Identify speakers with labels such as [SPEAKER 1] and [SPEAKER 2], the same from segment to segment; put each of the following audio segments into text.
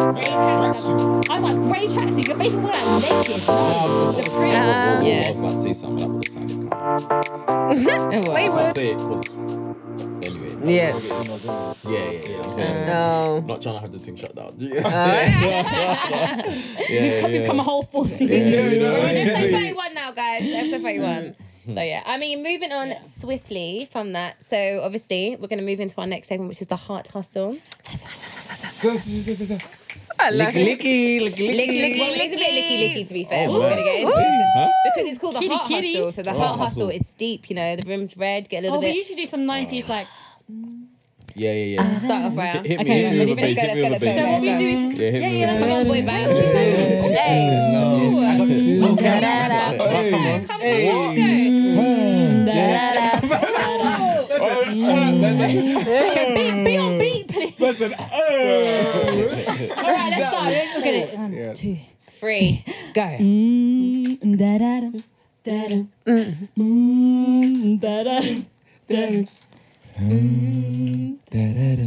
[SPEAKER 1] I was like, grey tracksuit. You're basically wearing like naked.
[SPEAKER 2] No,
[SPEAKER 1] Like, the print.
[SPEAKER 2] I
[SPEAKER 3] Uh,
[SPEAKER 2] was about to say something, but I would have I
[SPEAKER 3] Wait,
[SPEAKER 2] was
[SPEAKER 3] what?
[SPEAKER 2] about to say it 'cause- anyway.
[SPEAKER 3] Yeah.
[SPEAKER 2] Yeah, yeah, yeah. I'm saying.
[SPEAKER 3] No.
[SPEAKER 2] not trying to have the thing shut down. Yeah, yeah,
[SPEAKER 1] We've come, we've come a whole full season.
[SPEAKER 2] Yeah, yeah.
[SPEAKER 3] We're on episode
[SPEAKER 2] Yeah.
[SPEAKER 3] 31 now, guys. Episode 31. So, yeah, I mean, moving on swiftly from that. So, obviously, we're going to move into our next segment, which is the heart hustle.
[SPEAKER 4] I love it.
[SPEAKER 2] Licky, licky,
[SPEAKER 3] Licky, licky, licky, licky, licky, to be fair. We're going to get into it.
[SPEAKER 2] Huh?
[SPEAKER 3] Because it's called the
[SPEAKER 1] Kitty,
[SPEAKER 3] heart
[SPEAKER 1] kitty.
[SPEAKER 3] hustle. So, the
[SPEAKER 2] Oh,
[SPEAKER 3] heart
[SPEAKER 2] hustle.
[SPEAKER 3] hustle is deep, you know, the room's red, get a
[SPEAKER 1] Oh,
[SPEAKER 3] little
[SPEAKER 1] we
[SPEAKER 3] bit.
[SPEAKER 1] usually do some 90s like.
[SPEAKER 2] Yeah, yeah, yeah.
[SPEAKER 3] Start off round.
[SPEAKER 2] Hit
[SPEAKER 1] Okay,
[SPEAKER 2] me, hit me with a
[SPEAKER 1] ready?
[SPEAKER 2] bass, hit me with a
[SPEAKER 3] Let's go, let's
[SPEAKER 1] So what
[SPEAKER 3] go,
[SPEAKER 2] bass.
[SPEAKER 1] we do is.
[SPEAKER 2] Yeah, hit
[SPEAKER 1] Yeah,
[SPEAKER 2] me
[SPEAKER 1] yeah, that's
[SPEAKER 2] with a
[SPEAKER 1] what
[SPEAKER 2] bass.
[SPEAKER 1] I'm
[SPEAKER 3] Boy
[SPEAKER 1] doing.
[SPEAKER 3] band.
[SPEAKER 2] No.
[SPEAKER 3] Ooh. Da-da-da.
[SPEAKER 2] Hey.
[SPEAKER 3] Come on, come on,
[SPEAKER 2] Hey.
[SPEAKER 3] let's go.
[SPEAKER 1] Be, be on beat, please.
[SPEAKER 5] Listen, oh.
[SPEAKER 1] All right, let's start. Let's look at it. Um,
[SPEAKER 5] Yeah.
[SPEAKER 1] two.
[SPEAKER 3] Free. Go.
[SPEAKER 1] Mm, da-da-dum, da-dum. Mm, da-da-dum, da-dum.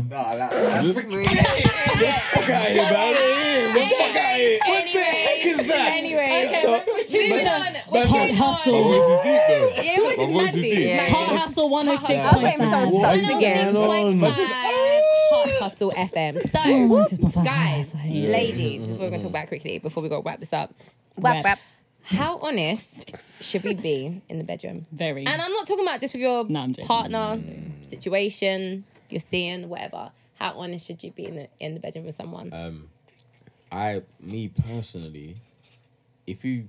[SPEAKER 5] Nah, that- that's
[SPEAKER 1] Anyway, okay,
[SPEAKER 3] Moving on. We're
[SPEAKER 1] Hard
[SPEAKER 3] moving on.
[SPEAKER 1] hustle.
[SPEAKER 3] Yeah, it
[SPEAKER 5] My
[SPEAKER 3] was
[SPEAKER 5] voice
[SPEAKER 3] just
[SPEAKER 5] is
[SPEAKER 3] mad
[SPEAKER 5] deep.
[SPEAKER 3] deep.
[SPEAKER 4] Yeah.
[SPEAKER 1] Hard Hustle
[SPEAKER 4] I was waiting for someone to
[SPEAKER 1] 106.5.
[SPEAKER 4] start
[SPEAKER 3] What's
[SPEAKER 4] again.
[SPEAKER 3] going on? Hot Hustle FM.
[SPEAKER 1] oh
[SPEAKER 3] So, guys, ladies, this is what we're going to talk about quickly before we go wrap this up.
[SPEAKER 4] Wap, wap.
[SPEAKER 3] How honest should we be in the bedroom?
[SPEAKER 1] Very.
[SPEAKER 3] And I'm not talking about just with your
[SPEAKER 1] No, I'm joking.
[SPEAKER 3] partner, situation, you're seeing, whatever. How honest should you be in the in the bedroom with someone?
[SPEAKER 2] Um, I, me personally, if you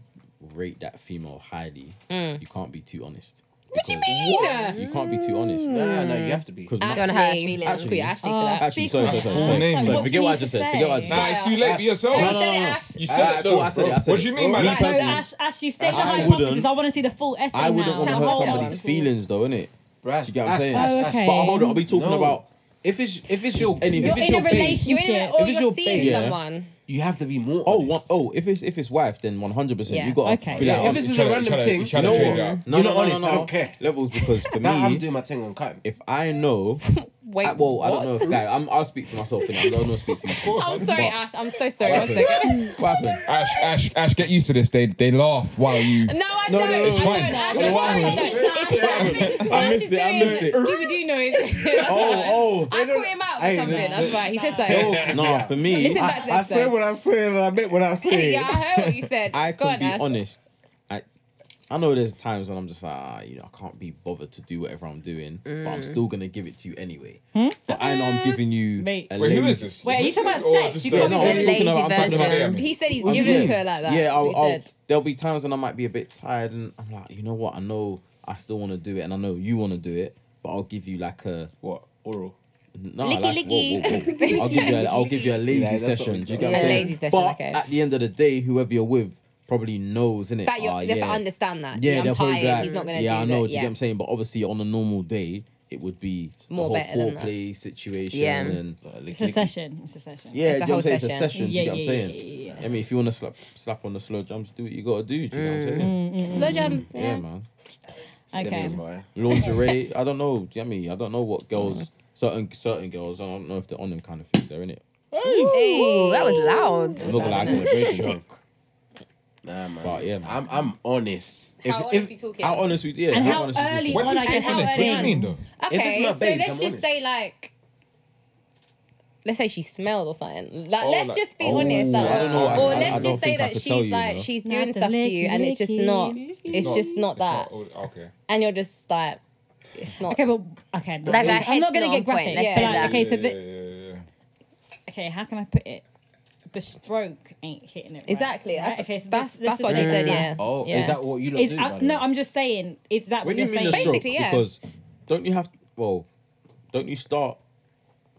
[SPEAKER 2] rate that female highly, you can't be too honest. What do you mean? You can't be too honest.
[SPEAKER 5] Nah, nah, you
[SPEAKER 1] Mm.
[SPEAKER 5] have to be.
[SPEAKER 2] Because
[SPEAKER 3] Ashley,
[SPEAKER 4] Gonna hurt feelings.
[SPEAKER 3] Actually, Ashley for
[SPEAKER 1] Oh,
[SPEAKER 3] that.
[SPEAKER 2] Actually,
[SPEAKER 1] speak
[SPEAKER 2] sorry,
[SPEAKER 1] my
[SPEAKER 2] sorry, sorry,
[SPEAKER 1] full
[SPEAKER 5] sorry,
[SPEAKER 1] name.
[SPEAKER 5] sorry.
[SPEAKER 1] What's
[SPEAKER 2] Forget what I
[SPEAKER 1] me
[SPEAKER 2] just
[SPEAKER 1] to
[SPEAKER 2] said. Forget what I
[SPEAKER 1] say?
[SPEAKER 2] just
[SPEAKER 5] Nah,
[SPEAKER 2] said.
[SPEAKER 5] it's too late. Be yourself.
[SPEAKER 3] No, you said it, Ash.
[SPEAKER 5] You
[SPEAKER 2] Ah,
[SPEAKER 5] said
[SPEAKER 2] cool,
[SPEAKER 5] it though.
[SPEAKER 2] I said it, I said
[SPEAKER 5] what
[SPEAKER 2] it.
[SPEAKER 5] do you mean by
[SPEAKER 2] Me
[SPEAKER 5] that?
[SPEAKER 1] Right, so
[SPEAKER 2] personally,
[SPEAKER 1] Ash, Ash, you state the
[SPEAKER 2] I
[SPEAKER 1] hypothesis.
[SPEAKER 2] wouldn't-
[SPEAKER 1] I want to see the full essay
[SPEAKER 2] I wouldn't
[SPEAKER 1] now.
[SPEAKER 2] want to
[SPEAKER 3] Tell
[SPEAKER 2] hurt
[SPEAKER 3] hold on.
[SPEAKER 2] somebody's feelings, though, innit?
[SPEAKER 5] Bruh,
[SPEAKER 2] Do you get what I'm
[SPEAKER 5] Ash,
[SPEAKER 2] saying?
[SPEAKER 5] Ash,
[SPEAKER 1] Oh,
[SPEAKER 5] Ash,
[SPEAKER 1] okay.
[SPEAKER 2] But hold on, are we talking
[SPEAKER 5] No.
[SPEAKER 2] about?
[SPEAKER 5] If it's if it's your
[SPEAKER 2] Any-
[SPEAKER 5] if
[SPEAKER 2] You're
[SPEAKER 5] it's
[SPEAKER 1] in a
[SPEAKER 5] your base,
[SPEAKER 1] relationship.
[SPEAKER 3] You're in it
[SPEAKER 5] If
[SPEAKER 3] or
[SPEAKER 5] it's
[SPEAKER 3] you're
[SPEAKER 5] your
[SPEAKER 3] seeing
[SPEAKER 2] base- Yeah. Uh,
[SPEAKER 3] someone.
[SPEAKER 5] you have to be more.
[SPEAKER 2] Oh,
[SPEAKER 5] honest.
[SPEAKER 2] one, oh, if it's if it's wife, then one hundred percent.
[SPEAKER 3] Yeah.
[SPEAKER 2] You got
[SPEAKER 1] Okay.
[SPEAKER 2] Be
[SPEAKER 5] Yeah,
[SPEAKER 2] like,
[SPEAKER 5] if
[SPEAKER 2] um,
[SPEAKER 5] this
[SPEAKER 2] you
[SPEAKER 5] is
[SPEAKER 2] try-
[SPEAKER 5] a random
[SPEAKER 4] tryna-
[SPEAKER 5] thing,
[SPEAKER 4] you tryna
[SPEAKER 2] know
[SPEAKER 4] change
[SPEAKER 2] what?
[SPEAKER 4] it up.
[SPEAKER 2] No,
[SPEAKER 5] You're
[SPEAKER 2] no,
[SPEAKER 5] not
[SPEAKER 2] no,
[SPEAKER 5] honest,
[SPEAKER 2] no,
[SPEAKER 5] I
[SPEAKER 2] no.
[SPEAKER 5] don't care.
[SPEAKER 2] Levels because for
[SPEAKER 5] That I'm
[SPEAKER 2] me,
[SPEAKER 5] doing my thing on cutting.
[SPEAKER 2] if I know,
[SPEAKER 3] Wait,
[SPEAKER 2] I, well, I don't
[SPEAKER 3] what?
[SPEAKER 2] know. If, like, I'm, I'll speak for myself. innit? I don't know. Speak for myself.
[SPEAKER 3] I'm sorry,
[SPEAKER 2] But-
[SPEAKER 3] Ash. I'm so sorry.
[SPEAKER 2] What
[SPEAKER 3] One second.
[SPEAKER 2] happens? What happens?
[SPEAKER 4] Ash, Ash, Ash, get used to this. They they laugh while you.
[SPEAKER 3] No, I
[SPEAKER 2] No,
[SPEAKER 3] don't.
[SPEAKER 2] no,
[SPEAKER 4] it's
[SPEAKER 3] I
[SPEAKER 4] fine.
[SPEAKER 3] don't. Ash,
[SPEAKER 2] It's
[SPEAKER 3] I
[SPEAKER 2] fine.
[SPEAKER 3] don't. Ash,
[SPEAKER 2] I
[SPEAKER 3] Ash
[SPEAKER 2] missed
[SPEAKER 3] is
[SPEAKER 2] it, I
[SPEAKER 3] doing
[SPEAKER 2] missed it.
[SPEAKER 3] Scooby Doo noise. That's all.
[SPEAKER 2] Oh, oh.
[SPEAKER 3] I caught him out
[SPEAKER 5] Hey,
[SPEAKER 3] with something.
[SPEAKER 5] no,
[SPEAKER 3] That's
[SPEAKER 5] no.
[SPEAKER 3] right. He said so.
[SPEAKER 2] No, for me,
[SPEAKER 3] Listen
[SPEAKER 2] I,
[SPEAKER 3] back to the
[SPEAKER 5] I said
[SPEAKER 3] episode.
[SPEAKER 5] what I said and I meant what I said.
[SPEAKER 3] Yeah, I heard what you said.
[SPEAKER 2] I
[SPEAKER 3] Go
[SPEAKER 2] can
[SPEAKER 3] on,
[SPEAKER 2] be
[SPEAKER 3] Ash.
[SPEAKER 2] honest. I I know there's times when I'm just like, ah, you know, I can't be bothered to do whatever I'm doing, but
[SPEAKER 3] Mm.
[SPEAKER 2] I'm still gonna give it to you anyway.
[SPEAKER 3] Hmm?
[SPEAKER 2] But I know
[SPEAKER 3] Uh,
[SPEAKER 2] I'm giving you.
[SPEAKER 1] Mate.
[SPEAKER 2] a
[SPEAKER 4] Wait, who
[SPEAKER 2] lazy-
[SPEAKER 4] is this?
[SPEAKER 1] Wait, are you
[SPEAKER 4] This
[SPEAKER 1] talking
[SPEAKER 4] is-
[SPEAKER 1] about
[SPEAKER 4] or
[SPEAKER 1] sex?
[SPEAKER 4] just
[SPEAKER 1] You
[SPEAKER 4] the-
[SPEAKER 1] can't
[SPEAKER 2] no,
[SPEAKER 1] be
[SPEAKER 2] I'm
[SPEAKER 4] Yeah,
[SPEAKER 3] The
[SPEAKER 2] talking
[SPEAKER 3] lazy
[SPEAKER 2] about- I'm talking about-
[SPEAKER 3] version.
[SPEAKER 4] yeah.
[SPEAKER 3] He said he's giving it to her like that.
[SPEAKER 2] Yeah,
[SPEAKER 3] that's what
[SPEAKER 2] I'll,
[SPEAKER 3] he
[SPEAKER 2] I'll,
[SPEAKER 3] said.
[SPEAKER 2] there'll be times when I might be a bit tired, and I'm like, you know what? I know I still want to do it, and I know you want to do it, but I'll give you like a
[SPEAKER 5] What? Oral.
[SPEAKER 2] no, like,
[SPEAKER 3] Licky,
[SPEAKER 2] whoa, whoa, whoa. I'll give you, a, I'll give you a lazy
[SPEAKER 5] Yeah, that's what
[SPEAKER 2] session.
[SPEAKER 5] we
[SPEAKER 2] Do you
[SPEAKER 5] do.
[SPEAKER 2] get what
[SPEAKER 3] A
[SPEAKER 2] I'm saying?
[SPEAKER 3] lazy session,
[SPEAKER 2] but
[SPEAKER 3] okay.
[SPEAKER 2] at the end of the day, whoever you're with probably knows, innit?
[SPEAKER 3] That you
[SPEAKER 2] Ah,
[SPEAKER 3] have to understand that.
[SPEAKER 2] Yeah,
[SPEAKER 3] I'm
[SPEAKER 2] they're probably
[SPEAKER 3] tired.
[SPEAKER 2] like,
[SPEAKER 3] he's not gonna
[SPEAKER 2] yeah,
[SPEAKER 3] do
[SPEAKER 2] I
[SPEAKER 3] that.
[SPEAKER 2] know. do you
[SPEAKER 3] yeah.
[SPEAKER 2] get what I'm saying? But obviously, on a normal day, it would be
[SPEAKER 3] More
[SPEAKER 2] the
[SPEAKER 3] better
[SPEAKER 2] whole
[SPEAKER 3] than that.
[SPEAKER 2] foreplay situation
[SPEAKER 3] Yeah.
[SPEAKER 2] and
[SPEAKER 1] It's a session. It's a session.
[SPEAKER 2] yeah,
[SPEAKER 3] It's a
[SPEAKER 2] do you know what
[SPEAKER 3] whole
[SPEAKER 2] I'm saying? It's a
[SPEAKER 3] session.
[SPEAKER 2] session. do
[SPEAKER 1] Yeah,
[SPEAKER 2] you get what I'm
[SPEAKER 1] yeah,
[SPEAKER 2] saying?
[SPEAKER 1] yeah, yeah,
[SPEAKER 2] I mean, if you want to slap slap on the slow jumps, do what you gotta do. Do you know what I'm
[SPEAKER 1] Mm.
[SPEAKER 2] saying?
[SPEAKER 3] Slow jams.
[SPEAKER 2] Yeah,
[SPEAKER 3] Yeah.
[SPEAKER 2] man.
[SPEAKER 1] Okay.
[SPEAKER 2] Lingerie. I don't know. Do you know what I mean? I don't know what
[SPEAKER 1] Mm.
[SPEAKER 2] girls. Certain certain girls. I don't know if they're on them kind of things. They're in it.
[SPEAKER 4] Ooh, that was
[SPEAKER 2] I'm
[SPEAKER 4] loud.
[SPEAKER 2] not gonna lie, I celebration. though.
[SPEAKER 5] Nah, man.
[SPEAKER 2] But yeah, man.
[SPEAKER 5] I'm I'm honest.
[SPEAKER 3] How honest
[SPEAKER 5] if,
[SPEAKER 3] we
[SPEAKER 5] if
[SPEAKER 3] talking?
[SPEAKER 2] How honest with yeah.
[SPEAKER 1] And how
[SPEAKER 2] honest we
[SPEAKER 1] early
[SPEAKER 2] talking.
[SPEAKER 4] When
[SPEAKER 1] on,
[SPEAKER 4] you
[SPEAKER 1] I
[SPEAKER 4] say
[SPEAKER 1] guess,
[SPEAKER 4] honest, what
[SPEAKER 3] how
[SPEAKER 4] do
[SPEAKER 3] early
[SPEAKER 4] you mean though?
[SPEAKER 3] Okay,
[SPEAKER 5] it's my
[SPEAKER 3] so
[SPEAKER 5] babes,
[SPEAKER 3] let's
[SPEAKER 5] I'm
[SPEAKER 3] just
[SPEAKER 5] honest.
[SPEAKER 3] say like, let's say she smelled or something. Like,
[SPEAKER 5] Oh,
[SPEAKER 3] let's
[SPEAKER 5] like-
[SPEAKER 3] just be
[SPEAKER 2] oh,
[SPEAKER 3] honest. Like,
[SPEAKER 2] I don't know, I-
[SPEAKER 3] or
[SPEAKER 2] I- I
[SPEAKER 3] let's
[SPEAKER 2] don't
[SPEAKER 3] just say
[SPEAKER 2] think I
[SPEAKER 3] that
[SPEAKER 2] could
[SPEAKER 3] she's
[SPEAKER 2] tell you,
[SPEAKER 3] like
[SPEAKER 2] though.
[SPEAKER 3] she's
[SPEAKER 1] Not
[SPEAKER 3] doing
[SPEAKER 1] the
[SPEAKER 3] stuff to you,
[SPEAKER 1] licky,
[SPEAKER 3] and it's just
[SPEAKER 1] licky.
[SPEAKER 3] not. It's just not that,
[SPEAKER 4] oh, okay.
[SPEAKER 3] and you're just like, it's not.
[SPEAKER 1] Okay, but okay. no,
[SPEAKER 4] Like a
[SPEAKER 1] I'm not gonna
[SPEAKER 4] head's not
[SPEAKER 1] get
[SPEAKER 4] on point,
[SPEAKER 1] graphic.
[SPEAKER 4] let's
[SPEAKER 1] but
[SPEAKER 3] say
[SPEAKER 1] like,
[SPEAKER 3] that.
[SPEAKER 1] Okay, so
[SPEAKER 4] yeah,
[SPEAKER 1] the,
[SPEAKER 4] yeah, yeah,
[SPEAKER 1] okay, how can I put it? The stroke ain't hitting it. Right,
[SPEAKER 3] Exactly.
[SPEAKER 1] Right?
[SPEAKER 3] That's,
[SPEAKER 1] Okay, so
[SPEAKER 3] that's,
[SPEAKER 1] this- this
[SPEAKER 3] that's
[SPEAKER 1] is
[SPEAKER 3] what they
[SPEAKER 1] just
[SPEAKER 3] said.
[SPEAKER 1] that.
[SPEAKER 3] Yeah.
[SPEAKER 5] Oh,
[SPEAKER 3] yeah.
[SPEAKER 5] is that what you lot
[SPEAKER 1] Mm. Is,
[SPEAKER 5] do?
[SPEAKER 1] I,
[SPEAKER 5] by the
[SPEAKER 1] no,
[SPEAKER 5] way?
[SPEAKER 1] I'm just saying. Is that
[SPEAKER 2] When
[SPEAKER 1] what
[SPEAKER 2] you
[SPEAKER 1] you're
[SPEAKER 2] mean a
[SPEAKER 1] saying?
[SPEAKER 2] stroke,
[SPEAKER 3] Basically, yeah.
[SPEAKER 2] because don't you have well, don't you start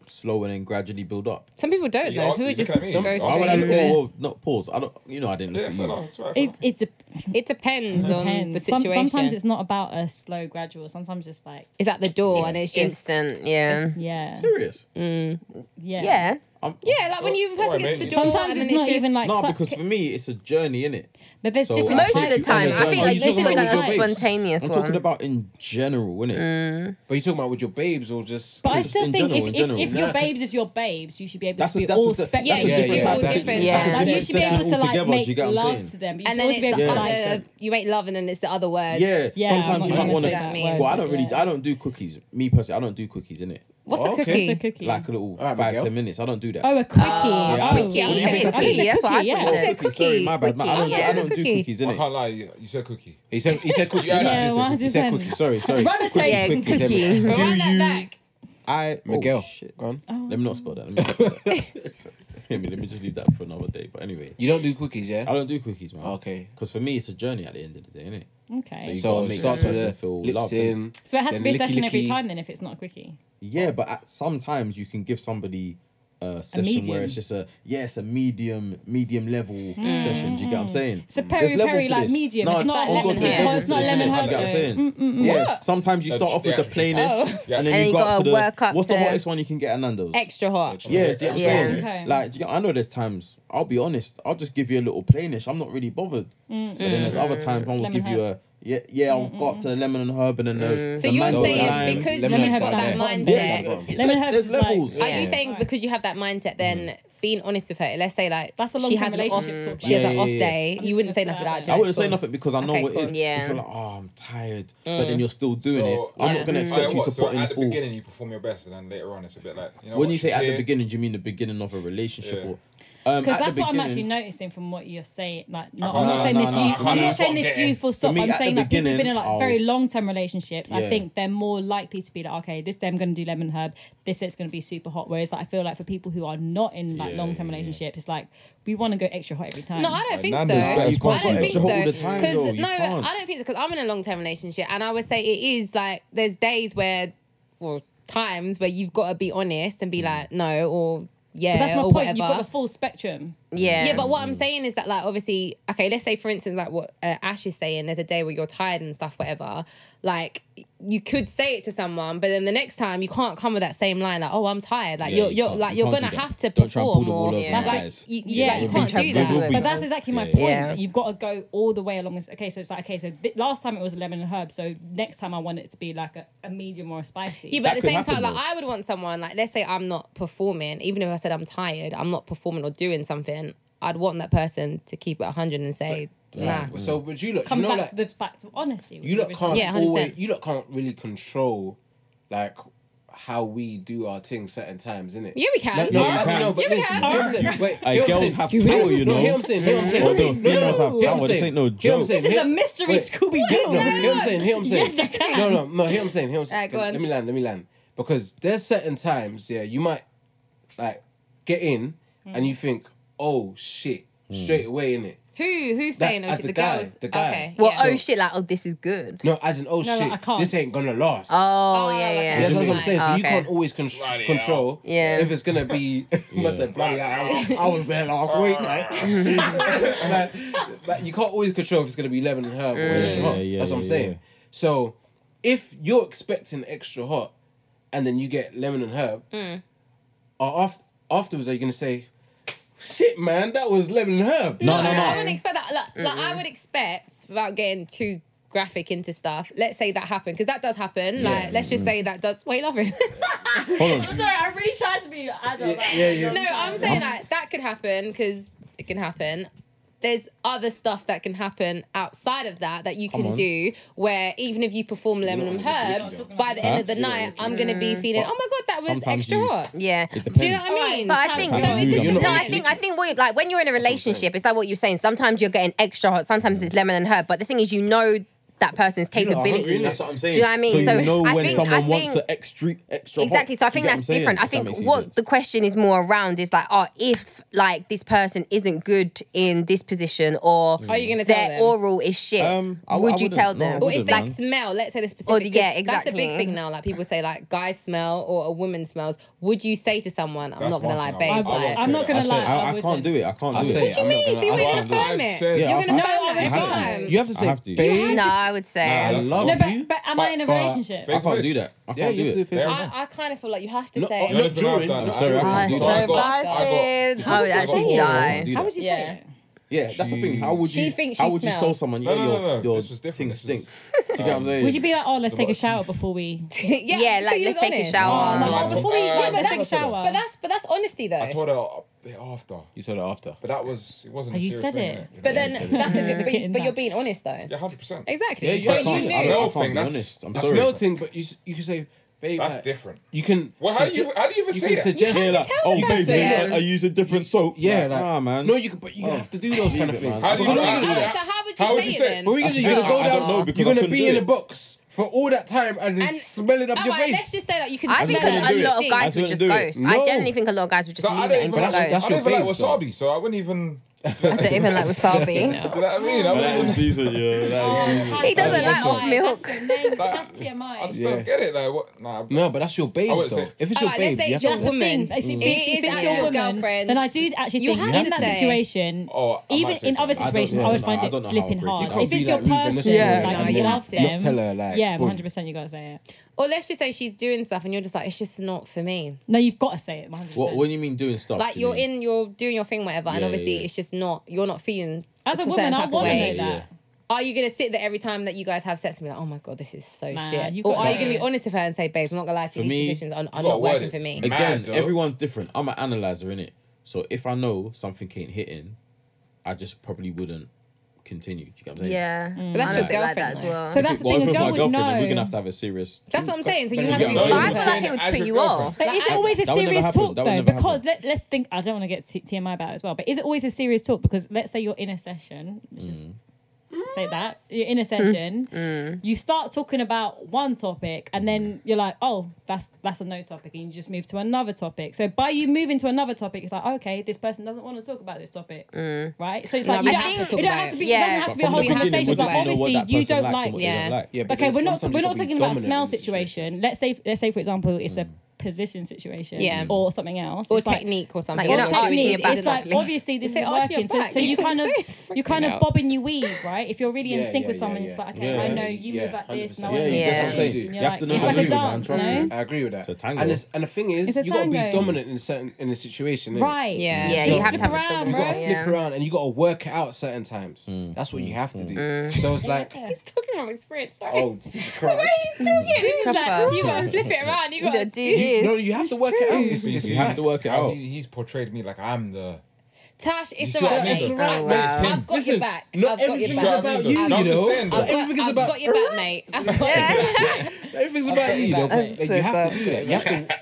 [SPEAKER 2] slow and then gradually build up?
[SPEAKER 3] Some people don't
[SPEAKER 4] You
[SPEAKER 3] though.
[SPEAKER 4] are-
[SPEAKER 3] Some people
[SPEAKER 4] you're
[SPEAKER 3] just
[SPEAKER 4] looking at me.
[SPEAKER 3] go
[SPEAKER 4] Why
[SPEAKER 3] straight
[SPEAKER 4] would
[SPEAKER 2] Why would I
[SPEAKER 3] into
[SPEAKER 2] look at
[SPEAKER 3] it.
[SPEAKER 2] well, not pause. I don't you know I didn't look
[SPEAKER 4] yeah.
[SPEAKER 2] at
[SPEAKER 4] fair
[SPEAKER 2] you.
[SPEAKER 4] enough, it's right, fair
[SPEAKER 1] It,
[SPEAKER 4] enough.
[SPEAKER 1] it's a
[SPEAKER 3] It depends on the
[SPEAKER 1] depends. Some,
[SPEAKER 3] situation.
[SPEAKER 1] sometimes it's not about a slow gradual. Sometimes just like
[SPEAKER 3] it's at the door and it's just
[SPEAKER 4] Instant, yeah.
[SPEAKER 1] yeah,
[SPEAKER 2] Serious.
[SPEAKER 1] yeah.
[SPEAKER 4] Yeah.
[SPEAKER 2] I'm,
[SPEAKER 3] Yeah, like when you
[SPEAKER 5] Oh,
[SPEAKER 3] person
[SPEAKER 5] alright,
[SPEAKER 3] gets to the
[SPEAKER 5] mate.
[SPEAKER 3] door
[SPEAKER 1] Sometimes
[SPEAKER 3] and
[SPEAKER 1] it's
[SPEAKER 3] then
[SPEAKER 1] not
[SPEAKER 3] just-
[SPEAKER 1] even like
[SPEAKER 2] no,
[SPEAKER 1] suck
[SPEAKER 2] because
[SPEAKER 1] it-
[SPEAKER 2] for me it's a journey, innit?
[SPEAKER 1] but there's
[SPEAKER 2] So
[SPEAKER 1] different
[SPEAKER 2] I
[SPEAKER 4] Most of
[SPEAKER 2] think
[SPEAKER 4] the
[SPEAKER 1] types
[SPEAKER 2] it's on
[SPEAKER 4] time,
[SPEAKER 2] the
[SPEAKER 4] I
[SPEAKER 2] journey.
[SPEAKER 4] think like
[SPEAKER 2] You
[SPEAKER 4] this
[SPEAKER 2] talking
[SPEAKER 4] is like
[SPEAKER 2] about
[SPEAKER 4] a
[SPEAKER 2] your babes?
[SPEAKER 4] spontaneous
[SPEAKER 2] I'm
[SPEAKER 4] one.
[SPEAKER 2] talking about in general, innit?
[SPEAKER 5] But you talking about with your babes or just?
[SPEAKER 1] But I
[SPEAKER 2] Just
[SPEAKER 1] still
[SPEAKER 2] in
[SPEAKER 1] think
[SPEAKER 2] general,
[SPEAKER 1] if,
[SPEAKER 2] in
[SPEAKER 1] if,
[SPEAKER 2] general.
[SPEAKER 1] if your
[SPEAKER 5] Nah.
[SPEAKER 1] babes is your babes, you should be able
[SPEAKER 2] That's
[SPEAKER 1] to
[SPEAKER 2] a
[SPEAKER 1] be
[SPEAKER 2] that's
[SPEAKER 1] all
[SPEAKER 2] a
[SPEAKER 1] spectrum.
[SPEAKER 2] that's a
[SPEAKER 3] Yeah,
[SPEAKER 2] different
[SPEAKER 3] you're
[SPEAKER 2] type
[SPEAKER 3] all
[SPEAKER 2] of
[SPEAKER 3] different.
[SPEAKER 2] situation. That's a
[SPEAKER 4] Yeah.
[SPEAKER 1] Like you
[SPEAKER 2] different
[SPEAKER 1] should be able
[SPEAKER 2] session
[SPEAKER 1] to like
[SPEAKER 2] altogether, do you
[SPEAKER 1] make
[SPEAKER 2] get what I'm
[SPEAKER 1] love
[SPEAKER 2] saying?
[SPEAKER 1] to them, but you
[SPEAKER 3] and
[SPEAKER 1] should
[SPEAKER 3] then
[SPEAKER 1] also
[SPEAKER 3] it's
[SPEAKER 1] be able
[SPEAKER 3] the
[SPEAKER 1] to
[SPEAKER 2] Yeah.
[SPEAKER 1] like
[SPEAKER 3] other, you ain't love and then it's the other word.
[SPEAKER 2] Yeah,
[SPEAKER 1] Yeah, I'm
[SPEAKER 2] sometimes
[SPEAKER 1] not
[SPEAKER 2] you
[SPEAKER 1] trying
[SPEAKER 2] might
[SPEAKER 1] to
[SPEAKER 2] want
[SPEAKER 1] say
[SPEAKER 2] to.
[SPEAKER 1] that
[SPEAKER 3] word,
[SPEAKER 2] Well, I don't
[SPEAKER 1] but
[SPEAKER 2] really,
[SPEAKER 1] yeah.
[SPEAKER 2] I don't do cookies. Me personally, I don't do cookies in it.
[SPEAKER 3] What's a
[SPEAKER 5] Okay.
[SPEAKER 1] it's
[SPEAKER 3] cookie?
[SPEAKER 1] a cookie.
[SPEAKER 2] Like a little
[SPEAKER 5] Alright,
[SPEAKER 2] five
[SPEAKER 5] Miguel.
[SPEAKER 2] ten minutes. I don't do that.
[SPEAKER 1] Oh, a quickie.
[SPEAKER 3] Oh,
[SPEAKER 1] oh,
[SPEAKER 2] Yeah, I
[SPEAKER 3] quickie. I
[SPEAKER 2] don't-
[SPEAKER 3] said
[SPEAKER 2] I
[SPEAKER 3] it's
[SPEAKER 2] don't
[SPEAKER 3] cookie.
[SPEAKER 1] think
[SPEAKER 3] That's what I
[SPEAKER 1] cookie,
[SPEAKER 3] thought.
[SPEAKER 1] yeah.
[SPEAKER 3] I said cookie.
[SPEAKER 2] Sorry, my bad. man. I don't,
[SPEAKER 3] Cookie.
[SPEAKER 2] I
[SPEAKER 3] Yeah,
[SPEAKER 2] don't
[SPEAKER 3] it's a
[SPEAKER 2] do
[SPEAKER 3] cookie.
[SPEAKER 2] cookies in
[SPEAKER 4] I
[SPEAKER 2] it.
[SPEAKER 4] can't lie, you you said cookie.
[SPEAKER 5] He said he said cookie.
[SPEAKER 4] Yeah,
[SPEAKER 5] he said
[SPEAKER 1] why
[SPEAKER 5] cookie. He
[SPEAKER 1] does
[SPEAKER 5] said
[SPEAKER 1] that-
[SPEAKER 5] cookie.
[SPEAKER 2] Sorry, sorry.
[SPEAKER 1] Run the
[SPEAKER 2] Quick,
[SPEAKER 1] tape.
[SPEAKER 2] quick,
[SPEAKER 1] cookie.
[SPEAKER 2] quick.
[SPEAKER 3] Run
[SPEAKER 5] Do
[SPEAKER 3] that
[SPEAKER 5] you-
[SPEAKER 3] back.
[SPEAKER 2] I oh,
[SPEAKER 5] Miguel,
[SPEAKER 2] shit.
[SPEAKER 5] go on.
[SPEAKER 1] Oh.
[SPEAKER 2] Let me not spell that. Let me, not spell that. I mean, let me just leave that for another day. But anyway,
[SPEAKER 5] You don't do cookies, yeah?
[SPEAKER 2] I don't do cookies, man.
[SPEAKER 5] Okay.
[SPEAKER 2] Because for me, it's a journey at the end of the day, innit?
[SPEAKER 1] Okay.
[SPEAKER 2] you
[SPEAKER 5] So
[SPEAKER 2] gotta
[SPEAKER 5] it
[SPEAKER 2] make
[SPEAKER 5] starts
[SPEAKER 2] that
[SPEAKER 5] with
[SPEAKER 2] person
[SPEAKER 5] the
[SPEAKER 2] feel
[SPEAKER 5] lips
[SPEAKER 2] loved,
[SPEAKER 5] in.
[SPEAKER 1] So it has to
[SPEAKER 5] then
[SPEAKER 1] be a
[SPEAKER 5] licky
[SPEAKER 1] session every
[SPEAKER 5] licky.
[SPEAKER 1] time then if it's not a quickie.
[SPEAKER 2] Yeah, but at, sometimes you can give somebody a session where
[SPEAKER 1] medium. Hmm.
[SPEAKER 2] it's just a yes, a medium, medium level session. Do you get what I'm saying?
[SPEAKER 1] It's a
[SPEAKER 2] There's
[SPEAKER 1] peri
[SPEAKER 2] levels
[SPEAKER 1] peri
[SPEAKER 2] to
[SPEAKER 1] like
[SPEAKER 2] this.
[SPEAKER 1] medium.
[SPEAKER 2] No,
[SPEAKER 1] it's not
[SPEAKER 3] like
[SPEAKER 2] oh
[SPEAKER 1] lemon.
[SPEAKER 2] God,
[SPEAKER 3] lemon
[SPEAKER 2] there's
[SPEAKER 3] herb.
[SPEAKER 2] levels
[SPEAKER 1] Oh,
[SPEAKER 2] to
[SPEAKER 1] it's not
[SPEAKER 2] this,
[SPEAKER 1] lemon
[SPEAKER 2] innit? Do you get what I'm
[SPEAKER 1] herb.
[SPEAKER 2] saying? Yeah. Sometimes you
[SPEAKER 4] They
[SPEAKER 2] start off with the
[SPEAKER 4] actually-
[SPEAKER 2] plainest,
[SPEAKER 3] Oh.
[SPEAKER 4] Yeah.
[SPEAKER 2] and then you, got, up to the,
[SPEAKER 3] work up
[SPEAKER 2] What's the
[SPEAKER 3] to-
[SPEAKER 2] hottest one you can get at Nando's?
[SPEAKER 3] Extra hot.
[SPEAKER 2] Yeah, see what I'm
[SPEAKER 4] Yeah.
[SPEAKER 2] saying?
[SPEAKER 1] Okay.
[SPEAKER 2] Like, do you know- I know there's times, I'll be honest, I'll just give you a little plainish. I'm not really bothered. But then there's other
[SPEAKER 3] Mm.
[SPEAKER 2] times I will
[SPEAKER 1] Lemon
[SPEAKER 2] give you a, yeah, yeah, I'll go up to the lemon and herb and then the,
[SPEAKER 3] Mm. So
[SPEAKER 2] the
[SPEAKER 3] you're
[SPEAKER 2] mango
[SPEAKER 3] saying
[SPEAKER 2] lime.
[SPEAKER 3] because
[SPEAKER 5] lemon
[SPEAKER 3] you've
[SPEAKER 5] herbs
[SPEAKER 3] got that
[SPEAKER 5] down there.
[SPEAKER 3] mindset.
[SPEAKER 2] Yes,
[SPEAKER 5] Yeah.
[SPEAKER 2] it-
[SPEAKER 1] Lemon herbs
[SPEAKER 2] there's
[SPEAKER 1] is like-
[SPEAKER 2] levels.
[SPEAKER 3] Are you
[SPEAKER 5] Yeah.
[SPEAKER 3] saying because you have that mindset, then
[SPEAKER 2] Mm-hmm.
[SPEAKER 3] being honest with her? Let's say like
[SPEAKER 1] That's a
[SPEAKER 3] she
[SPEAKER 1] long-term
[SPEAKER 3] has an off,
[SPEAKER 1] relationship talk.
[SPEAKER 3] she has
[SPEAKER 2] Yeah,
[SPEAKER 3] an
[SPEAKER 2] yeah,
[SPEAKER 3] off
[SPEAKER 2] yeah.
[SPEAKER 3] day.
[SPEAKER 1] I'm
[SPEAKER 3] You
[SPEAKER 1] just
[SPEAKER 3] wouldn't say
[SPEAKER 1] gonna
[SPEAKER 3] nothing
[SPEAKER 1] put
[SPEAKER 3] about
[SPEAKER 1] that
[SPEAKER 3] it.
[SPEAKER 2] I wouldn't say
[SPEAKER 3] Cool.
[SPEAKER 2] nothing because I know
[SPEAKER 3] Okay,
[SPEAKER 2] what it is.
[SPEAKER 3] cool. Mm.
[SPEAKER 2] You
[SPEAKER 4] Yeah.
[SPEAKER 2] feel like, oh, I'm tired, but then you're still doing it.
[SPEAKER 4] So-
[SPEAKER 2] I'm
[SPEAKER 3] Yeah.
[SPEAKER 2] not gonna expect
[SPEAKER 4] So
[SPEAKER 2] you
[SPEAKER 4] what,
[SPEAKER 2] to
[SPEAKER 4] so
[SPEAKER 2] put in
[SPEAKER 4] at the
[SPEAKER 2] full.
[SPEAKER 4] beginning you perform your best, and then later on it's a bit like you know.
[SPEAKER 2] When
[SPEAKER 4] what,
[SPEAKER 2] you say
[SPEAKER 4] she's
[SPEAKER 2] at the
[SPEAKER 4] here.
[SPEAKER 2] beginning, do you mean the beginning of a relationship
[SPEAKER 4] Yeah.
[SPEAKER 2] or? um,
[SPEAKER 1] Because
[SPEAKER 2] at the
[SPEAKER 1] that's what I'm actually
[SPEAKER 2] beginning-
[SPEAKER 1] noticing from what you're saying. Like, no,
[SPEAKER 4] can't-
[SPEAKER 1] I'm not
[SPEAKER 4] no,
[SPEAKER 1] saying
[SPEAKER 2] no,
[SPEAKER 1] this.
[SPEAKER 2] no, I
[SPEAKER 1] youth,
[SPEAKER 2] can't-
[SPEAKER 1] I'm
[SPEAKER 2] no,
[SPEAKER 1] not
[SPEAKER 2] that's
[SPEAKER 1] saying
[SPEAKER 4] what I'm
[SPEAKER 1] this
[SPEAKER 4] getting.
[SPEAKER 1] youthful stop.
[SPEAKER 2] me,
[SPEAKER 1] I'm
[SPEAKER 2] at
[SPEAKER 1] saying
[SPEAKER 2] the
[SPEAKER 1] that people who've been in
[SPEAKER 2] beginning,
[SPEAKER 1] like
[SPEAKER 2] I'll-
[SPEAKER 1] very long term relationships. I
[SPEAKER 2] Yeah.
[SPEAKER 1] think they're more likely to be like, okay, this day I'm going to do lemon herb. This it's going to be super hot. Whereas like, I feel like for people who are not in like
[SPEAKER 2] Yeah,
[SPEAKER 1] long term
[SPEAKER 2] yeah, yeah.
[SPEAKER 1] relationships, it's like we want to go extra hot every time.
[SPEAKER 3] No, I don't think so.
[SPEAKER 4] Nando's better
[SPEAKER 3] I
[SPEAKER 4] You
[SPEAKER 3] don't
[SPEAKER 2] put
[SPEAKER 4] can't
[SPEAKER 3] think
[SPEAKER 2] extra
[SPEAKER 3] so.
[SPEAKER 2] hot all the time,
[SPEAKER 3] Because-
[SPEAKER 2] though. You
[SPEAKER 3] no,
[SPEAKER 2] can't.
[SPEAKER 3] I don't think so because I'm in a long term relationship, and I would say it is like there's days where, well, times where you've got to be honest and be
[SPEAKER 2] Mm.
[SPEAKER 3] like no or yeah
[SPEAKER 1] But that's my
[SPEAKER 3] or
[SPEAKER 1] point.
[SPEAKER 3] whatever.
[SPEAKER 1] You've got the full spectrum.
[SPEAKER 4] Yeah.
[SPEAKER 3] yeah, but what I'm
[SPEAKER 2] Um,
[SPEAKER 3] saying is that, like, obviously, okay, let's say, for instance, like what uh, Ash is saying, there's a day where you're tired and stuff, whatever. Like, you could say it to someone, but then the next time you can't come with that same line, like, oh, I'm tired. Like,
[SPEAKER 2] Yeah,
[SPEAKER 3] you're,
[SPEAKER 2] you
[SPEAKER 3] you're
[SPEAKER 2] can't-
[SPEAKER 3] like,
[SPEAKER 2] you
[SPEAKER 3] you're
[SPEAKER 2] can't
[SPEAKER 3] gonna
[SPEAKER 2] do that.
[SPEAKER 3] have to
[SPEAKER 2] Don't try and pull
[SPEAKER 3] perform
[SPEAKER 2] the
[SPEAKER 3] or
[SPEAKER 2] wall over
[SPEAKER 3] like,
[SPEAKER 2] my
[SPEAKER 1] That's like-
[SPEAKER 2] eyes.
[SPEAKER 3] you, you,
[SPEAKER 1] Yeah,
[SPEAKER 3] like,
[SPEAKER 1] you
[SPEAKER 3] you can't
[SPEAKER 2] can't
[SPEAKER 3] do
[SPEAKER 2] do that.
[SPEAKER 3] that.
[SPEAKER 1] But that's exactly my
[SPEAKER 2] Yeah.
[SPEAKER 1] point.
[SPEAKER 3] Yeah.
[SPEAKER 1] You've got to go all the way along. This. Okay, so it's like okay, so th- last time it was a lemon and herb. So next time I want it to be like a, a medium or a spicy.
[SPEAKER 3] Yeah, but
[SPEAKER 2] That
[SPEAKER 3] at the
[SPEAKER 2] could
[SPEAKER 3] same time,
[SPEAKER 2] happen,
[SPEAKER 3] like
[SPEAKER 2] though.
[SPEAKER 3] I would want someone like let's say I'm not performing, even if I said I'm tired, I'm not performing or doing something. I'd want that person to keep it 100 and say, nah.
[SPEAKER 5] So, but you look, you
[SPEAKER 1] comes
[SPEAKER 5] know,
[SPEAKER 1] back
[SPEAKER 5] like,
[SPEAKER 1] to the fact of honesty. which
[SPEAKER 5] you lot
[SPEAKER 1] we-
[SPEAKER 5] can't
[SPEAKER 3] Yeah, 100%.
[SPEAKER 5] always you lot can't really control like how we do our thing certain times, innit?
[SPEAKER 3] Yeah, we can.
[SPEAKER 5] No, no,
[SPEAKER 1] Yeah,
[SPEAKER 5] no,
[SPEAKER 1] we
[SPEAKER 5] no,
[SPEAKER 1] can.
[SPEAKER 5] but
[SPEAKER 3] Yeah, we
[SPEAKER 5] listen,
[SPEAKER 3] can.
[SPEAKER 5] hear what I'm saying. Wait,
[SPEAKER 2] Hey,
[SPEAKER 5] hear what I'm
[SPEAKER 2] girls
[SPEAKER 5] saying.
[SPEAKER 2] have power, you
[SPEAKER 5] No,
[SPEAKER 2] know.
[SPEAKER 5] hear what I'm saying. Hear what I'm saying.
[SPEAKER 2] Although
[SPEAKER 5] No, no,
[SPEAKER 2] females
[SPEAKER 5] no,
[SPEAKER 2] have
[SPEAKER 5] no, hear what I'm
[SPEAKER 2] power, this
[SPEAKER 5] saying.
[SPEAKER 2] ain't no
[SPEAKER 5] Hear what I'm
[SPEAKER 2] joke.
[SPEAKER 5] saying.
[SPEAKER 1] This is
[SPEAKER 5] Hear-
[SPEAKER 1] a mystery
[SPEAKER 5] wait.
[SPEAKER 1] Scooby
[SPEAKER 5] No,
[SPEAKER 1] Doo.
[SPEAKER 5] no, hear what I'm saying. Hear what I'm saying.
[SPEAKER 1] Yes, I can.
[SPEAKER 5] No, no, no. Hear what I'm saying. Hear what I'm
[SPEAKER 3] Alright,
[SPEAKER 5] saying.
[SPEAKER 3] go on.
[SPEAKER 5] Let me land. Let me land. Because there's certain times, yeah, you might like get in
[SPEAKER 3] Mm.
[SPEAKER 5] and you think, oh shit,
[SPEAKER 2] Hmm.
[SPEAKER 5] straight away, innit?
[SPEAKER 3] Who who's saying
[SPEAKER 5] That-
[SPEAKER 3] oh
[SPEAKER 5] as
[SPEAKER 3] shit? The
[SPEAKER 5] the guy,
[SPEAKER 3] girls.
[SPEAKER 5] the guy.
[SPEAKER 3] Okay.
[SPEAKER 4] Well,
[SPEAKER 3] yeah.
[SPEAKER 4] oh shit, like, oh, this is good.
[SPEAKER 5] No, as in,
[SPEAKER 1] No,
[SPEAKER 5] oh
[SPEAKER 1] no,
[SPEAKER 5] shit,
[SPEAKER 1] I can't.
[SPEAKER 5] this ain't gonna last.
[SPEAKER 4] Oh,
[SPEAKER 3] Oh,
[SPEAKER 4] yeah,
[SPEAKER 3] okay.
[SPEAKER 4] yeah.
[SPEAKER 5] Yeah, that's
[SPEAKER 3] Right.
[SPEAKER 5] what I'm saying. So you
[SPEAKER 4] Okay.
[SPEAKER 5] can't always con-
[SPEAKER 4] Bloody hell.
[SPEAKER 5] control
[SPEAKER 4] Yeah.
[SPEAKER 5] if it's gonna be. Must say, bloody hell, I was there last week, mate. like, like, you can't always control if it's gonna be lemon and herb or extra hot.
[SPEAKER 2] Yeah, yeah,
[SPEAKER 5] that's what I'm
[SPEAKER 2] yeah,
[SPEAKER 5] saying.
[SPEAKER 2] yeah.
[SPEAKER 5] So if you're expecting extra hot, and then you get lemon and herb, are af- afterwards are you gonna say, shit, man, that was lemon and herb?
[SPEAKER 2] No, no,
[SPEAKER 3] I
[SPEAKER 2] no.
[SPEAKER 3] wouldn't expect that. Like, like, I would expect, without getting too graphic into stuff, let's say that happened, because that does happen. Like, let's just say that does. Wait, love it.
[SPEAKER 2] Hold on.
[SPEAKER 1] I'm sorry, I reached out to be an adult.
[SPEAKER 5] Yeah, yeah, yeah.
[SPEAKER 3] No, I'm saying like that could happen because it can happen. There's other stuff that can happen outside of that that you
[SPEAKER 2] Come
[SPEAKER 3] can
[SPEAKER 2] on.
[SPEAKER 3] do where even if you perform lemon and
[SPEAKER 5] not on the
[SPEAKER 3] herb, by the
[SPEAKER 2] Huh?
[SPEAKER 3] end of the
[SPEAKER 2] You're not on
[SPEAKER 3] night,
[SPEAKER 2] the
[SPEAKER 3] I'm gonna be feeling, oh my god, that was
[SPEAKER 2] Sometimes
[SPEAKER 3] extra
[SPEAKER 2] you-
[SPEAKER 3] hot.
[SPEAKER 4] Yeah.
[SPEAKER 2] It depends.
[SPEAKER 3] Do you know what I mean?
[SPEAKER 4] But I think so.
[SPEAKER 1] Sometimes
[SPEAKER 4] It
[SPEAKER 2] you're
[SPEAKER 4] just,
[SPEAKER 2] not
[SPEAKER 4] no,
[SPEAKER 2] really
[SPEAKER 4] I think I think what like when you're in a
[SPEAKER 5] what I'm saying.
[SPEAKER 4] relationship, it's like what you're saying. Sometimes you're getting extra hot. Sometimes it's lemon and herb. But the thing is, you know that person's
[SPEAKER 5] You lot are hungry,
[SPEAKER 4] capability.
[SPEAKER 5] innit?
[SPEAKER 2] That's what Mm. I'm saying.
[SPEAKER 4] Do you know what I mean?
[SPEAKER 2] So you
[SPEAKER 4] So
[SPEAKER 2] know
[SPEAKER 4] I
[SPEAKER 2] when
[SPEAKER 4] think-
[SPEAKER 2] someone
[SPEAKER 4] I
[SPEAKER 2] wants
[SPEAKER 4] think-
[SPEAKER 2] an extra, extra. hot.
[SPEAKER 4] Exactly. So I
[SPEAKER 2] Do you
[SPEAKER 4] think
[SPEAKER 2] get what I'm
[SPEAKER 4] that's
[SPEAKER 2] saying?
[SPEAKER 4] different. I
[SPEAKER 2] If that
[SPEAKER 4] think
[SPEAKER 2] makes any
[SPEAKER 4] what
[SPEAKER 2] sense.
[SPEAKER 4] the question is more around is like, oh, if like this person isn't good in this position or
[SPEAKER 3] Are you gonna tell
[SPEAKER 4] their
[SPEAKER 3] them?
[SPEAKER 4] oral is shit,
[SPEAKER 2] Um, I w-
[SPEAKER 4] would
[SPEAKER 2] I
[SPEAKER 4] you
[SPEAKER 2] wouldn't.
[SPEAKER 4] tell
[SPEAKER 2] No, I
[SPEAKER 3] Or
[SPEAKER 4] them?
[SPEAKER 3] if
[SPEAKER 2] wouldn't,
[SPEAKER 3] they
[SPEAKER 2] man.
[SPEAKER 3] smell, let's say the specific.
[SPEAKER 4] Or the- yeah,
[SPEAKER 3] 'cause That's a big
[SPEAKER 4] exactly.
[SPEAKER 3] thing now. Like people say, like guys smell or a woman smells. Would you say to someone, "I'm
[SPEAKER 4] That's
[SPEAKER 3] not gonna
[SPEAKER 4] one
[SPEAKER 3] lie,
[SPEAKER 4] thing I
[SPEAKER 3] babes"?
[SPEAKER 4] would- I
[SPEAKER 3] Like,
[SPEAKER 4] wouldn't
[SPEAKER 1] I'm not
[SPEAKER 2] I,
[SPEAKER 1] gonna
[SPEAKER 2] say,
[SPEAKER 1] lie.
[SPEAKER 2] I, I can't do it. I can't
[SPEAKER 5] I
[SPEAKER 2] do
[SPEAKER 5] say
[SPEAKER 2] it.
[SPEAKER 5] it. I'm
[SPEAKER 3] Please,
[SPEAKER 5] not gonna-
[SPEAKER 3] you
[SPEAKER 5] I
[SPEAKER 3] ain't
[SPEAKER 5] don't
[SPEAKER 3] gonna
[SPEAKER 5] do it.
[SPEAKER 3] affirm it.
[SPEAKER 4] Yeah,
[SPEAKER 3] You're
[SPEAKER 2] I-
[SPEAKER 3] gonna
[SPEAKER 1] No, I
[SPEAKER 3] affirm
[SPEAKER 1] would
[SPEAKER 3] it
[SPEAKER 1] not.
[SPEAKER 3] every time.
[SPEAKER 5] You have to
[SPEAKER 2] I
[SPEAKER 5] say,
[SPEAKER 2] have to.
[SPEAKER 5] babe.
[SPEAKER 4] No, I would say.
[SPEAKER 2] Nah,
[SPEAKER 5] I
[SPEAKER 2] that's-
[SPEAKER 5] love
[SPEAKER 1] No,
[SPEAKER 5] you.
[SPEAKER 1] but, but am I in a
[SPEAKER 5] but-
[SPEAKER 1] relationship?
[SPEAKER 2] I can't do that. I
[SPEAKER 5] Yeah,
[SPEAKER 2] can't
[SPEAKER 5] you
[SPEAKER 2] do
[SPEAKER 5] do
[SPEAKER 2] it.
[SPEAKER 5] feel-
[SPEAKER 3] I, I kind of feel like you have to
[SPEAKER 5] Not-
[SPEAKER 3] say.
[SPEAKER 5] not-
[SPEAKER 3] it.
[SPEAKER 5] not during.
[SPEAKER 2] I'm sorry, I
[SPEAKER 4] Oh,
[SPEAKER 2] can't
[SPEAKER 4] so
[SPEAKER 2] do that.
[SPEAKER 4] bastard.
[SPEAKER 3] I got-
[SPEAKER 4] I would
[SPEAKER 2] I
[SPEAKER 4] actually
[SPEAKER 2] can't do that. I
[SPEAKER 4] die.
[SPEAKER 2] can't do
[SPEAKER 1] How
[SPEAKER 2] that.
[SPEAKER 1] would you
[SPEAKER 3] Yeah.
[SPEAKER 1] say it?
[SPEAKER 2] Yeah, that's the thing. How would
[SPEAKER 3] She
[SPEAKER 2] you?
[SPEAKER 3] thinks
[SPEAKER 2] how
[SPEAKER 3] she
[SPEAKER 2] would you tell
[SPEAKER 3] smells.
[SPEAKER 2] someone? Yeah,
[SPEAKER 6] No, no,
[SPEAKER 2] your
[SPEAKER 6] no, no.
[SPEAKER 2] your
[SPEAKER 6] This was different.
[SPEAKER 2] thing
[SPEAKER 6] This
[SPEAKER 2] stinks.
[SPEAKER 6] was-
[SPEAKER 2] Do you get what I'm saying?
[SPEAKER 1] Would you be like, oh, let's take a
[SPEAKER 6] About-
[SPEAKER 1] shower before we?
[SPEAKER 3] yeah,
[SPEAKER 4] yeah,
[SPEAKER 3] so
[SPEAKER 4] like
[SPEAKER 3] you
[SPEAKER 4] let's
[SPEAKER 3] was
[SPEAKER 4] take a
[SPEAKER 3] honest.
[SPEAKER 4] shower.
[SPEAKER 6] no,
[SPEAKER 1] Oh,
[SPEAKER 6] I
[SPEAKER 1] before
[SPEAKER 6] told-
[SPEAKER 1] we,
[SPEAKER 6] uh,
[SPEAKER 1] yeah,
[SPEAKER 6] I
[SPEAKER 1] but
[SPEAKER 6] told
[SPEAKER 1] let's take a
[SPEAKER 6] her that.
[SPEAKER 1] shower.
[SPEAKER 3] But that's but that's honesty though.
[SPEAKER 6] I told her uh, yeah, after,
[SPEAKER 2] You told her after.
[SPEAKER 6] but that was it wasn't.
[SPEAKER 1] Oh,
[SPEAKER 6] a
[SPEAKER 1] you
[SPEAKER 6] serious
[SPEAKER 1] said
[SPEAKER 6] thing,
[SPEAKER 1] it.
[SPEAKER 6] innit?
[SPEAKER 3] but then that's a
[SPEAKER 1] It's a
[SPEAKER 3] good.
[SPEAKER 1] kitten
[SPEAKER 3] But, but you're
[SPEAKER 1] tag.
[SPEAKER 3] being honest though.
[SPEAKER 6] yeah, hundred percent.
[SPEAKER 3] Exactly.
[SPEAKER 5] Yeah, you
[SPEAKER 3] so
[SPEAKER 5] are.
[SPEAKER 2] I
[SPEAKER 3] you
[SPEAKER 2] can't, I,
[SPEAKER 3] knew.
[SPEAKER 6] No
[SPEAKER 2] don't- I can't
[SPEAKER 6] thing,
[SPEAKER 2] be
[SPEAKER 6] that's-
[SPEAKER 2] honest. I'm
[SPEAKER 5] The
[SPEAKER 2] sorry.
[SPEAKER 5] smell thing, but you s- you can say, babe.
[SPEAKER 6] That's
[SPEAKER 5] like,
[SPEAKER 6] different.
[SPEAKER 5] You can.
[SPEAKER 6] Well, how do
[SPEAKER 5] suggest-
[SPEAKER 6] you how do you even
[SPEAKER 5] you
[SPEAKER 6] say
[SPEAKER 5] can
[SPEAKER 6] that?
[SPEAKER 5] suggest.
[SPEAKER 2] Yeah, like, oh,
[SPEAKER 3] the
[SPEAKER 2] babe,
[SPEAKER 3] person.
[SPEAKER 2] yeah.
[SPEAKER 4] Yeah.
[SPEAKER 2] I use a different soap.
[SPEAKER 5] Yeah, like,
[SPEAKER 2] ah, man.
[SPEAKER 5] No, you can, but you have to do those kind of
[SPEAKER 2] it, man.
[SPEAKER 5] things.
[SPEAKER 2] How
[SPEAKER 6] do you-
[SPEAKER 5] But what
[SPEAKER 6] how-
[SPEAKER 5] are
[SPEAKER 3] Okay,
[SPEAKER 5] gonna do?
[SPEAKER 6] that.
[SPEAKER 3] so how would you
[SPEAKER 6] How would
[SPEAKER 3] say
[SPEAKER 6] you
[SPEAKER 3] it
[SPEAKER 6] say it?
[SPEAKER 3] then?
[SPEAKER 5] But we're gonna,
[SPEAKER 2] I
[SPEAKER 5] you're gonna go
[SPEAKER 2] don't
[SPEAKER 5] down.
[SPEAKER 2] know because
[SPEAKER 5] you're
[SPEAKER 2] I
[SPEAKER 5] gonna
[SPEAKER 2] couldn't
[SPEAKER 5] be
[SPEAKER 2] do
[SPEAKER 5] in
[SPEAKER 2] it.
[SPEAKER 5] a box for all that time and,
[SPEAKER 3] And-
[SPEAKER 5] just smell it up your
[SPEAKER 3] Alright,
[SPEAKER 5] face.
[SPEAKER 3] let's just say that you can.
[SPEAKER 4] I
[SPEAKER 2] just
[SPEAKER 4] think
[SPEAKER 2] wouldn't
[SPEAKER 4] a, a
[SPEAKER 2] do it.
[SPEAKER 4] lot of
[SPEAKER 2] I
[SPEAKER 4] guys
[SPEAKER 2] just
[SPEAKER 4] would
[SPEAKER 2] wouldn't
[SPEAKER 4] just
[SPEAKER 2] do it.
[SPEAKER 4] ghost. I
[SPEAKER 5] No.
[SPEAKER 4] generally think a lot of guys would just
[SPEAKER 6] So I
[SPEAKER 4] leave
[SPEAKER 6] don't
[SPEAKER 4] it and
[SPEAKER 6] even,
[SPEAKER 4] just
[SPEAKER 5] that's-
[SPEAKER 4] ghost.
[SPEAKER 6] I don't
[SPEAKER 5] your
[SPEAKER 6] even like
[SPEAKER 5] face, though.
[SPEAKER 6] wasabi, so I wouldn't even.
[SPEAKER 4] I don't even like wasabi.
[SPEAKER 6] You know what I mean? I wouldn't even.
[SPEAKER 2] decent, yeah.
[SPEAKER 4] He doesn't
[SPEAKER 1] That's
[SPEAKER 4] like off
[SPEAKER 1] TMI.
[SPEAKER 4] milk.
[SPEAKER 1] That's your name. That's
[SPEAKER 6] I just
[SPEAKER 1] TMI.
[SPEAKER 5] Yeah.
[SPEAKER 6] don't get it. Like what? Nah. but-
[SPEAKER 5] No, but that's your babe,
[SPEAKER 6] I wouldn't
[SPEAKER 5] though.
[SPEAKER 6] say-
[SPEAKER 5] If
[SPEAKER 3] All
[SPEAKER 5] it's your
[SPEAKER 3] right,
[SPEAKER 5] babe,
[SPEAKER 3] let's say
[SPEAKER 5] you
[SPEAKER 3] it's
[SPEAKER 5] have
[SPEAKER 1] That's
[SPEAKER 5] to-
[SPEAKER 1] the
[SPEAKER 3] woman.
[SPEAKER 1] thing. If she-
[SPEAKER 3] Mm.
[SPEAKER 1] if she-
[SPEAKER 3] It
[SPEAKER 1] if it's
[SPEAKER 3] is actually
[SPEAKER 1] your
[SPEAKER 3] your
[SPEAKER 1] woman,
[SPEAKER 3] girlfriend.
[SPEAKER 1] then I do actually
[SPEAKER 3] You
[SPEAKER 1] think
[SPEAKER 3] have
[SPEAKER 1] in
[SPEAKER 3] to
[SPEAKER 1] that
[SPEAKER 3] say-
[SPEAKER 1] situation,
[SPEAKER 6] Oh, I might
[SPEAKER 1] even
[SPEAKER 6] say
[SPEAKER 1] in other
[SPEAKER 6] something. I
[SPEAKER 2] don't
[SPEAKER 1] situations,
[SPEAKER 2] know.
[SPEAKER 1] I would
[SPEAKER 2] No,
[SPEAKER 1] find
[SPEAKER 2] I
[SPEAKER 1] it
[SPEAKER 2] don't know how
[SPEAKER 1] flipping
[SPEAKER 2] I'll break it.
[SPEAKER 1] hard.
[SPEAKER 2] You
[SPEAKER 1] If
[SPEAKER 5] can't
[SPEAKER 1] it's your
[SPEAKER 5] be like rude and
[SPEAKER 1] person,
[SPEAKER 5] necessary,
[SPEAKER 1] like,
[SPEAKER 3] like,
[SPEAKER 1] and
[SPEAKER 3] you
[SPEAKER 1] you
[SPEAKER 3] know,
[SPEAKER 1] love
[SPEAKER 3] not
[SPEAKER 1] them,
[SPEAKER 5] tell her, like,
[SPEAKER 1] yeah,
[SPEAKER 5] boom.
[SPEAKER 1] 100%. You gotta say it.
[SPEAKER 3] Or let's just say she's doing stuff and you're just like, it's just not for me.
[SPEAKER 1] No, you've got to say it. 100%.
[SPEAKER 2] What, what do you mean doing stuff?
[SPEAKER 3] Like
[SPEAKER 2] to
[SPEAKER 3] you're
[SPEAKER 2] me?
[SPEAKER 3] in, you're doing your thing, whatever, and
[SPEAKER 2] Yeah,
[SPEAKER 3] obviously
[SPEAKER 2] yeah.
[SPEAKER 3] it's just not. You're not feeling.
[SPEAKER 1] As a
[SPEAKER 3] certain
[SPEAKER 1] woman, I
[SPEAKER 3] type of
[SPEAKER 1] want to
[SPEAKER 3] way.
[SPEAKER 1] know that.
[SPEAKER 3] Are you gonna sit there every time that you guys have sex and be like, oh my god, this is so
[SPEAKER 1] Nah, you
[SPEAKER 3] shit? Or
[SPEAKER 1] gotta
[SPEAKER 3] are you
[SPEAKER 1] say
[SPEAKER 3] gonna be
[SPEAKER 1] it.
[SPEAKER 3] honest with her and say, babe, I'm not gonna lie to you,
[SPEAKER 2] For
[SPEAKER 3] these
[SPEAKER 2] me,
[SPEAKER 3] positions are, are
[SPEAKER 6] gotta
[SPEAKER 3] not
[SPEAKER 6] word
[SPEAKER 3] working
[SPEAKER 6] it.
[SPEAKER 3] for me.
[SPEAKER 6] Like,
[SPEAKER 2] Again,
[SPEAKER 6] Mad, though.
[SPEAKER 2] everyone's different. I'm an analyzer, innit? So if I know something ain't hitting, I just probably wouldn't continue. Do you get what I'm saying?
[SPEAKER 4] Yeah.
[SPEAKER 3] But that's
[SPEAKER 4] I'm
[SPEAKER 3] your
[SPEAKER 4] a bit like
[SPEAKER 3] girlfriend,
[SPEAKER 4] that as
[SPEAKER 3] though.
[SPEAKER 4] well.
[SPEAKER 1] So
[SPEAKER 2] If
[SPEAKER 1] that's
[SPEAKER 2] it-
[SPEAKER 1] the
[SPEAKER 2] well,
[SPEAKER 1] thing.
[SPEAKER 2] if
[SPEAKER 1] A
[SPEAKER 2] it's
[SPEAKER 1] girl
[SPEAKER 2] my
[SPEAKER 1] would
[SPEAKER 2] girlfriend,
[SPEAKER 1] know.
[SPEAKER 2] we're gonna have to have a serious.
[SPEAKER 3] That's what I'm saying. So you
[SPEAKER 6] But
[SPEAKER 3] have
[SPEAKER 2] you
[SPEAKER 3] to.
[SPEAKER 2] get-
[SPEAKER 4] But
[SPEAKER 3] be
[SPEAKER 4] I
[SPEAKER 3] honest
[SPEAKER 4] feel
[SPEAKER 3] with
[SPEAKER 4] like
[SPEAKER 3] her.
[SPEAKER 4] it would
[SPEAKER 6] As
[SPEAKER 4] put
[SPEAKER 6] your
[SPEAKER 4] you off.
[SPEAKER 6] girlfriend.
[SPEAKER 1] But is it
[SPEAKER 3] Like,
[SPEAKER 1] always a
[SPEAKER 2] that would never
[SPEAKER 1] serious
[SPEAKER 2] happen.
[SPEAKER 1] talk
[SPEAKER 2] That would
[SPEAKER 1] though?
[SPEAKER 2] never
[SPEAKER 1] Because
[SPEAKER 2] happen.
[SPEAKER 1] let, let's think. I don't want to get t- TMI about it as well. But is it always a serious talk? Because let's say you're in a session. Let's just
[SPEAKER 2] Mm.
[SPEAKER 1] say that you're in a session. You start talking about one topic, and
[SPEAKER 2] Mm.
[SPEAKER 1] then you're like, "Oh, that's that's a no topic," and you just move to another topic. So by you moving to another topic, it's like, okay, this person doesn't want to talk about this topic,
[SPEAKER 2] Mm.
[SPEAKER 1] right? So it's
[SPEAKER 3] No,
[SPEAKER 1] like
[SPEAKER 3] we
[SPEAKER 1] you don't
[SPEAKER 3] have
[SPEAKER 1] have
[SPEAKER 3] to
[SPEAKER 1] to.
[SPEAKER 3] talk
[SPEAKER 1] It don't
[SPEAKER 3] about
[SPEAKER 1] have to be.
[SPEAKER 4] it.
[SPEAKER 1] It
[SPEAKER 4] Yeah.
[SPEAKER 1] doesn't have to be a
[SPEAKER 3] But
[SPEAKER 1] whole
[SPEAKER 3] from the beginning,
[SPEAKER 1] conversation. It's
[SPEAKER 3] wouldn't
[SPEAKER 1] Like
[SPEAKER 3] we know
[SPEAKER 2] what
[SPEAKER 1] obviously
[SPEAKER 2] that
[SPEAKER 1] you
[SPEAKER 2] person
[SPEAKER 1] don't
[SPEAKER 2] likes and
[SPEAKER 1] like.
[SPEAKER 2] what they
[SPEAKER 3] Yeah.
[SPEAKER 2] don't like.
[SPEAKER 5] Yeah, but
[SPEAKER 1] Okay,
[SPEAKER 5] there's
[SPEAKER 1] we're not
[SPEAKER 5] sometimes
[SPEAKER 1] we're
[SPEAKER 5] you
[SPEAKER 1] not
[SPEAKER 5] gotta be
[SPEAKER 1] talking about
[SPEAKER 5] dominant in
[SPEAKER 1] smell
[SPEAKER 5] the
[SPEAKER 1] situation. Let's say let's say for example it's a position situation
[SPEAKER 3] Yeah.
[SPEAKER 1] or something else
[SPEAKER 3] Or
[SPEAKER 1] It's like-
[SPEAKER 3] technique or something.
[SPEAKER 4] Like, you're
[SPEAKER 1] or
[SPEAKER 4] not
[SPEAKER 1] technique.
[SPEAKER 4] asking your back
[SPEAKER 1] It's like
[SPEAKER 4] luckily.
[SPEAKER 1] obviously this
[SPEAKER 3] Say,
[SPEAKER 1] is
[SPEAKER 3] "Ask your
[SPEAKER 1] working, so,
[SPEAKER 3] back."
[SPEAKER 1] so you kind of you kind
[SPEAKER 3] Freaking
[SPEAKER 1] of
[SPEAKER 3] out.
[SPEAKER 1] bob and you weave, right? If you're really in
[SPEAKER 5] Yeah,
[SPEAKER 1] sync
[SPEAKER 5] yeah,
[SPEAKER 1] with someone,
[SPEAKER 5] yeah,
[SPEAKER 1] it's
[SPEAKER 5] yeah.
[SPEAKER 1] like okay,
[SPEAKER 2] Yeah,
[SPEAKER 1] I know you
[SPEAKER 5] yeah,
[SPEAKER 1] move like this, no
[SPEAKER 5] 100%.
[SPEAKER 1] one
[SPEAKER 2] Yeah,
[SPEAKER 1] moves
[SPEAKER 2] you
[SPEAKER 4] Yeah.
[SPEAKER 1] like
[SPEAKER 2] have
[SPEAKER 1] this,
[SPEAKER 2] to
[SPEAKER 5] do.
[SPEAKER 1] and
[SPEAKER 2] You
[SPEAKER 1] you're
[SPEAKER 2] have
[SPEAKER 1] like
[SPEAKER 2] to know
[SPEAKER 1] it's
[SPEAKER 2] how
[SPEAKER 1] like
[SPEAKER 2] to
[SPEAKER 1] a
[SPEAKER 2] move, man.
[SPEAKER 1] dance,
[SPEAKER 2] Trust me.
[SPEAKER 1] no?
[SPEAKER 5] I agree with that.
[SPEAKER 2] It's a tango.
[SPEAKER 5] And, it's, and the thing is,
[SPEAKER 1] It's a
[SPEAKER 5] you got to be
[SPEAKER 1] tango.
[SPEAKER 5] dominant in a certain in a situation. innit?
[SPEAKER 1] Right?
[SPEAKER 3] Yeah.
[SPEAKER 4] Yeah,
[SPEAKER 1] So
[SPEAKER 4] you have to
[SPEAKER 1] flip
[SPEAKER 4] have a
[SPEAKER 1] around,
[SPEAKER 4] dog.
[SPEAKER 5] You
[SPEAKER 1] bro.
[SPEAKER 5] got to flip
[SPEAKER 4] Yeah.
[SPEAKER 5] around and you got to work it out certain times.
[SPEAKER 2] Mm.
[SPEAKER 5] That's what you have to do. So it's like,
[SPEAKER 3] He's talking from experience. Sorry.
[SPEAKER 5] oh, Jesus Christ.
[SPEAKER 3] He's still getting this is like
[SPEAKER 4] Proper.
[SPEAKER 3] you gotta flip it around. You
[SPEAKER 4] You
[SPEAKER 3] gotta
[SPEAKER 4] gotta do
[SPEAKER 3] do.
[SPEAKER 4] this.
[SPEAKER 5] No, you have to work it out. It's, it's
[SPEAKER 2] You have to
[SPEAKER 5] facts.
[SPEAKER 2] work it
[SPEAKER 6] How
[SPEAKER 2] out.
[SPEAKER 6] he, he's portrayed me like I'm the.
[SPEAKER 3] Tash, it's
[SPEAKER 6] see
[SPEAKER 3] alright,
[SPEAKER 6] what I mean?
[SPEAKER 3] mate.
[SPEAKER 5] It's
[SPEAKER 6] Oh,
[SPEAKER 5] alright,
[SPEAKER 4] wow.
[SPEAKER 5] mate. It's him.
[SPEAKER 3] I've got your back.
[SPEAKER 5] Not
[SPEAKER 3] I've got your
[SPEAKER 5] everything's
[SPEAKER 3] back.
[SPEAKER 5] about
[SPEAKER 6] I've
[SPEAKER 5] you, you
[SPEAKER 6] got-
[SPEAKER 5] know.
[SPEAKER 6] I've got-
[SPEAKER 5] Not Everything's
[SPEAKER 3] I've
[SPEAKER 5] about
[SPEAKER 3] got your back, mate. I've got your back.
[SPEAKER 5] everything's about you, though.
[SPEAKER 3] I'm
[SPEAKER 5] Like, you
[SPEAKER 4] so
[SPEAKER 5] have
[SPEAKER 4] glad.
[SPEAKER 5] to do that. You have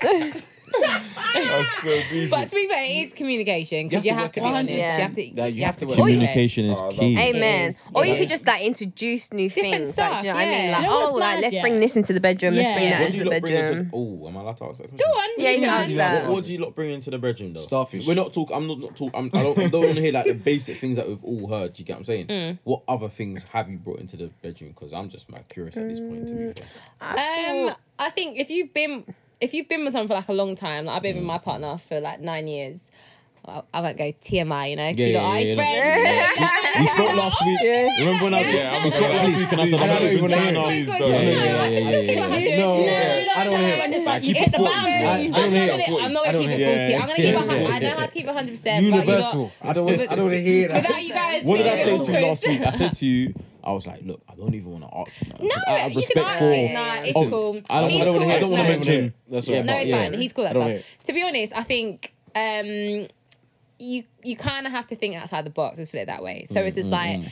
[SPEAKER 5] to.
[SPEAKER 6] That's so
[SPEAKER 3] But to be fair, it is communication because you,
[SPEAKER 5] You have
[SPEAKER 3] have to
[SPEAKER 5] to
[SPEAKER 3] be
[SPEAKER 5] work
[SPEAKER 3] honest.
[SPEAKER 4] it out.
[SPEAKER 3] You have to.
[SPEAKER 5] Yeah, you have to work it out.
[SPEAKER 3] communicate.
[SPEAKER 2] Communication is
[SPEAKER 6] Oh, I love
[SPEAKER 2] key.
[SPEAKER 6] that.
[SPEAKER 4] Amen.
[SPEAKER 3] It is,
[SPEAKER 4] Or you
[SPEAKER 3] yeah.
[SPEAKER 4] could just like introduce new
[SPEAKER 3] Different
[SPEAKER 4] things. Like, do you know what I
[SPEAKER 3] stuff,
[SPEAKER 4] mean?
[SPEAKER 3] yeah.
[SPEAKER 4] Like,
[SPEAKER 1] Do you know
[SPEAKER 4] oh,
[SPEAKER 1] what's
[SPEAKER 4] like
[SPEAKER 1] mad,
[SPEAKER 4] let's
[SPEAKER 1] yeah?
[SPEAKER 4] bring this into the bedroom. Let's bring
[SPEAKER 1] Yeah.
[SPEAKER 2] What
[SPEAKER 4] that
[SPEAKER 2] do
[SPEAKER 4] into
[SPEAKER 2] you
[SPEAKER 4] the
[SPEAKER 2] lot bring into?
[SPEAKER 4] bedroom.
[SPEAKER 2] Oh, am I allowed to ask that question?
[SPEAKER 3] Go on.
[SPEAKER 4] Yeah, you
[SPEAKER 3] you
[SPEAKER 4] can
[SPEAKER 3] can.
[SPEAKER 4] answer
[SPEAKER 5] Yeah.
[SPEAKER 4] that.
[SPEAKER 2] What, what do you lot bring into the bedroom though?
[SPEAKER 5] Starfish.
[SPEAKER 2] We're not talking. I'm not, not talking. I'm. I don't. I don't want to hear like the basic things that we've all heard. Do you get what I'm saying?
[SPEAKER 1] Mm.
[SPEAKER 2] What other things have you brought into the bedroom? Because I'm just mad curious at this point. To be fair.
[SPEAKER 3] Um, I think if you've been if you've been with someone for like a long time, like I've been with my partner for like nine years. I, I won't go TMI, you know.
[SPEAKER 2] Yeah,
[SPEAKER 3] Yeah,
[SPEAKER 2] yeah,
[SPEAKER 3] eyes
[SPEAKER 2] yeah,
[SPEAKER 3] friends.
[SPEAKER 2] We spoke last week. Remember when I
[SPEAKER 6] Yeah, I'm
[SPEAKER 2] we
[SPEAKER 6] not
[SPEAKER 2] spoke
[SPEAKER 6] gonna
[SPEAKER 2] last
[SPEAKER 6] lie.
[SPEAKER 2] week and I said I'm
[SPEAKER 5] I
[SPEAKER 2] not
[SPEAKER 5] don't
[SPEAKER 2] even
[SPEAKER 5] even
[SPEAKER 2] trying
[SPEAKER 5] know.
[SPEAKER 2] now.
[SPEAKER 3] Guys, guys,
[SPEAKER 6] though.
[SPEAKER 3] guys,
[SPEAKER 2] Yeah, yeah, yeah,
[SPEAKER 3] no, it's
[SPEAKER 2] yeah, yeah,
[SPEAKER 3] not people
[SPEAKER 2] yeah.
[SPEAKER 3] have to-
[SPEAKER 5] No,
[SPEAKER 3] no,
[SPEAKER 5] yeah, I don't
[SPEAKER 3] no,
[SPEAKER 5] wanna hear
[SPEAKER 3] no,
[SPEAKER 5] it.
[SPEAKER 3] no,
[SPEAKER 2] Like,
[SPEAKER 3] no,
[SPEAKER 2] keep
[SPEAKER 3] It's
[SPEAKER 2] it
[SPEAKER 3] a
[SPEAKER 2] 40.
[SPEAKER 3] boundary.
[SPEAKER 2] I- I don't
[SPEAKER 3] I'm not
[SPEAKER 5] hear it
[SPEAKER 3] gonna-
[SPEAKER 5] 40.
[SPEAKER 3] I'm not
[SPEAKER 2] I
[SPEAKER 3] gonna
[SPEAKER 2] don't hear
[SPEAKER 3] keep
[SPEAKER 2] it.
[SPEAKER 3] it 40. I'm
[SPEAKER 2] Yeah.
[SPEAKER 3] gonna keep it. I know how to keep it 100. percent
[SPEAKER 5] Universal. I don't. want- I don't want to hear that.
[SPEAKER 3] Without you guys.
[SPEAKER 2] What did I say
[SPEAKER 3] feeling
[SPEAKER 2] to you
[SPEAKER 3] awkward.
[SPEAKER 2] last week? I said to you, I was like, look, I don't even want to ask. man, 'cause
[SPEAKER 3] No,
[SPEAKER 2] out of
[SPEAKER 3] you
[SPEAKER 2] respect
[SPEAKER 3] can ask
[SPEAKER 2] for.
[SPEAKER 3] me. Nah, it's
[SPEAKER 2] Oh,
[SPEAKER 3] cool.
[SPEAKER 2] I don't,
[SPEAKER 3] He's
[SPEAKER 2] I don't want
[SPEAKER 3] cool.
[SPEAKER 2] to. I don't want to
[SPEAKER 3] No.
[SPEAKER 2] mention.
[SPEAKER 5] That's
[SPEAKER 2] yeah,
[SPEAKER 5] all right.
[SPEAKER 3] No,
[SPEAKER 2] but
[SPEAKER 3] it's
[SPEAKER 2] yeah.
[SPEAKER 3] fine. He's cool. That's
[SPEAKER 5] I don't
[SPEAKER 3] fine.
[SPEAKER 5] hear
[SPEAKER 3] To be honest, I think um, you you kind of have to think outside the box. Let's put it that way. So
[SPEAKER 2] Mm,
[SPEAKER 3] it's just like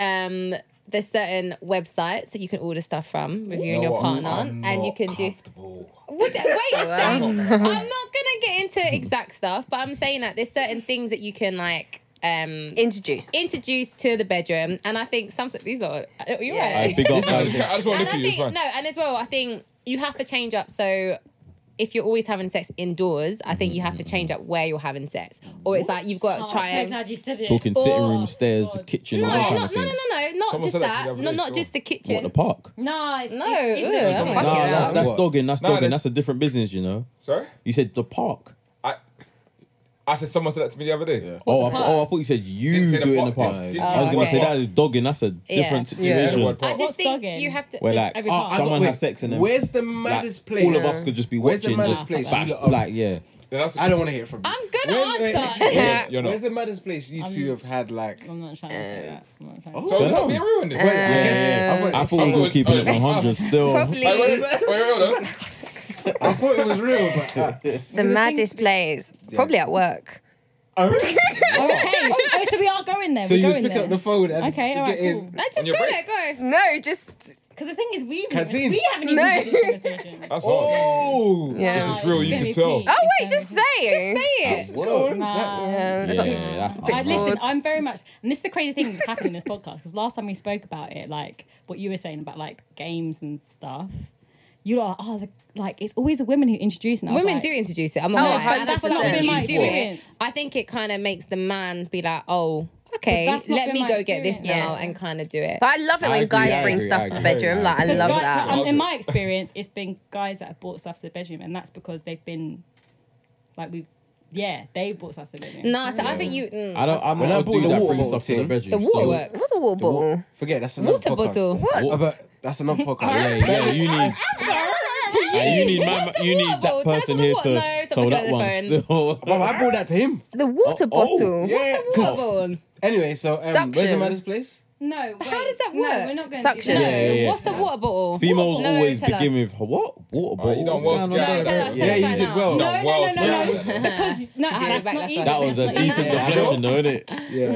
[SPEAKER 3] um, there's certain websites that you can order stuff from with you and your partner, and you can do. Would- wait a second. I'm not gonna get
[SPEAKER 2] Hmm.
[SPEAKER 3] into exact stuff, but I'm saying that there's certain things that you can like. Um,
[SPEAKER 4] Introduce.
[SPEAKER 3] introduced to the bedroom, and I think some these are you're
[SPEAKER 4] Yeah.
[SPEAKER 3] right.
[SPEAKER 2] I big up.
[SPEAKER 6] I
[SPEAKER 2] man.
[SPEAKER 6] just want to
[SPEAKER 3] And I
[SPEAKER 6] look at you. It's
[SPEAKER 3] think
[SPEAKER 6] fine.
[SPEAKER 3] no, and as well, I think you have to change up. So if you're always having sex indoors, I think you have to change up where you're having sex, or it's like you've got
[SPEAKER 1] Oh,
[SPEAKER 3] to
[SPEAKER 1] I'm
[SPEAKER 3] try.
[SPEAKER 1] so
[SPEAKER 3] and-
[SPEAKER 1] glad you said it.
[SPEAKER 2] Talking sitting
[SPEAKER 3] Oh,
[SPEAKER 2] room, stairs,
[SPEAKER 1] God.
[SPEAKER 2] kitchen,
[SPEAKER 3] no,
[SPEAKER 2] all that
[SPEAKER 3] no,
[SPEAKER 2] kind of
[SPEAKER 3] no, no,
[SPEAKER 2] things.
[SPEAKER 3] no, no, not
[SPEAKER 6] Someone
[SPEAKER 3] just
[SPEAKER 6] said that
[SPEAKER 3] that.
[SPEAKER 6] to me the
[SPEAKER 3] No,
[SPEAKER 6] other day,
[SPEAKER 3] not
[SPEAKER 6] so-
[SPEAKER 3] just the
[SPEAKER 2] What
[SPEAKER 3] kitchen.
[SPEAKER 2] the park?
[SPEAKER 1] No, it's,
[SPEAKER 3] No,
[SPEAKER 1] it's,
[SPEAKER 3] ew,
[SPEAKER 1] it's
[SPEAKER 3] I'm
[SPEAKER 1] a-
[SPEAKER 2] Nah,
[SPEAKER 3] like-
[SPEAKER 4] Fucking
[SPEAKER 2] that's,
[SPEAKER 4] hell.
[SPEAKER 2] that's
[SPEAKER 5] What?
[SPEAKER 2] dogging. That's
[SPEAKER 6] Nah,
[SPEAKER 2] dogging.
[SPEAKER 6] that's-
[SPEAKER 2] That's a different business, you know.
[SPEAKER 6] Sorry,
[SPEAKER 2] You said the park.
[SPEAKER 6] I. I said someone said that to me the other day.
[SPEAKER 5] Yeah.
[SPEAKER 2] Oh, I,
[SPEAKER 3] the
[SPEAKER 2] th- oh, I thought you said you
[SPEAKER 6] Didn't say
[SPEAKER 2] do
[SPEAKER 6] the
[SPEAKER 2] it in the
[SPEAKER 6] part,
[SPEAKER 2] past.
[SPEAKER 6] didn't-
[SPEAKER 2] I was
[SPEAKER 3] didn't-
[SPEAKER 2] gonna say
[SPEAKER 3] okay.
[SPEAKER 2] that is dogging. That's a different
[SPEAKER 4] Yeah.
[SPEAKER 2] situation.
[SPEAKER 6] Yeah.
[SPEAKER 3] I just
[SPEAKER 1] What's
[SPEAKER 3] think
[SPEAKER 1] dogging?
[SPEAKER 3] you have to.
[SPEAKER 2] Where
[SPEAKER 1] Just
[SPEAKER 2] like,
[SPEAKER 1] every
[SPEAKER 2] oh,
[SPEAKER 1] part.
[SPEAKER 2] someone
[SPEAKER 5] wait,
[SPEAKER 2] has sex and then
[SPEAKER 5] Where's the
[SPEAKER 2] like,
[SPEAKER 5] maddest place?
[SPEAKER 2] All of us could just be
[SPEAKER 5] Where's the
[SPEAKER 2] watching,
[SPEAKER 5] maddest
[SPEAKER 2] just
[SPEAKER 5] place?
[SPEAKER 2] bash-
[SPEAKER 5] You lot are-
[SPEAKER 2] like yeah.
[SPEAKER 6] Yeah, that's-
[SPEAKER 5] I don't want to hear it from you.
[SPEAKER 3] I'm gonna
[SPEAKER 6] Where's- wait,
[SPEAKER 3] answer.
[SPEAKER 6] wait, wait, You're not.
[SPEAKER 5] Where's the maddest place you two have had like?
[SPEAKER 1] I'm not trying to say that. I'm not trying to
[SPEAKER 5] Oh.
[SPEAKER 1] say
[SPEAKER 6] So
[SPEAKER 2] So
[SPEAKER 6] we're
[SPEAKER 2] no.
[SPEAKER 6] not being real in this.
[SPEAKER 5] I guess- I thought-
[SPEAKER 2] I thought we were
[SPEAKER 6] was-
[SPEAKER 2] keeping
[SPEAKER 6] oh,
[SPEAKER 2] it 100 still.
[SPEAKER 4] Probably
[SPEAKER 6] Wait, what is it? Wait, wait, hold on.
[SPEAKER 5] I thought it was real, but uh,
[SPEAKER 4] the maddest place. Probably at work.
[SPEAKER 1] that. Okay. oh, so we are going there.
[SPEAKER 5] so
[SPEAKER 1] We're
[SPEAKER 5] you was
[SPEAKER 1] going
[SPEAKER 5] picking
[SPEAKER 1] there.
[SPEAKER 5] up the phone and
[SPEAKER 1] okay. All right.
[SPEAKER 5] getting-
[SPEAKER 1] Cool.
[SPEAKER 3] I just
[SPEAKER 6] your
[SPEAKER 3] go
[SPEAKER 6] break.
[SPEAKER 3] there, go.
[SPEAKER 4] No, just
[SPEAKER 1] Because the thing is, we haven't
[SPEAKER 5] Canteen.
[SPEAKER 1] even, we haven't even
[SPEAKER 4] No.
[SPEAKER 1] had this conversation.
[SPEAKER 6] That's hard.
[SPEAKER 5] Oh,
[SPEAKER 4] yeah.
[SPEAKER 6] If it's real, you
[SPEAKER 1] gonna
[SPEAKER 6] can
[SPEAKER 1] be
[SPEAKER 6] tell.
[SPEAKER 1] peak.
[SPEAKER 4] Oh wait,
[SPEAKER 1] It's
[SPEAKER 4] just
[SPEAKER 1] gonna
[SPEAKER 4] saying.
[SPEAKER 3] Say it.
[SPEAKER 5] Go on.
[SPEAKER 1] Nah.
[SPEAKER 4] Yeah, I got-
[SPEAKER 2] Yeah, that's
[SPEAKER 1] I,
[SPEAKER 2] fine.
[SPEAKER 1] Uh, listen,
[SPEAKER 4] Lord.
[SPEAKER 1] I'm very much, and this is the crazy thing that's happening in this podcast because last time we spoke about it, like what you were saying about like games and stuff, you are oh, the, like it's always the women who introduce. And I was
[SPEAKER 3] Women
[SPEAKER 1] like,
[SPEAKER 3] do introduce it. I'm not
[SPEAKER 4] No,
[SPEAKER 3] gonna lie.
[SPEAKER 4] but
[SPEAKER 3] And
[SPEAKER 4] that's
[SPEAKER 3] I feel
[SPEAKER 4] not
[SPEAKER 3] like
[SPEAKER 4] been
[SPEAKER 3] when
[SPEAKER 4] my
[SPEAKER 3] you do it,
[SPEAKER 1] experience.
[SPEAKER 3] I think it kind of makes the man be like, oh, okay,
[SPEAKER 1] that's not
[SPEAKER 3] let
[SPEAKER 1] been
[SPEAKER 3] me
[SPEAKER 1] my
[SPEAKER 3] go get this
[SPEAKER 1] experience.
[SPEAKER 3] now
[SPEAKER 4] Yeah.
[SPEAKER 3] and kind of do it.
[SPEAKER 4] But I love it
[SPEAKER 2] I
[SPEAKER 4] when
[SPEAKER 2] agree,
[SPEAKER 4] guys
[SPEAKER 2] I
[SPEAKER 4] bring
[SPEAKER 2] agree,
[SPEAKER 4] stuff
[SPEAKER 2] I
[SPEAKER 4] to the
[SPEAKER 2] agree,
[SPEAKER 4] bedroom.
[SPEAKER 2] I
[SPEAKER 4] Like I
[SPEAKER 2] agree.
[SPEAKER 1] Because
[SPEAKER 4] love
[SPEAKER 1] guy-
[SPEAKER 4] that.
[SPEAKER 1] um, in my experience, it's been guys that have bought stuff to the bedroom, and that's because they've been like we, yeah, they bought stuff to the bedroom.
[SPEAKER 3] no, so I think you. mm.
[SPEAKER 2] I don't. I'm
[SPEAKER 5] When I
[SPEAKER 2] not a
[SPEAKER 5] bought
[SPEAKER 2] dude
[SPEAKER 5] the
[SPEAKER 2] that
[SPEAKER 5] water
[SPEAKER 2] brings
[SPEAKER 5] bottle
[SPEAKER 2] stuff to the
[SPEAKER 5] thing-
[SPEAKER 2] bedroom.
[SPEAKER 3] the water
[SPEAKER 2] still.
[SPEAKER 3] works.
[SPEAKER 4] What's a water bottle?
[SPEAKER 5] forget that's another
[SPEAKER 3] Water
[SPEAKER 5] podcast.
[SPEAKER 3] bottle.
[SPEAKER 5] Uh, but that's another podcast.
[SPEAKER 2] Yeah, yeah, you need. yeah, you need my,
[SPEAKER 3] What's the
[SPEAKER 2] you
[SPEAKER 3] water
[SPEAKER 2] need that
[SPEAKER 3] bottle? Tell us
[SPEAKER 2] person
[SPEAKER 3] what the
[SPEAKER 2] here
[SPEAKER 3] water- no,
[SPEAKER 2] to
[SPEAKER 3] stop
[SPEAKER 2] tell
[SPEAKER 3] looking at
[SPEAKER 2] that
[SPEAKER 3] the
[SPEAKER 2] one
[SPEAKER 3] phone.
[SPEAKER 2] still.
[SPEAKER 5] Well, I brought that to him.
[SPEAKER 4] The water
[SPEAKER 2] Oh, oh,
[SPEAKER 4] bottle.
[SPEAKER 5] Yeah,
[SPEAKER 3] Water
[SPEAKER 5] 'cause-
[SPEAKER 3] bottle.
[SPEAKER 5] Anyway, so um, where's the
[SPEAKER 4] Suction.
[SPEAKER 5] maddest place?
[SPEAKER 1] No,
[SPEAKER 3] How
[SPEAKER 1] wait.
[SPEAKER 3] does that
[SPEAKER 1] No,
[SPEAKER 3] work?
[SPEAKER 1] we're not going to.
[SPEAKER 4] Suction.
[SPEAKER 3] No,
[SPEAKER 1] do that.
[SPEAKER 2] Yeah, yeah, yeah.
[SPEAKER 3] what's a water bottle?
[SPEAKER 2] Females
[SPEAKER 3] No,
[SPEAKER 2] always
[SPEAKER 3] tell us.
[SPEAKER 2] begin with what water
[SPEAKER 6] Oh, you
[SPEAKER 2] bottle.
[SPEAKER 6] don't
[SPEAKER 2] What's going
[SPEAKER 6] want to
[SPEAKER 2] on?
[SPEAKER 6] get
[SPEAKER 3] No,
[SPEAKER 6] out
[SPEAKER 3] tell
[SPEAKER 6] there.
[SPEAKER 3] us,
[SPEAKER 5] Yeah,
[SPEAKER 3] tell us
[SPEAKER 5] you
[SPEAKER 3] right
[SPEAKER 5] did
[SPEAKER 3] now.
[SPEAKER 5] well.
[SPEAKER 1] No,
[SPEAKER 6] Done
[SPEAKER 1] no,
[SPEAKER 6] well,
[SPEAKER 1] no, no,
[SPEAKER 6] done
[SPEAKER 1] no. Because no,
[SPEAKER 3] held it
[SPEAKER 1] that's
[SPEAKER 3] back,
[SPEAKER 1] not
[SPEAKER 3] that's
[SPEAKER 1] even.
[SPEAKER 2] That
[SPEAKER 3] all.
[SPEAKER 2] was
[SPEAKER 1] that's
[SPEAKER 2] a
[SPEAKER 1] not even-
[SPEAKER 2] decent
[SPEAKER 6] Yeah.
[SPEAKER 2] definition, though, innit?
[SPEAKER 5] Yeah.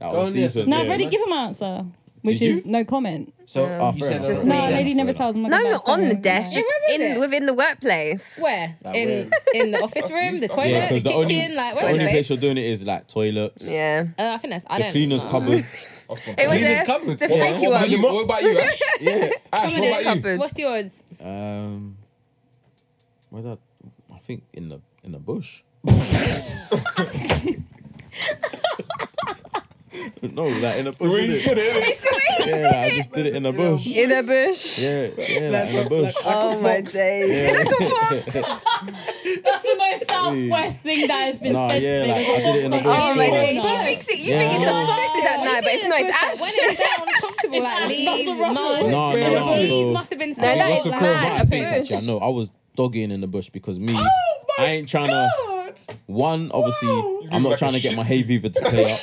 [SPEAKER 2] That
[SPEAKER 5] Go
[SPEAKER 2] was
[SPEAKER 5] on, yes.
[SPEAKER 2] decent.
[SPEAKER 1] No,
[SPEAKER 2] yeah.
[SPEAKER 1] I've already given my answer, which
[SPEAKER 2] Did
[SPEAKER 1] is
[SPEAKER 2] you?
[SPEAKER 1] no comment.
[SPEAKER 5] So
[SPEAKER 2] Oh, fair
[SPEAKER 5] you said
[SPEAKER 2] enough.
[SPEAKER 5] just
[SPEAKER 4] Just
[SPEAKER 1] No,
[SPEAKER 4] Yeah.
[SPEAKER 1] lady never tells. I'm not
[SPEAKER 4] No,
[SPEAKER 1] gonna
[SPEAKER 4] not
[SPEAKER 1] buy
[SPEAKER 4] on the
[SPEAKER 1] something.
[SPEAKER 4] desk, just
[SPEAKER 3] where is
[SPEAKER 4] in
[SPEAKER 3] it?
[SPEAKER 4] within the workplace.
[SPEAKER 3] Where? In in the office room, the
[SPEAKER 6] that's-
[SPEAKER 3] toilet,
[SPEAKER 2] Yeah,
[SPEAKER 3] the
[SPEAKER 2] because the,
[SPEAKER 3] kitchen,
[SPEAKER 2] only,
[SPEAKER 3] like
[SPEAKER 2] the
[SPEAKER 3] where is
[SPEAKER 2] only
[SPEAKER 3] it?
[SPEAKER 2] place you're doing it is like toilets,
[SPEAKER 4] Yeah.
[SPEAKER 3] Uh, I think that's. I
[SPEAKER 2] the
[SPEAKER 3] don't.
[SPEAKER 2] cleaners
[SPEAKER 3] know.
[SPEAKER 2] cupboard.
[SPEAKER 4] It was
[SPEAKER 5] Cleaners
[SPEAKER 4] a,
[SPEAKER 5] cupboard.
[SPEAKER 4] it's a
[SPEAKER 5] Yeah.
[SPEAKER 4] freaky
[SPEAKER 6] What about you?
[SPEAKER 4] one.
[SPEAKER 6] What about you, Ash?
[SPEAKER 2] yeah.
[SPEAKER 6] Ash, what
[SPEAKER 4] Cleaners
[SPEAKER 6] about you?
[SPEAKER 4] cupboard.
[SPEAKER 3] What's yours?
[SPEAKER 2] Um, where that? I think in the in the bush. no, like in the bush. innit?
[SPEAKER 6] it.
[SPEAKER 2] Yeah, like, I just did it in the bush. Yeah,
[SPEAKER 4] In a bush.
[SPEAKER 2] yeah, like, in the bush.
[SPEAKER 4] Oh my days.
[SPEAKER 2] Yeah.
[SPEAKER 1] That's the most southwest thing that has been
[SPEAKER 2] Nah,
[SPEAKER 1] said
[SPEAKER 2] yeah,
[SPEAKER 1] to me.
[SPEAKER 2] like I did it in the bush.
[SPEAKER 4] Oh my
[SPEAKER 1] Yeah. Yeah.
[SPEAKER 4] days. You think, it, you
[SPEAKER 2] Yeah.
[SPEAKER 4] think it's the
[SPEAKER 2] Yeah.
[SPEAKER 4] stresses at night, but it's not. It's ash.
[SPEAKER 3] When it's that uncomfortable,
[SPEAKER 1] It's
[SPEAKER 3] like
[SPEAKER 1] ash.
[SPEAKER 3] leaves,
[SPEAKER 1] Russell, Russell.
[SPEAKER 3] mud,
[SPEAKER 2] No, no, no,
[SPEAKER 3] leaves
[SPEAKER 2] so-
[SPEAKER 3] must have been so
[SPEAKER 4] that is
[SPEAKER 2] Russell Crowe
[SPEAKER 4] bad.
[SPEAKER 2] might have been
[SPEAKER 4] Bush.
[SPEAKER 2] actually, I know. I was dogging in the bush because me, I ain't trying to. One, obviously, I'm not
[SPEAKER 6] like
[SPEAKER 2] trying
[SPEAKER 6] a
[SPEAKER 2] to get my
[SPEAKER 6] shih
[SPEAKER 2] hay fever to play up.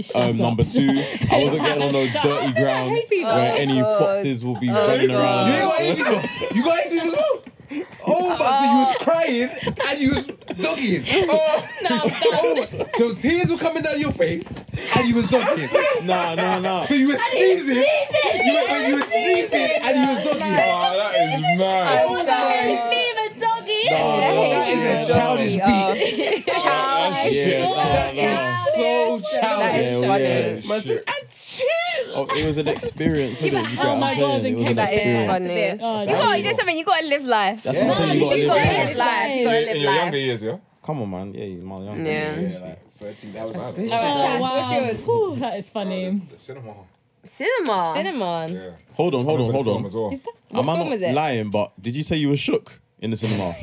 [SPEAKER 1] Shut
[SPEAKER 2] Um,
[SPEAKER 1] up.
[SPEAKER 2] number two, I wasn't getting on those
[SPEAKER 1] Shut
[SPEAKER 2] dirty ground
[SPEAKER 3] hay fever?
[SPEAKER 2] where any
[SPEAKER 4] God.
[SPEAKER 2] foxes will be running around.
[SPEAKER 5] You ain't got anything. You got anything as well. Oh, but so you was crying and you was dogging. Oh, oh, so tears were coming down your face and you was dogging.
[SPEAKER 2] Nah, nah, nah.
[SPEAKER 5] So you were sneezing. You were, but you were sneezing and you was dogging.
[SPEAKER 6] Oh, that is mad.
[SPEAKER 5] Oh my!
[SPEAKER 1] Fever doggy. Oh,
[SPEAKER 5] That is a childish beat.
[SPEAKER 6] Ash,
[SPEAKER 4] Childish.
[SPEAKER 2] Yeah, nah,
[SPEAKER 5] That
[SPEAKER 2] nah.
[SPEAKER 5] is so
[SPEAKER 4] That
[SPEAKER 5] childish.
[SPEAKER 4] is
[SPEAKER 2] Yeah,
[SPEAKER 4] funny.
[SPEAKER 2] yeah.
[SPEAKER 5] Man said, "Ah, chill.
[SPEAKER 2] Oh, it was an experience. innit? You get
[SPEAKER 1] oh
[SPEAKER 2] what
[SPEAKER 1] my
[SPEAKER 2] I'm
[SPEAKER 1] God, in
[SPEAKER 2] saying? It was an
[SPEAKER 4] That is
[SPEAKER 2] experience.
[SPEAKER 1] Oh,
[SPEAKER 4] funny. You
[SPEAKER 1] that
[SPEAKER 4] got to
[SPEAKER 1] is-
[SPEAKER 4] do something. You got to live life.
[SPEAKER 2] That's what I'm saying. You
[SPEAKER 1] Nah,
[SPEAKER 2] gotta
[SPEAKER 1] you
[SPEAKER 4] You
[SPEAKER 2] live
[SPEAKER 4] got to
[SPEAKER 1] gotta
[SPEAKER 2] life.
[SPEAKER 1] live
[SPEAKER 4] live life. You got to
[SPEAKER 6] In
[SPEAKER 4] live
[SPEAKER 6] your younger
[SPEAKER 4] life.
[SPEAKER 6] years, yeah?
[SPEAKER 2] Come on, man. Yeah, you're my young.
[SPEAKER 4] Yeah.
[SPEAKER 5] Yeah, like 13, that was mad.
[SPEAKER 3] All right,
[SPEAKER 1] Oh,
[SPEAKER 3] Tash, what's
[SPEAKER 1] wow.
[SPEAKER 3] yours?
[SPEAKER 1] Whew, that is funny.
[SPEAKER 6] The cinema.
[SPEAKER 4] Cinema.
[SPEAKER 3] Cinnamon.
[SPEAKER 6] Yeah.
[SPEAKER 2] Hold on, hold on,
[SPEAKER 6] Remember the
[SPEAKER 2] hold
[SPEAKER 6] film
[SPEAKER 2] on.
[SPEAKER 6] As well.
[SPEAKER 3] What
[SPEAKER 2] Am I
[SPEAKER 3] film
[SPEAKER 2] not
[SPEAKER 3] was it?
[SPEAKER 2] lying? But did you say you were shook in the cinema?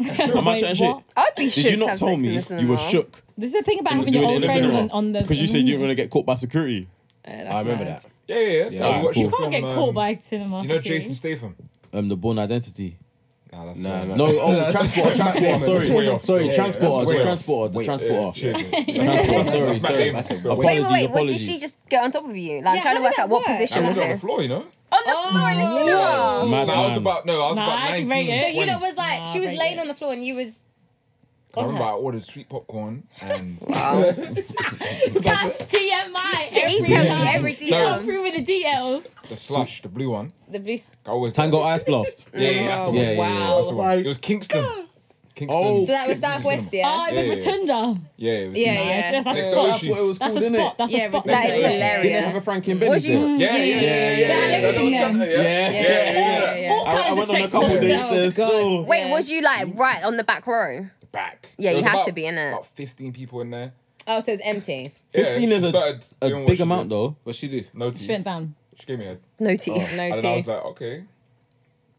[SPEAKER 2] Am I
[SPEAKER 1] Wait,
[SPEAKER 2] chatting shit?
[SPEAKER 1] what?
[SPEAKER 4] I'd be shook.
[SPEAKER 2] Did you
[SPEAKER 4] to
[SPEAKER 2] not
[SPEAKER 4] have
[SPEAKER 2] tell
[SPEAKER 4] sex in
[SPEAKER 2] me
[SPEAKER 4] the
[SPEAKER 2] you were
[SPEAKER 4] cinema.
[SPEAKER 2] shook
[SPEAKER 1] This is the thing about having
[SPEAKER 2] doing
[SPEAKER 1] your
[SPEAKER 2] it in
[SPEAKER 1] old
[SPEAKER 2] the
[SPEAKER 1] friends
[SPEAKER 2] cinema?
[SPEAKER 1] on, on the. Mm.
[SPEAKER 2] Because you said you didn't want to get caught by security.
[SPEAKER 5] I remember that.
[SPEAKER 6] Yeah, yeah, yeah.
[SPEAKER 2] Yeah,
[SPEAKER 6] we watched
[SPEAKER 2] cool.
[SPEAKER 6] it
[SPEAKER 1] You can't
[SPEAKER 6] from,
[SPEAKER 1] get
[SPEAKER 6] um,
[SPEAKER 1] caught by cinema.
[SPEAKER 6] You know
[SPEAKER 1] security.
[SPEAKER 6] Jason Statham?
[SPEAKER 2] Um, the Born Identity.
[SPEAKER 6] Nah, that's
[SPEAKER 5] Nah,
[SPEAKER 6] uh,
[SPEAKER 5] nah.
[SPEAKER 2] No, oh, transporter, transporter.
[SPEAKER 6] Damon.
[SPEAKER 2] Sorry,
[SPEAKER 6] That's way off.
[SPEAKER 2] sorry,
[SPEAKER 6] Yeah,
[SPEAKER 2] transporter,
[SPEAKER 6] that's way
[SPEAKER 2] the
[SPEAKER 6] off.
[SPEAKER 2] transporter, the transporter.
[SPEAKER 6] shit.
[SPEAKER 2] Transporter, Sorry,
[SPEAKER 6] That's Matt
[SPEAKER 2] sorry.
[SPEAKER 6] Damon.
[SPEAKER 5] That's-
[SPEAKER 2] Apologies,
[SPEAKER 5] Wait,
[SPEAKER 4] Wait, wait, wait. What did
[SPEAKER 2] apologies.
[SPEAKER 4] she just get on top of you? Like,
[SPEAKER 3] Yeah,
[SPEAKER 4] I'm trying
[SPEAKER 3] how
[SPEAKER 4] to
[SPEAKER 3] did
[SPEAKER 4] work
[SPEAKER 3] that
[SPEAKER 4] out what
[SPEAKER 3] work?
[SPEAKER 6] I
[SPEAKER 4] position
[SPEAKER 6] was
[SPEAKER 4] was
[SPEAKER 6] on the
[SPEAKER 4] this.
[SPEAKER 6] floor, you know?
[SPEAKER 2] Oh,
[SPEAKER 4] On the floor in the cinema.
[SPEAKER 2] Mad
[SPEAKER 6] Nah, I was
[SPEAKER 2] man.
[SPEAKER 6] about, no, I was
[SPEAKER 1] Nah, I
[SPEAKER 6] about
[SPEAKER 1] actually
[SPEAKER 6] 19.
[SPEAKER 1] rate it.
[SPEAKER 3] So you
[SPEAKER 6] 20.
[SPEAKER 3] know, it was like
[SPEAKER 1] Nah,
[SPEAKER 3] she was
[SPEAKER 1] right
[SPEAKER 3] laying
[SPEAKER 1] there.
[SPEAKER 3] on the floor and you was.
[SPEAKER 6] I remember I ordered sweet popcorn and
[SPEAKER 1] Tash TMI.
[SPEAKER 4] He
[SPEAKER 1] Every
[SPEAKER 4] tells you
[SPEAKER 1] time.
[SPEAKER 4] every
[SPEAKER 1] Not
[SPEAKER 4] detail.
[SPEAKER 1] approving the details.
[SPEAKER 6] the slush, the blue one.
[SPEAKER 3] The blue. s-
[SPEAKER 6] I always
[SPEAKER 2] Tango Ice Blast.
[SPEAKER 6] Yeah, yeah, that's the
[SPEAKER 2] Yeah,
[SPEAKER 6] one.
[SPEAKER 2] yeah, yeah.
[SPEAKER 6] That's the one.
[SPEAKER 5] Wow.
[SPEAKER 6] It was Kingston. Kingston.
[SPEAKER 2] Oh.
[SPEAKER 3] So that was Southwest,
[SPEAKER 1] Oh,
[SPEAKER 3] yeah.
[SPEAKER 1] it was
[SPEAKER 6] Yeah.
[SPEAKER 1] Rotunda.
[SPEAKER 6] Yeah, it was
[SPEAKER 3] Yeah,
[SPEAKER 6] Kingston.
[SPEAKER 3] yeah.
[SPEAKER 1] Yes, yes, that's a
[SPEAKER 6] Yeah.
[SPEAKER 1] spot.
[SPEAKER 6] That's what it was
[SPEAKER 1] That's a spot. That's a
[SPEAKER 3] Yeah,
[SPEAKER 1] spot.
[SPEAKER 3] but that
[SPEAKER 4] is hilarious.
[SPEAKER 2] Didn't have a Frank and Benny's
[SPEAKER 4] Was
[SPEAKER 2] there.
[SPEAKER 6] Yeah,
[SPEAKER 4] you-
[SPEAKER 6] yeah, yeah, yeah, yeah, yeah.
[SPEAKER 1] Yeah,
[SPEAKER 6] That little
[SPEAKER 1] yeah.
[SPEAKER 6] shot, Yeah,
[SPEAKER 2] Yeah.
[SPEAKER 6] yeah, yeah.
[SPEAKER 1] Oh, All
[SPEAKER 2] I, I
[SPEAKER 1] kinds of
[SPEAKER 2] went on a
[SPEAKER 1] sex
[SPEAKER 2] couple
[SPEAKER 1] posters.
[SPEAKER 2] dates there still.
[SPEAKER 4] Wait, was you like right on the back row?
[SPEAKER 6] Back.
[SPEAKER 4] Yeah,
[SPEAKER 6] There
[SPEAKER 4] you
[SPEAKER 6] was
[SPEAKER 4] have
[SPEAKER 6] about-
[SPEAKER 4] to be in it.
[SPEAKER 6] About 15 people in there.
[SPEAKER 3] Oh, so it was empty.
[SPEAKER 6] Yeah,
[SPEAKER 2] 15 is
[SPEAKER 6] she
[SPEAKER 2] a-
[SPEAKER 6] started doing
[SPEAKER 2] A
[SPEAKER 6] what
[SPEAKER 2] big
[SPEAKER 6] she
[SPEAKER 2] amount
[SPEAKER 6] did.
[SPEAKER 2] though.
[SPEAKER 5] What she do?
[SPEAKER 6] No
[SPEAKER 1] She
[SPEAKER 6] teeth.
[SPEAKER 1] went down.
[SPEAKER 6] She gave me a head.
[SPEAKER 4] No teeth.
[SPEAKER 3] No
[SPEAKER 6] And then I was
[SPEAKER 3] tea.
[SPEAKER 6] like, okay.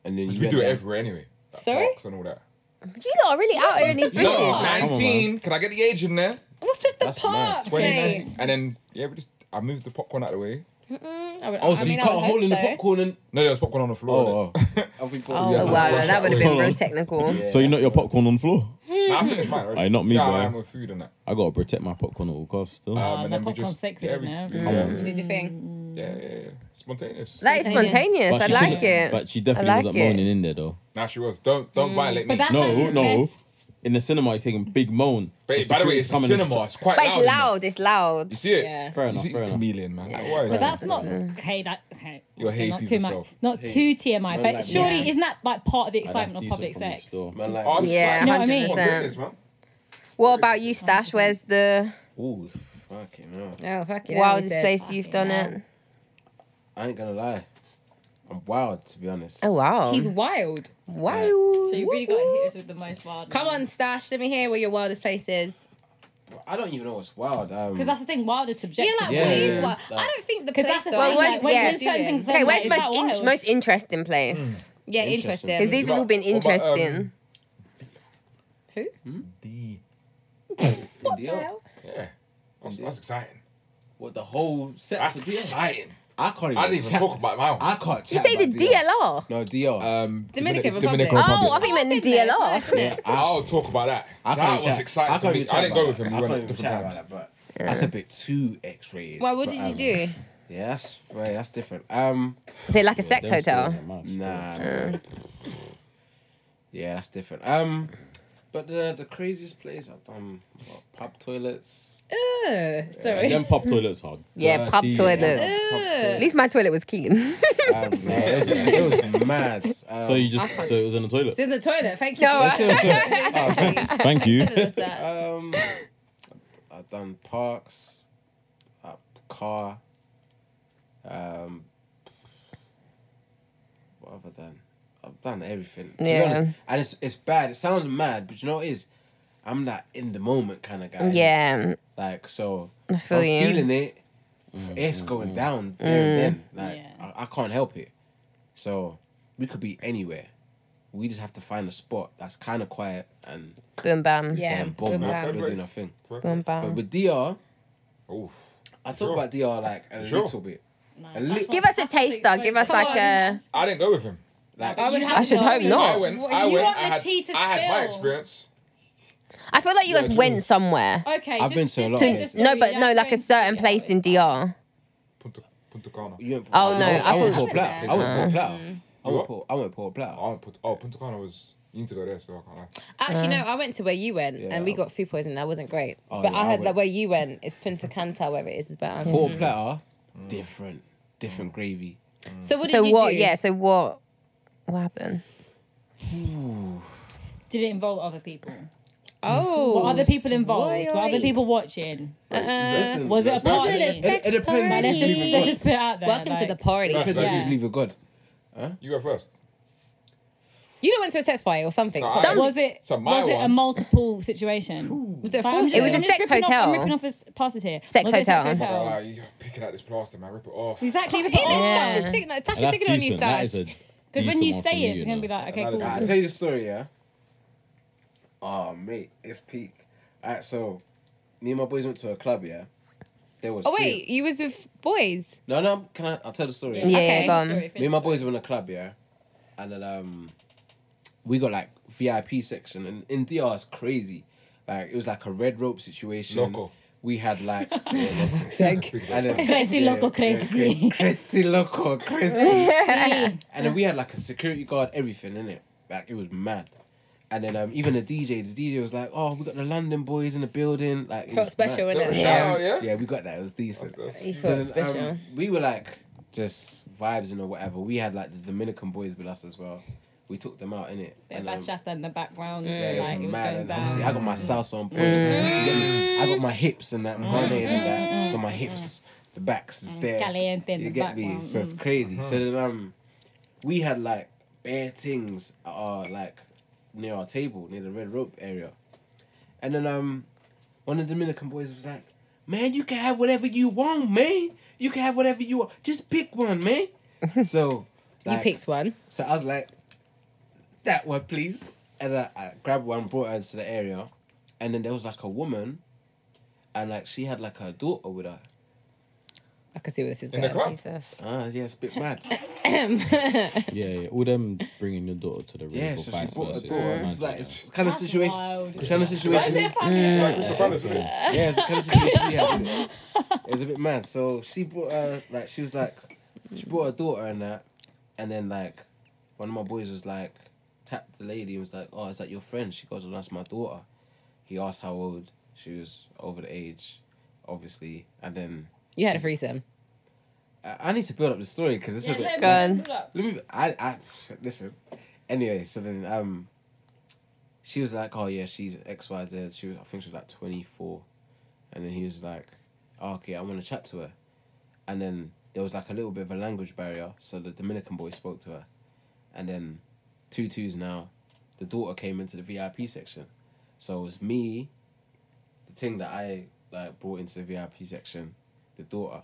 [SPEAKER 5] And then you
[SPEAKER 6] Because we
[SPEAKER 5] went
[SPEAKER 6] do it
[SPEAKER 5] there.
[SPEAKER 6] everywhere anyway. Like
[SPEAKER 3] Sorry?
[SPEAKER 6] Parks and all that.
[SPEAKER 4] You lot are really out here in these bushes,
[SPEAKER 6] No,
[SPEAKER 4] man.
[SPEAKER 6] 19. Can I get the age in there?
[SPEAKER 1] What's with the
[SPEAKER 2] That's
[SPEAKER 1] park?
[SPEAKER 2] mad.
[SPEAKER 1] thing?
[SPEAKER 6] 20, 19. And then, yeah, we just, I moved the popcorn out of the way.
[SPEAKER 3] I would,
[SPEAKER 5] Oh,
[SPEAKER 3] I
[SPEAKER 5] so
[SPEAKER 3] mean,
[SPEAKER 5] you
[SPEAKER 3] I
[SPEAKER 5] cut a
[SPEAKER 3] would
[SPEAKER 5] hole
[SPEAKER 3] hope
[SPEAKER 5] in the
[SPEAKER 3] so.
[SPEAKER 5] popcorn and.
[SPEAKER 6] No, there was popcorn on the floor.
[SPEAKER 2] Oh,
[SPEAKER 5] I think
[SPEAKER 4] Oh,
[SPEAKER 6] Yeah,
[SPEAKER 4] wow,
[SPEAKER 6] so
[SPEAKER 4] no,
[SPEAKER 6] watch
[SPEAKER 4] that
[SPEAKER 6] out.
[SPEAKER 4] would have been
[SPEAKER 2] Hold
[SPEAKER 4] real
[SPEAKER 2] on.
[SPEAKER 4] technical.
[SPEAKER 2] So you not your popcorn on the floor?
[SPEAKER 6] Nah, I finished mine already.
[SPEAKER 2] Aye, not me,
[SPEAKER 6] yeah,
[SPEAKER 2] boy.
[SPEAKER 6] I am with food and that. Um,
[SPEAKER 2] I gotta protect my popcorn at all costs. Still,
[SPEAKER 1] Ah, my
[SPEAKER 6] and then we
[SPEAKER 1] popcorn's
[SPEAKER 6] just-
[SPEAKER 1] sacred,
[SPEAKER 6] yeah, we-
[SPEAKER 1] you know?
[SPEAKER 6] we-
[SPEAKER 2] come on.
[SPEAKER 3] You Did your thing.
[SPEAKER 6] Yeah, yeah, yeah. Spontaneous.
[SPEAKER 4] That is spontaneous. I
[SPEAKER 2] she
[SPEAKER 4] like
[SPEAKER 2] couldn't-
[SPEAKER 4] it.
[SPEAKER 2] But she definitely
[SPEAKER 4] I like
[SPEAKER 2] wasn't
[SPEAKER 4] it.
[SPEAKER 2] moaning in there though.
[SPEAKER 6] nah, she was. Don't don't violate me.
[SPEAKER 1] But that's
[SPEAKER 2] No,
[SPEAKER 1] actually the
[SPEAKER 2] no.
[SPEAKER 1] best.
[SPEAKER 2] In the cinema, he's taking big moan.
[SPEAKER 6] But, by the way,
[SPEAKER 2] security's
[SPEAKER 6] it's a
[SPEAKER 2] coming and-
[SPEAKER 6] cinema. It's quite
[SPEAKER 4] But
[SPEAKER 6] loud.
[SPEAKER 4] it's
[SPEAKER 6] in there.
[SPEAKER 4] loud. It's loud.
[SPEAKER 6] You see it?
[SPEAKER 3] Yeah.
[SPEAKER 2] Fair enough.
[SPEAKER 6] He's
[SPEAKER 2] Fair
[SPEAKER 6] a
[SPEAKER 2] enough.
[SPEAKER 6] chameleon, man. Like, why?
[SPEAKER 1] But that's not hey that hey,
[SPEAKER 6] You're
[SPEAKER 1] okay,
[SPEAKER 6] hay
[SPEAKER 1] not
[SPEAKER 6] fever
[SPEAKER 1] too much,
[SPEAKER 6] self.
[SPEAKER 1] not
[SPEAKER 5] Hey.
[SPEAKER 1] too TMI,
[SPEAKER 5] Man,
[SPEAKER 1] but
[SPEAKER 5] like-
[SPEAKER 1] surely
[SPEAKER 4] Yeah.
[SPEAKER 1] isn't that like part of the
[SPEAKER 2] Ah, that's
[SPEAKER 1] excitement of
[SPEAKER 2] decent
[SPEAKER 1] public
[SPEAKER 2] from you
[SPEAKER 1] sex?
[SPEAKER 2] still.
[SPEAKER 5] Man, like,
[SPEAKER 6] Oh,
[SPEAKER 4] Yeah,
[SPEAKER 6] it's like-
[SPEAKER 1] I mean?
[SPEAKER 6] Spontaneous, man.
[SPEAKER 4] What about you, Stash? Where's the
[SPEAKER 5] ooh, fucking hell.
[SPEAKER 3] Oh, fuck it.
[SPEAKER 4] wildest place you've done
[SPEAKER 1] Fucking
[SPEAKER 4] it?
[SPEAKER 5] I ain't gonna lie. I'm wild, to be honest.
[SPEAKER 4] Oh wow.
[SPEAKER 3] He's wild.
[SPEAKER 4] wow.
[SPEAKER 1] So you really got to hit us with the most wild.
[SPEAKER 3] Come on, Stash. Let me hear where your wildest place is.
[SPEAKER 5] I don't even know what's wild. Um,
[SPEAKER 1] because that's the thing, wild is subjective.
[SPEAKER 3] You're like,
[SPEAKER 5] Yeah,
[SPEAKER 3] what is
[SPEAKER 5] yeah,
[SPEAKER 3] wild?
[SPEAKER 5] yeah.
[SPEAKER 3] I don't think the place.
[SPEAKER 1] Because that's the
[SPEAKER 3] though,
[SPEAKER 1] thing.
[SPEAKER 4] Well,
[SPEAKER 1] like,
[SPEAKER 4] what's-
[SPEAKER 1] when,
[SPEAKER 4] yeah.
[SPEAKER 1] when certain things are
[SPEAKER 4] Okay,
[SPEAKER 1] like,
[SPEAKER 4] where's the
[SPEAKER 1] is that
[SPEAKER 4] most
[SPEAKER 1] wild?
[SPEAKER 4] in- most interesting place?
[SPEAKER 3] Yeah,
[SPEAKER 5] Interesting.
[SPEAKER 3] interesting.
[SPEAKER 4] Because these have all been
[SPEAKER 6] What about, um,
[SPEAKER 4] interesting.
[SPEAKER 3] Who?
[SPEAKER 6] D.
[SPEAKER 5] what, the hell?
[SPEAKER 3] Well,
[SPEAKER 6] Yeah. That's, that's exciting.
[SPEAKER 5] what the whole set
[SPEAKER 6] That's
[SPEAKER 5] to be on?
[SPEAKER 6] exciting.
[SPEAKER 5] I can't even.
[SPEAKER 6] I didn't even
[SPEAKER 5] chat-
[SPEAKER 6] talk about my own.
[SPEAKER 5] I can't.
[SPEAKER 4] You
[SPEAKER 5] chat
[SPEAKER 4] say the
[SPEAKER 5] about DR.
[SPEAKER 4] DLR?
[SPEAKER 5] No DR.
[SPEAKER 6] Um,
[SPEAKER 3] Dominican
[SPEAKER 6] Dominic-
[SPEAKER 3] Republic.
[SPEAKER 6] Dominican Republic.
[SPEAKER 4] Oh, I think you meant the
[SPEAKER 3] I've been there. It's nice,
[SPEAKER 4] DLR.
[SPEAKER 3] isn't it?
[SPEAKER 6] I'll talk about that.
[SPEAKER 5] I can't
[SPEAKER 6] That
[SPEAKER 5] even
[SPEAKER 6] was
[SPEAKER 5] chat-
[SPEAKER 6] exciting.
[SPEAKER 5] I
[SPEAKER 6] for
[SPEAKER 5] can't
[SPEAKER 6] me.
[SPEAKER 5] even chat
[SPEAKER 6] I didn't
[SPEAKER 5] about
[SPEAKER 6] go with him.
[SPEAKER 5] that.
[SPEAKER 6] We
[SPEAKER 5] I can't
[SPEAKER 6] went at
[SPEAKER 5] even
[SPEAKER 6] different
[SPEAKER 5] chat about
[SPEAKER 6] times.
[SPEAKER 5] that, but that's a bit too X-rated.
[SPEAKER 3] Well, what
[SPEAKER 5] but,
[SPEAKER 3] did you
[SPEAKER 5] um,
[SPEAKER 3] do?
[SPEAKER 5] Yeah, that's right, that's different. Um,
[SPEAKER 4] Is it like a sex
[SPEAKER 2] Them still
[SPEAKER 4] hotel?
[SPEAKER 2] are mad, still.
[SPEAKER 5] nah. man. Yeah, that's different. Um, but the the craziest place I've done what, pub toilets.
[SPEAKER 3] Ugh,
[SPEAKER 2] And
[SPEAKER 3] sorry.
[SPEAKER 2] them pub toilets are.
[SPEAKER 4] Yeah, pub
[SPEAKER 2] dirty.
[SPEAKER 4] toilets. At least my toilet was clean.
[SPEAKER 5] Um, no, it, was, it was mad. Um,
[SPEAKER 2] So you
[SPEAKER 3] I
[SPEAKER 2] just
[SPEAKER 3] can't-
[SPEAKER 2] so it was in the toilet.
[SPEAKER 3] It's in the toilet. Thank you.
[SPEAKER 4] No, I-
[SPEAKER 2] Thank you.
[SPEAKER 3] That's that.
[SPEAKER 5] Um, I've done parks, uh, car. Um, what have I done? I've done everything. To be
[SPEAKER 4] Yeah.
[SPEAKER 5] honest, and it's it's bad. It sounds mad, but you know what it is? I'm that in the moment kind of guy.
[SPEAKER 4] yeah,
[SPEAKER 5] Like so,
[SPEAKER 4] I
[SPEAKER 5] if
[SPEAKER 4] feel
[SPEAKER 5] I'm
[SPEAKER 4] you.
[SPEAKER 5] feeling it. It's going down there and
[SPEAKER 4] Mm.
[SPEAKER 5] then. Like
[SPEAKER 1] Yeah.
[SPEAKER 5] I, I can't help it. So we could be anywhere. We just have to find a spot that's kind of quiet and
[SPEAKER 4] Boom bam.
[SPEAKER 3] Yeah. Uh-huh.
[SPEAKER 5] and boom,
[SPEAKER 3] boom,
[SPEAKER 5] we're
[SPEAKER 3] bam.
[SPEAKER 5] we're doing our thing.
[SPEAKER 4] Boom
[SPEAKER 5] But
[SPEAKER 4] bam.
[SPEAKER 5] with DR,
[SPEAKER 6] Oof.
[SPEAKER 5] I talk
[SPEAKER 6] Sure.
[SPEAKER 5] about DR like a
[SPEAKER 6] Sure.
[SPEAKER 5] little bit.
[SPEAKER 1] Nah,
[SPEAKER 5] A
[SPEAKER 1] that's
[SPEAKER 5] li-
[SPEAKER 1] what-
[SPEAKER 4] Give us a
[SPEAKER 1] that's what it's
[SPEAKER 4] taster, give us
[SPEAKER 1] exciting.
[SPEAKER 3] like a-
[SPEAKER 6] I didn't go with him.
[SPEAKER 5] Like
[SPEAKER 3] I would
[SPEAKER 1] You
[SPEAKER 3] have
[SPEAKER 1] I should
[SPEAKER 3] to-
[SPEAKER 4] hope not.
[SPEAKER 6] I went.
[SPEAKER 1] You
[SPEAKER 6] I went.
[SPEAKER 1] want
[SPEAKER 6] I
[SPEAKER 1] the
[SPEAKER 6] had,
[SPEAKER 1] tea to
[SPEAKER 6] I had my
[SPEAKER 1] spill.
[SPEAKER 6] experience.
[SPEAKER 4] I feel like you guys
[SPEAKER 5] Yeah,
[SPEAKER 4] went somewhere.
[SPEAKER 1] Okay,
[SPEAKER 5] I've
[SPEAKER 1] just,
[SPEAKER 5] been to a
[SPEAKER 1] just
[SPEAKER 5] lot
[SPEAKER 1] take
[SPEAKER 5] of
[SPEAKER 1] the
[SPEAKER 5] places.
[SPEAKER 1] story.
[SPEAKER 4] No, but
[SPEAKER 1] Yeah,
[SPEAKER 4] no,
[SPEAKER 1] I've
[SPEAKER 4] like a
[SPEAKER 1] been to
[SPEAKER 4] certain
[SPEAKER 1] DR.
[SPEAKER 4] place in DR.
[SPEAKER 6] Punta, Punta Cana.
[SPEAKER 5] you went,
[SPEAKER 4] Oh, no,
[SPEAKER 5] I,
[SPEAKER 4] I
[SPEAKER 5] went
[SPEAKER 4] thought-
[SPEAKER 5] Paul Platt. I went Paul Platt.
[SPEAKER 3] Mm-hmm.
[SPEAKER 5] I
[SPEAKER 6] What?
[SPEAKER 5] went Paul. I went Paul Platt.
[SPEAKER 6] Oh, Punta, oh, Punta Cana was. You need to go there, so I can't lie.
[SPEAKER 3] Actually, no, I went to where you went
[SPEAKER 5] Yeah.
[SPEAKER 3] and we got food poisoning. That wasn't great.
[SPEAKER 5] Oh,
[SPEAKER 3] but
[SPEAKER 5] yeah,
[SPEAKER 3] I
[SPEAKER 5] I
[SPEAKER 3] heard that
[SPEAKER 5] went.
[SPEAKER 3] where you went is Punta Canta, where it is, is better.
[SPEAKER 5] Paul Platter, different, different gravy.
[SPEAKER 3] So what did
[SPEAKER 4] So
[SPEAKER 3] you
[SPEAKER 4] what?
[SPEAKER 3] do?
[SPEAKER 4] Yeah. So what? What happened?
[SPEAKER 1] Did it involve other people?
[SPEAKER 3] Oh.
[SPEAKER 1] Were other people involved?
[SPEAKER 3] Oi,
[SPEAKER 1] Were
[SPEAKER 3] oi.
[SPEAKER 1] other people watching?
[SPEAKER 5] Listen,
[SPEAKER 1] was it
[SPEAKER 5] let's
[SPEAKER 1] a
[SPEAKER 5] not-
[SPEAKER 1] party?
[SPEAKER 3] Uh, Was it a
[SPEAKER 1] It-
[SPEAKER 3] sex
[SPEAKER 5] it depends.
[SPEAKER 3] party?
[SPEAKER 1] Like, let's just let's just put it out there.
[SPEAKER 3] Welcome to
[SPEAKER 1] like-
[SPEAKER 3] the party.
[SPEAKER 6] Right.
[SPEAKER 5] Depends if you
[SPEAKER 1] Yeah.
[SPEAKER 5] believe in God.
[SPEAKER 6] You go first.
[SPEAKER 3] You went to a sex party or something.
[SPEAKER 6] No, I-
[SPEAKER 3] Some-
[SPEAKER 1] Was it
[SPEAKER 6] So my
[SPEAKER 1] was it a
[SPEAKER 6] one-
[SPEAKER 1] multiple situation?
[SPEAKER 3] was it a
[SPEAKER 1] Like, I'm
[SPEAKER 3] full
[SPEAKER 1] just-
[SPEAKER 4] It was a
[SPEAKER 1] I'm just
[SPEAKER 3] sex?
[SPEAKER 4] sex
[SPEAKER 1] ripping off- I'm
[SPEAKER 4] hotel.
[SPEAKER 1] ripping off this passes here.
[SPEAKER 4] Sex
[SPEAKER 1] Was it a
[SPEAKER 4] hotel.
[SPEAKER 6] Oh,
[SPEAKER 1] hotel?
[SPEAKER 6] like, you're picking out this plaster, man. Rip it off.
[SPEAKER 1] Exactly. Rip it
[SPEAKER 3] Hey,
[SPEAKER 1] off.
[SPEAKER 4] Yeah.
[SPEAKER 3] that's Tasha's signal- Tasha's
[SPEAKER 2] And that's
[SPEAKER 3] signal on you,
[SPEAKER 2] decent. That is
[SPEAKER 3] Stash.
[SPEAKER 2] a.
[SPEAKER 1] Because when
[SPEAKER 2] decent
[SPEAKER 1] you
[SPEAKER 2] one
[SPEAKER 1] say
[SPEAKER 2] from
[SPEAKER 1] it, it's
[SPEAKER 2] you
[SPEAKER 1] gonna
[SPEAKER 2] know.
[SPEAKER 1] be like, okay,
[SPEAKER 6] Another
[SPEAKER 1] cool.
[SPEAKER 5] Nah, I'll tell you the story, yeah? Oh, mate, it's peak. All right, so me and my boys went to a club, yeah? There was
[SPEAKER 3] Oh
[SPEAKER 5] three-
[SPEAKER 3] wait, you was with boys.
[SPEAKER 5] No, no, can I? I'll tell the story.
[SPEAKER 4] Yeah,
[SPEAKER 3] Okay.
[SPEAKER 4] yeah, go on.
[SPEAKER 1] Story,
[SPEAKER 5] Me and my
[SPEAKER 1] finish
[SPEAKER 5] boys
[SPEAKER 1] story.
[SPEAKER 5] were in a club, yeah, and then um, we got like VIP section, and in DR it's crazy. Like it was like a red rope situation.
[SPEAKER 6] Loco.
[SPEAKER 5] We had like
[SPEAKER 3] Seg.
[SPEAKER 5] and then-
[SPEAKER 1] Crazy loco crazy.
[SPEAKER 5] crazy loco crazy, and then we had like a security guard, everything in it. Like it was mad. And then um, even the DJ, the DJ was like, "Oh, we got the London boys in the building." Like it
[SPEAKER 3] Felt
[SPEAKER 5] was
[SPEAKER 3] special,
[SPEAKER 5] mad.
[SPEAKER 3] innit?
[SPEAKER 6] Shout
[SPEAKER 4] Yeah.
[SPEAKER 6] out, Oh, yeah?
[SPEAKER 5] Yeah, we got that. It was decent.
[SPEAKER 6] That's-
[SPEAKER 3] He
[SPEAKER 5] So
[SPEAKER 3] felt
[SPEAKER 5] then, um,
[SPEAKER 3] special.
[SPEAKER 5] we were like just vibes and or whatever. We had like the Dominican boys with us as well. We took them out in it.
[SPEAKER 1] Bit of bachata in the background.
[SPEAKER 5] yeah,
[SPEAKER 1] Like it was going
[SPEAKER 5] and obviously
[SPEAKER 1] down.
[SPEAKER 5] I got my salsa on point.
[SPEAKER 3] Mm.
[SPEAKER 5] You get me? I got my hips and that. I'm going in and that. So my hips, the backs
[SPEAKER 1] Mm.
[SPEAKER 5] is there.
[SPEAKER 1] Caliente in
[SPEAKER 5] you
[SPEAKER 1] the
[SPEAKER 5] get me?
[SPEAKER 1] background, mm.
[SPEAKER 5] So it's crazy. So then um, we had like bare things at our like near our table near the red rope area, and then um, one of the Dominican boys was like, "Man, you can have whatever you want, man. You can have whatever you want. Just pick one, man." so
[SPEAKER 3] you picked one.
[SPEAKER 5] So I was like, "That one, please." and I, I grabbed one, brought her into the area, and then there was like a woman, and like she had like her daughter with her.
[SPEAKER 3] I can see where this is
[SPEAKER 6] In
[SPEAKER 3] going.
[SPEAKER 6] the club?
[SPEAKER 4] Jesus.
[SPEAKER 5] Ah, yeah, it's a bit mad.
[SPEAKER 2] Yeah, yeah. All them bringing your daughter to the rave
[SPEAKER 5] yeah,
[SPEAKER 2] or
[SPEAKER 5] so she
[SPEAKER 2] vice
[SPEAKER 5] brought her
[SPEAKER 2] versa.
[SPEAKER 5] daughter. It's
[SPEAKER 2] Imagine
[SPEAKER 5] like
[SPEAKER 2] that.
[SPEAKER 5] it's kind of
[SPEAKER 1] That's
[SPEAKER 5] situation.
[SPEAKER 1] wild.
[SPEAKER 5] It's kind of
[SPEAKER 1] Why is
[SPEAKER 5] situation.
[SPEAKER 1] it a family?
[SPEAKER 6] Like Christopher Anderson.
[SPEAKER 5] Yeah, it's the kind of situation she had. innit? It was a bit mad. So she brought her like she was like she brought her daughter and that, and then like one of my boys was like tapped the lady and was like, "Oh, is that your friend?" She goes, "Well, that's my daughter." He asked how old. She was over the age, obviously, and then
[SPEAKER 3] You had a threesome.
[SPEAKER 5] I, I need to build up the story because it's
[SPEAKER 1] Yeah,
[SPEAKER 5] a bit.
[SPEAKER 1] let
[SPEAKER 4] Go on.
[SPEAKER 1] me- look.
[SPEAKER 5] Let me. I. I listen. Anyway, so then um. She was like, "Oh yeah, she's X Y Z." She was, I think she was like twenty four, and then he was like, oh, "Okay, I want to chat to her," and then there was like a little bit of a language barrier, so the Dominican boy spoke to her, and then two twos now, the daughter came into the VIP section, so it was me, the thing that I like brought into the VIP section, the daughter.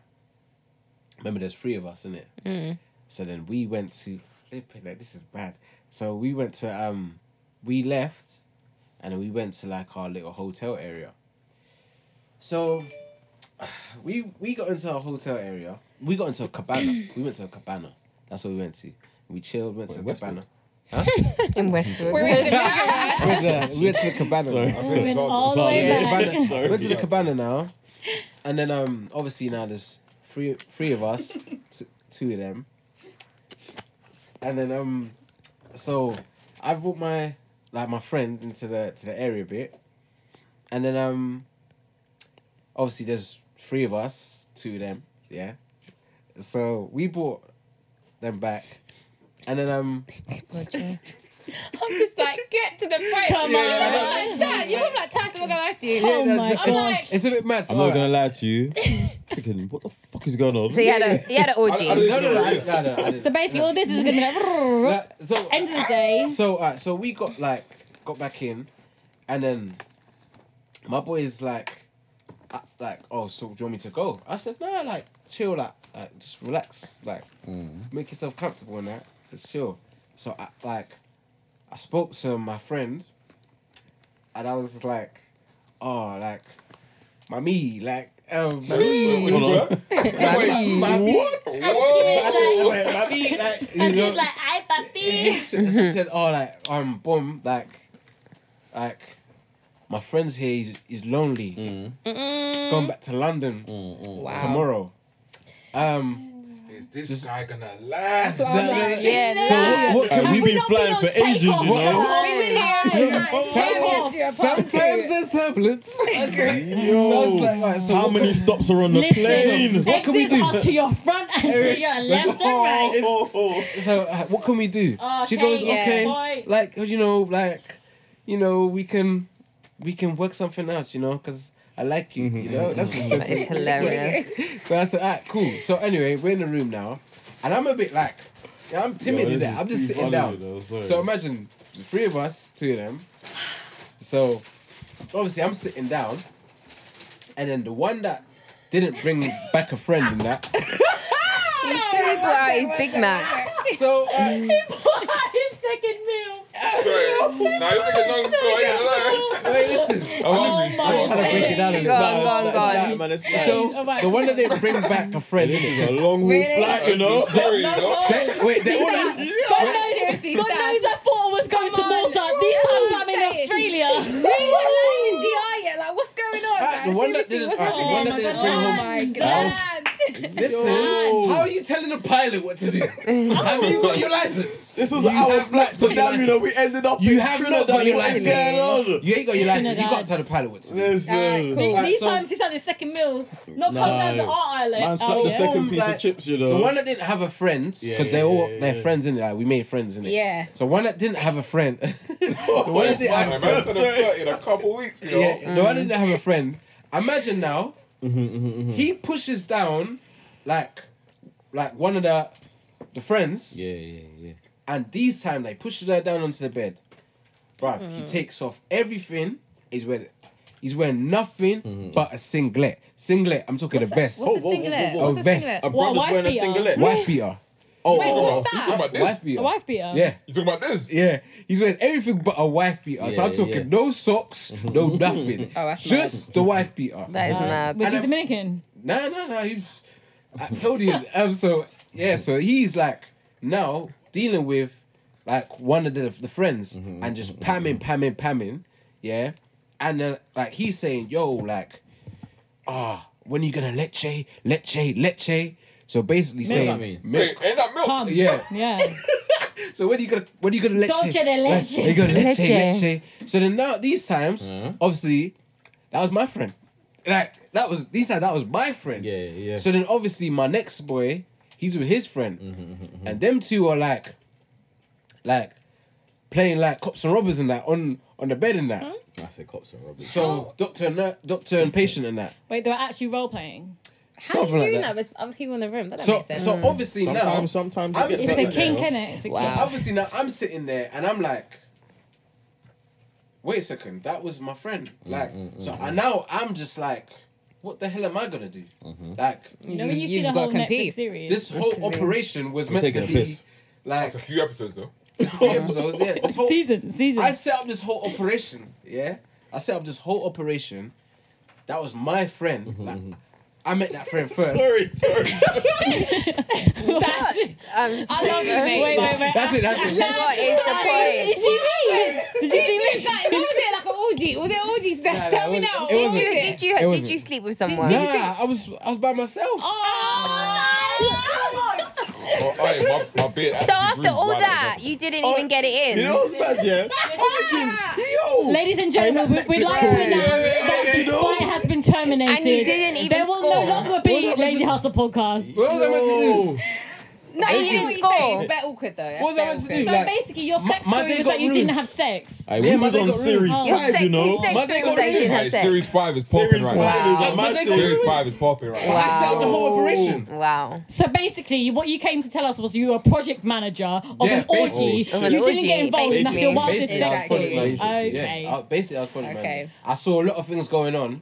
[SPEAKER 5] Remember, there's three of us in it. So then we went to flipping like this is bad. So we went to um we left and then we went to like our little hotel area. So we we got into our hotel area. We got into a cabana. we went to a cabana. That's what we went to. We chilled, went to
[SPEAKER 2] Wait,
[SPEAKER 5] a
[SPEAKER 2] Westwood?
[SPEAKER 5] cabana.
[SPEAKER 4] In Westwood.
[SPEAKER 3] Where is it?
[SPEAKER 5] We went to- we went to the cabana.
[SPEAKER 2] Sorry.
[SPEAKER 6] I
[SPEAKER 1] We
[SPEAKER 6] said
[SPEAKER 1] went
[SPEAKER 6] Zara.
[SPEAKER 1] all the
[SPEAKER 2] Zara.
[SPEAKER 1] way
[SPEAKER 5] Yeah,
[SPEAKER 1] back.
[SPEAKER 5] cabana.
[SPEAKER 2] Sorry.
[SPEAKER 5] Went to the cabana now, and then um obviously now there's three three of us, t- two of them, and then um, so I brought my like my friend into the to the area bit, and then um, obviously there's three of us, two of them, yeah, so we brought them back, and then um.
[SPEAKER 3] I'm just like, get to the point.
[SPEAKER 1] Come
[SPEAKER 3] you
[SPEAKER 1] on.
[SPEAKER 3] look like that. You look like Tash the Mugger at you.
[SPEAKER 1] Oh my
[SPEAKER 5] it's,
[SPEAKER 1] gosh.
[SPEAKER 5] it's a bit mad. so
[SPEAKER 2] I'm not
[SPEAKER 5] alright.
[SPEAKER 2] gonna lie to you. Thinking, what the fuck is going on?
[SPEAKER 4] So he had a he had an
[SPEAKER 6] I- I
[SPEAKER 4] orgy.
[SPEAKER 6] didn't-
[SPEAKER 5] No, no, no, I, no, no, I didn't.
[SPEAKER 1] So basically, all this is going to be like, brrrr.
[SPEAKER 5] No, so uh,
[SPEAKER 1] end of the day.
[SPEAKER 5] So uh, so we got like got back in, and then my boy is like, uh, like oh so do you want me to go? I said no, like chill, like, like just relax, like make yourself comfortable and that. Just chill. So I like, I spoke to my friend, and I was just like, oh like, my me like um.
[SPEAKER 6] Hold on.
[SPEAKER 5] My me.
[SPEAKER 6] Whoa.
[SPEAKER 5] My me, like, you
[SPEAKER 1] And
[SPEAKER 5] know?
[SPEAKER 1] she's like, I
[SPEAKER 5] she,
[SPEAKER 1] puppy.
[SPEAKER 5] she said, "Oh, like I'm bomb, like, like, my friends here, he's, he's lonely.
[SPEAKER 2] Mm.
[SPEAKER 5] He's going back to London
[SPEAKER 3] Wow.
[SPEAKER 5] tomorrow. Um,
[SPEAKER 6] Is this guy gonna last?
[SPEAKER 5] that- that-
[SPEAKER 4] Yeah,
[SPEAKER 5] so
[SPEAKER 4] no.
[SPEAKER 5] what, what
[SPEAKER 2] Hey,
[SPEAKER 5] can
[SPEAKER 2] we've
[SPEAKER 1] we
[SPEAKER 5] we?
[SPEAKER 2] been
[SPEAKER 1] not been
[SPEAKER 2] flying
[SPEAKER 1] on
[SPEAKER 2] for
[SPEAKER 1] takeoff
[SPEAKER 2] ages, you
[SPEAKER 1] for
[SPEAKER 2] know.
[SPEAKER 1] how
[SPEAKER 3] We were tired.
[SPEAKER 1] Take off.
[SPEAKER 5] Sometimes there's tablets. Okay. So I was like, right, so
[SPEAKER 2] How
[SPEAKER 5] what
[SPEAKER 2] many
[SPEAKER 5] can-
[SPEAKER 2] stops are on the
[SPEAKER 1] Listen,
[SPEAKER 2] plane?
[SPEAKER 5] What can we
[SPEAKER 1] exits
[SPEAKER 5] do?
[SPEAKER 1] are to your front and to your left and right.
[SPEAKER 2] Oh, oh,
[SPEAKER 5] so uh, what can we do? she
[SPEAKER 1] Okay,
[SPEAKER 5] goes,
[SPEAKER 1] yeah.
[SPEAKER 5] okay,
[SPEAKER 1] Right.
[SPEAKER 5] like you know, like you know, we can, we can work something out, you know, because I like you, you know. That's what she said
[SPEAKER 4] That
[SPEAKER 5] to
[SPEAKER 4] is
[SPEAKER 5] me.
[SPEAKER 4] hilarious.
[SPEAKER 5] So I said, alright, cool. So anyway, we're in the room now, and I'm a bit like, yeah, I'm
[SPEAKER 2] Yo,
[SPEAKER 5] timid
[SPEAKER 2] this
[SPEAKER 5] in there.
[SPEAKER 2] is
[SPEAKER 5] I'm
[SPEAKER 2] too
[SPEAKER 5] just sitting
[SPEAKER 2] funny,
[SPEAKER 5] down.
[SPEAKER 2] though, sorry.
[SPEAKER 5] So imagine the three of us, two of them. So obviously I'm sitting down, and then the one that didn't bring back a friend in that.
[SPEAKER 4] He threw out his Big Mac.
[SPEAKER 5] So uh,
[SPEAKER 1] His second meal.
[SPEAKER 6] Sorry. Now you're thinking long story. I
[SPEAKER 5] wait, listen,
[SPEAKER 1] Oh
[SPEAKER 5] I'm trying to break
[SPEAKER 1] my
[SPEAKER 5] it down a
[SPEAKER 4] Go
[SPEAKER 5] little.
[SPEAKER 4] on, go
[SPEAKER 2] It's
[SPEAKER 4] on, go on.
[SPEAKER 2] not, man, it's not.
[SPEAKER 5] So
[SPEAKER 1] Oh my
[SPEAKER 5] the one that didn't bring back a friend.
[SPEAKER 2] this is
[SPEAKER 5] innit?
[SPEAKER 2] a long haul
[SPEAKER 3] Really?
[SPEAKER 2] flight, you know.
[SPEAKER 6] Sorry,
[SPEAKER 1] No,
[SPEAKER 6] no.
[SPEAKER 1] no.
[SPEAKER 5] They- Wait, they all like,
[SPEAKER 1] God knows,
[SPEAKER 3] Seriously,
[SPEAKER 1] God
[SPEAKER 3] Stan.
[SPEAKER 1] knows I thought I was going to
[SPEAKER 3] Come on.
[SPEAKER 1] Malta. These times I'm in
[SPEAKER 3] Say it.
[SPEAKER 1] Australia. Oh
[SPEAKER 3] Like, what's going on?
[SPEAKER 5] Alright, Ah, the one that didn't, alright, the
[SPEAKER 1] happening?
[SPEAKER 5] one
[SPEAKER 1] Oh
[SPEAKER 5] that
[SPEAKER 1] my
[SPEAKER 5] didn't
[SPEAKER 1] God.
[SPEAKER 5] bring home Listen,
[SPEAKER 2] Yo.
[SPEAKER 5] how are you telling the pilot what to do? Have you got your license?
[SPEAKER 2] This was an hour flight to them, you know. We ended up
[SPEAKER 5] You
[SPEAKER 2] in
[SPEAKER 5] have not
[SPEAKER 2] Trinidad.
[SPEAKER 5] got your
[SPEAKER 2] What's
[SPEAKER 5] license.
[SPEAKER 2] going on?
[SPEAKER 5] You ain't got your license. You
[SPEAKER 1] Trinidad.
[SPEAKER 5] can't tell the pilot what to do.
[SPEAKER 2] Listen.
[SPEAKER 3] cool.
[SPEAKER 5] Alright,
[SPEAKER 1] These
[SPEAKER 5] so-
[SPEAKER 1] times he's had his second meal. Not
[SPEAKER 2] No.
[SPEAKER 1] come down to our island.
[SPEAKER 2] Man, suck
[SPEAKER 1] Oh,
[SPEAKER 2] the
[SPEAKER 1] yeah.
[SPEAKER 2] second piece
[SPEAKER 5] Like,
[SPEAKER 2] of chips, you know.
[SPEAKER 5] The one that didn't have a friend, because
[SPEAKER 2] Yeah, yeah,
[SPEAKER 5] they're all
[SPEAKER 2] yeah,
[SPEAKER 5] they're
[SPEAKER 2] yeah.
[SPEAKER 5] friends in it. Like, we made friends in it.
[SPEAKER 3] Yeah.
[SPEAKER 5] So one that didn't have a friend, the one that didn't have a
[SPEAKER 6] Man,
[SPEAKER 5] friend,
[SPEAKER 6] I said I'm flirting in a couple weeks, you know.
[SPEAKER 5] yeah, the one that didn't have a friend. Imagine now,
[SPEAKER 2] Mm-hmm,
[SPEAKER 5] he pushes down, like, like one of the, the friends.
[SPEAKER 2] yeah, yeah, yeah.
[SPEAKER 5] And these time they pushes her down onto the bed. Bruv, he takes off everything. He's wearing he's wearing nothing
[SPEAKER 2] Mm-hmm.
[SPEAKER 5] but a singlet. Singlet, I'm talking the best.
[SPEAKER 3] What's a
[SPEAKER 2] whoa, whoa,
[SPEAKER 3] singlet?
[SPEAKER 2] whoa,
[SPEAKER 5] whoa.
[SPEAKER 3] What's a
[SPEAKER 5] Vest.
[SPEAKER 3] singlet?
[SPEAKER 2] A
[SPEAKER 1] What,
[SPEAKER 2] brother's
[SPEAKER 1] wife
[SPEAKER 2] wearing a
[SPEAKER 1] beater?
[SPEAKER 2] singlet.
[SPEAKER 5] Wife beater. Oh,
[SPEAKER 3] Wait,
[SPEAKER 5] oh,
[SPEAKER 3] what's
[SPEAKER 5] oh,
[SPEAKER 6] You
[SPEAKER 3] that?
[SPEAKER 6] talking about
[SPEAKER 5] oh,
[SPEAKER 6] this?
[SPEAKER 5] wife beater.
[SPEAKER 1] A wife beater.
[SPEAKER 5] Yeah,
[SPEAKER 6] You talking about this?
[SPEAKER 5] yeah. He's wearing everything but a wife beater. so I'm
[SPEAKER 2] Yeah,
[SPEAKER 5] talking
[SPEAKER 2] yeah.
[SPEAKER 5] no socks, no nothing.
[SPEAKER 4] Oh, that's
[SPEAKER 5] just the wife beater.
[SPEAKER 4] That is
[SPEAKER 1] Uh,
[SPEAKER 4] mad.
[SPEAKER 1] Was he
[SPEAKER 5] And I'm-
[SPEAKER 1] Dominican?
[SPEAKER 5] No, no, no. He's. I told you. um. So yeah. So he's like now dealing with like one of the the friends
[SPEAKER 2] Mm-hmm,
[SPEAKER 5] and just pamming, pamming, pamming. Yeah, and then like he's saying, "Yo, like, ah, when are you gonna leche, leche, leche?" So basically
[SPEAKER 1] Milk.
[SPEAKER 5] saying,
[SPEAKER 2] What do you mean?
[SPEAKER 6] Wait,
[SPEAKER 5] milk.
[SPEAKER 6] ain't that milk?
[SPEAKER 1] Palm.
[SPEAKER 5] Yeah.
[SPEAKER 1] Yeah.
[SPEAKER 5] So when are you gonna when are you gonna leche?
[SPEAKER 1] Dolce de leche.
[SPEAKER 5] Are you gonna leche, leche.
[SPEAKER 4] Leche.
[SPEAKER 5] So then now these times,
[SPEAKER 2] Uh-huh.
[SPEAKER 5] obviously, that was my friend. Like that was these times that was my friend.
[SPEAKER 2] Yeah, yeah. Mm-hmm,
[SPEAKER 5] So then obviously my next boy, he's with his friend. And them two are like like playing like cops and robbers and that on on the bed and that.
[SPEAKER 3] Hmm?
[SPEAKER 2] I said cops and robbers.
[SPEAKER 5] So doctor and that, doctor and patient and that.
[SPEAKER 1] Wait, they were actually role playing.
[SPEAKER 3] How are you
[SPEAKER 5] Something like
[SPEAKER 3] doing
[SPEAKER 5] that.
[SPEAKER 3] that with other people in the room? That doesn't
[SPEAKER 5] So
[SPEAKER 3] make sense.
[SPEAKER 5] so obviously now
[SPEAKER 2] sometimes, sometimes it
[SPEAKER 5] I'm
[SPEAKER 2] gets
[SPEAKER 1] It's
[SPEAKER 5] saying
[SPEAKER 2] like
[SPEAKER 1] a
[SPEAKER 5] that
[SPEAKER 1] kink,
[SPEAKER 2] now.
[SPEAKER 1] innit? It's a
[SPEAKER 3] Wow.
[SPEAKER 1] kink.
[SPEAKER 5] obviously now I'm sitting there and I'm like, wait a second, that was my friend. Like, so I now I'm just like, what the hell am I gonna do? Like,
[SPEAKER 1] You know, when you
[SPEAKER 3] You've
[SPEAKER 1] see the
[SPEAKER 3] gotta
[SPEAKER 1] whole Netflix
[SPEAKER 3] compete.
[SPEAKER 1] series.
[SPEAKER 5] this whole
[SPEAKER 4] Literally.
[SPEAKER 5] operation was
[SPEAKER 2] I'm
[SPEAKER 5] meant
[SPEAKER 2] taking
[SPEAKER 5] to
[SPEAKER 2] a
[SPEAKER 5] be
[SPEAKER 2] piss.
[SPEAKER 5] like
[SPEAKER 6] That's a few episodes though.
[SPEAKER 5] few episodes, yeah. This whole,
[SPEAKER 1] season, season.
[SPEAKER 5] I set up this whole operation, yeah. I set up this whole operation. That was my friend. Like, I met that friend first.
[SPEAKER 6] Sorry, sorry.
[SPEAKER 3] Bash.
[SPEAKER 4] I'm
[SPEAKER 3] I love you, mate.
[SPEAKER 1] Wait,
[SPEAKER 3] Like,
[SPEAKER 1] wait, wait.
[SPEAKER 5] That's it. That's it.
[SPEAKER 4] What is the
[SPEAKER 1] Did you
[SPEAKER 4] point?
[SPEAKER 1] see me? Did you see me?
[SPEAKER 3] It's like- What was it like an orgy? Was it orgy
[SPEAKER 5] Nah, nah,
[SPEAKER 3] stuff?
[SPEAKER 5] it
[SPEAKER 3] Tell me
[SPEAKER 5] wasn't-
[SPEAKER 3] now.
[SPEAKER 5] it
[SPEAKER 3] What
[SPEAKER 4] Did
[SPEAKER 3] was
[SPEAKER 5] wasn't-
[SPEAKER 4] you
[SPEAKER 3] it?
[SPEAKER 4] did you
[SPEAKER 5] It
[SPEAKER 4] did
[SPEAKER 5] wasn't.
[SPEAKER 4] you sleep with someone?
[SPEAKER 5] Nah, I was I was by myself.
[SPEAKER 3] Oh,
[SPEAKER 6] Oh, hey, my, my beard
[SPEAKER 4] So
[SPEAKER 6] actually
[SPEAKER 4] after
[SPEAKER 6] grew
[SPEAKER 4] all
[SPEAKER 6] while I was
[SPEAKER 4] that,
[SPEAKER 6] up.
[SPEAKER 4] you didn't even get it in.
[SPEAKER 2] You know what's bad, yeah? I'm thinking, yo!
[SPEAKER 1] Ladies and gentlemen, we- we'd like to
[SPEAKER 4] Yeah,
[SPEAKER 1] announce
[SPEAKER 2] yeah,
[SPEAKER 1] that
[SPEAKER 2] yeah, yeah,
[SPEAKER 1] this
[SPEAKER 2] no.
[SPEAKER 1] fight has been terminated.
[SPEAKER 4] And you didn't even
[SPEAKER 1] There will no
[SPEAKER 4] score.
[SPEAKER 1] longer be
[SPEAKER 5] What was
[SPEAKER 1] Lady
[SPEAKER 5] it?
[SPEAKER 1] Hustle podcast.
[SPEAKER 5] What was I meant to do?
[SPEAKER 4] No, you didn't
[SPEAKER 3] It's a
[SPEAKER 4] score.
[SPEAKER 3] bit awkward though. That's
[SPEAKER 5] What was I
[SPEAKER 3] bare
[SPEAKER 5] meant to
[SPEAKER 3] awkward.
[SPEAKER 5] do?
[SPEAKER 1] So
[SPEAKER 5] like,
[SPEAKER 1] basically, your
[SPEAKER 5] my-
[SPEAKER 1] sex
[SPEAKER 5] my
[SPEAKER 1] story
[SPEAKER 5] day
[SPEAKER 1] was
[SPEAKER 5] got
[SPEAKER 1] that you didn't
[SPEAKER 5] ruined.
[SPEAKER 1] have sex.
[SPEAKER 2] I
[SPEAKER 5] Yeah,
[SPEAKER 2] was
[SPEAKER 5] but they
[SPEAKER 2] on
[SPEAKER 5] got
[SPEAKER 2] series
[SPEAKER 1] ruined.
[SPEAKER 4] Your
[SPEAKER 2] five,
[SPEAKER 4] sex,
[SPEAKER 2] you know?
[SPEAKER 4] sex
[SPEAKER 5] My
[SPEAKER 4] ring
[SPEAKER 5] thing
[SPEAKER 4] was
[SPEAKER 5] got
[SPEAKER 4] that you didn't
[SPEAKER 5] ruined.
[SPEAKER 4] have
[SPEAKER 6] Hey,
[SPEAKER 4] sex.
[SPEAKER 6] series five is popping
[SPEAKER 2] Series
[SPEAKER 6] right
[SPEAKER 2] five
[SPEAKER 6] now.
[SPEAKER 2] is like
[SPEAKER 5] Wow.
[SPEAKER 2] my
[SPEAKER 5] But they got
[SPEAKER 2] series.
[SPEAKER 6] Series five is popping right
[SPEAKER 5] I set up the whole
[SPEAKER 4] Wow.
[SPEAKER 5] operation.
[SPEAKER 4] Wow.
[SPEAKER 1] So basically, what you came to tell us was you were a project manager of
[SPEAKER 5] Yeah,
[SPEAKER 1] an orgy.
[SPEAKER 5] basically.
[SPEAKER 4] Of an
[SPEAKER 1] you didn't
[SPEAKER 4] orgy,
[SPEAKER 1] get involved, and that's
[SPEAKER 4] basically.
[SPEAKER 1] your wildest
[SPEAKER 5] Basically, I was
[SPEAKER 1] sex
[SPEAKER 5] project
[SPEAKER 1] story.
[SPEAKER 5] manager.
[SPEAKER 1] Okay.
[SPEAKER 5] Yeah, I- basically, I was project manager.
[SPEAKER 3] Okay.
[SPEAKER 5] I saw a lot of things going on,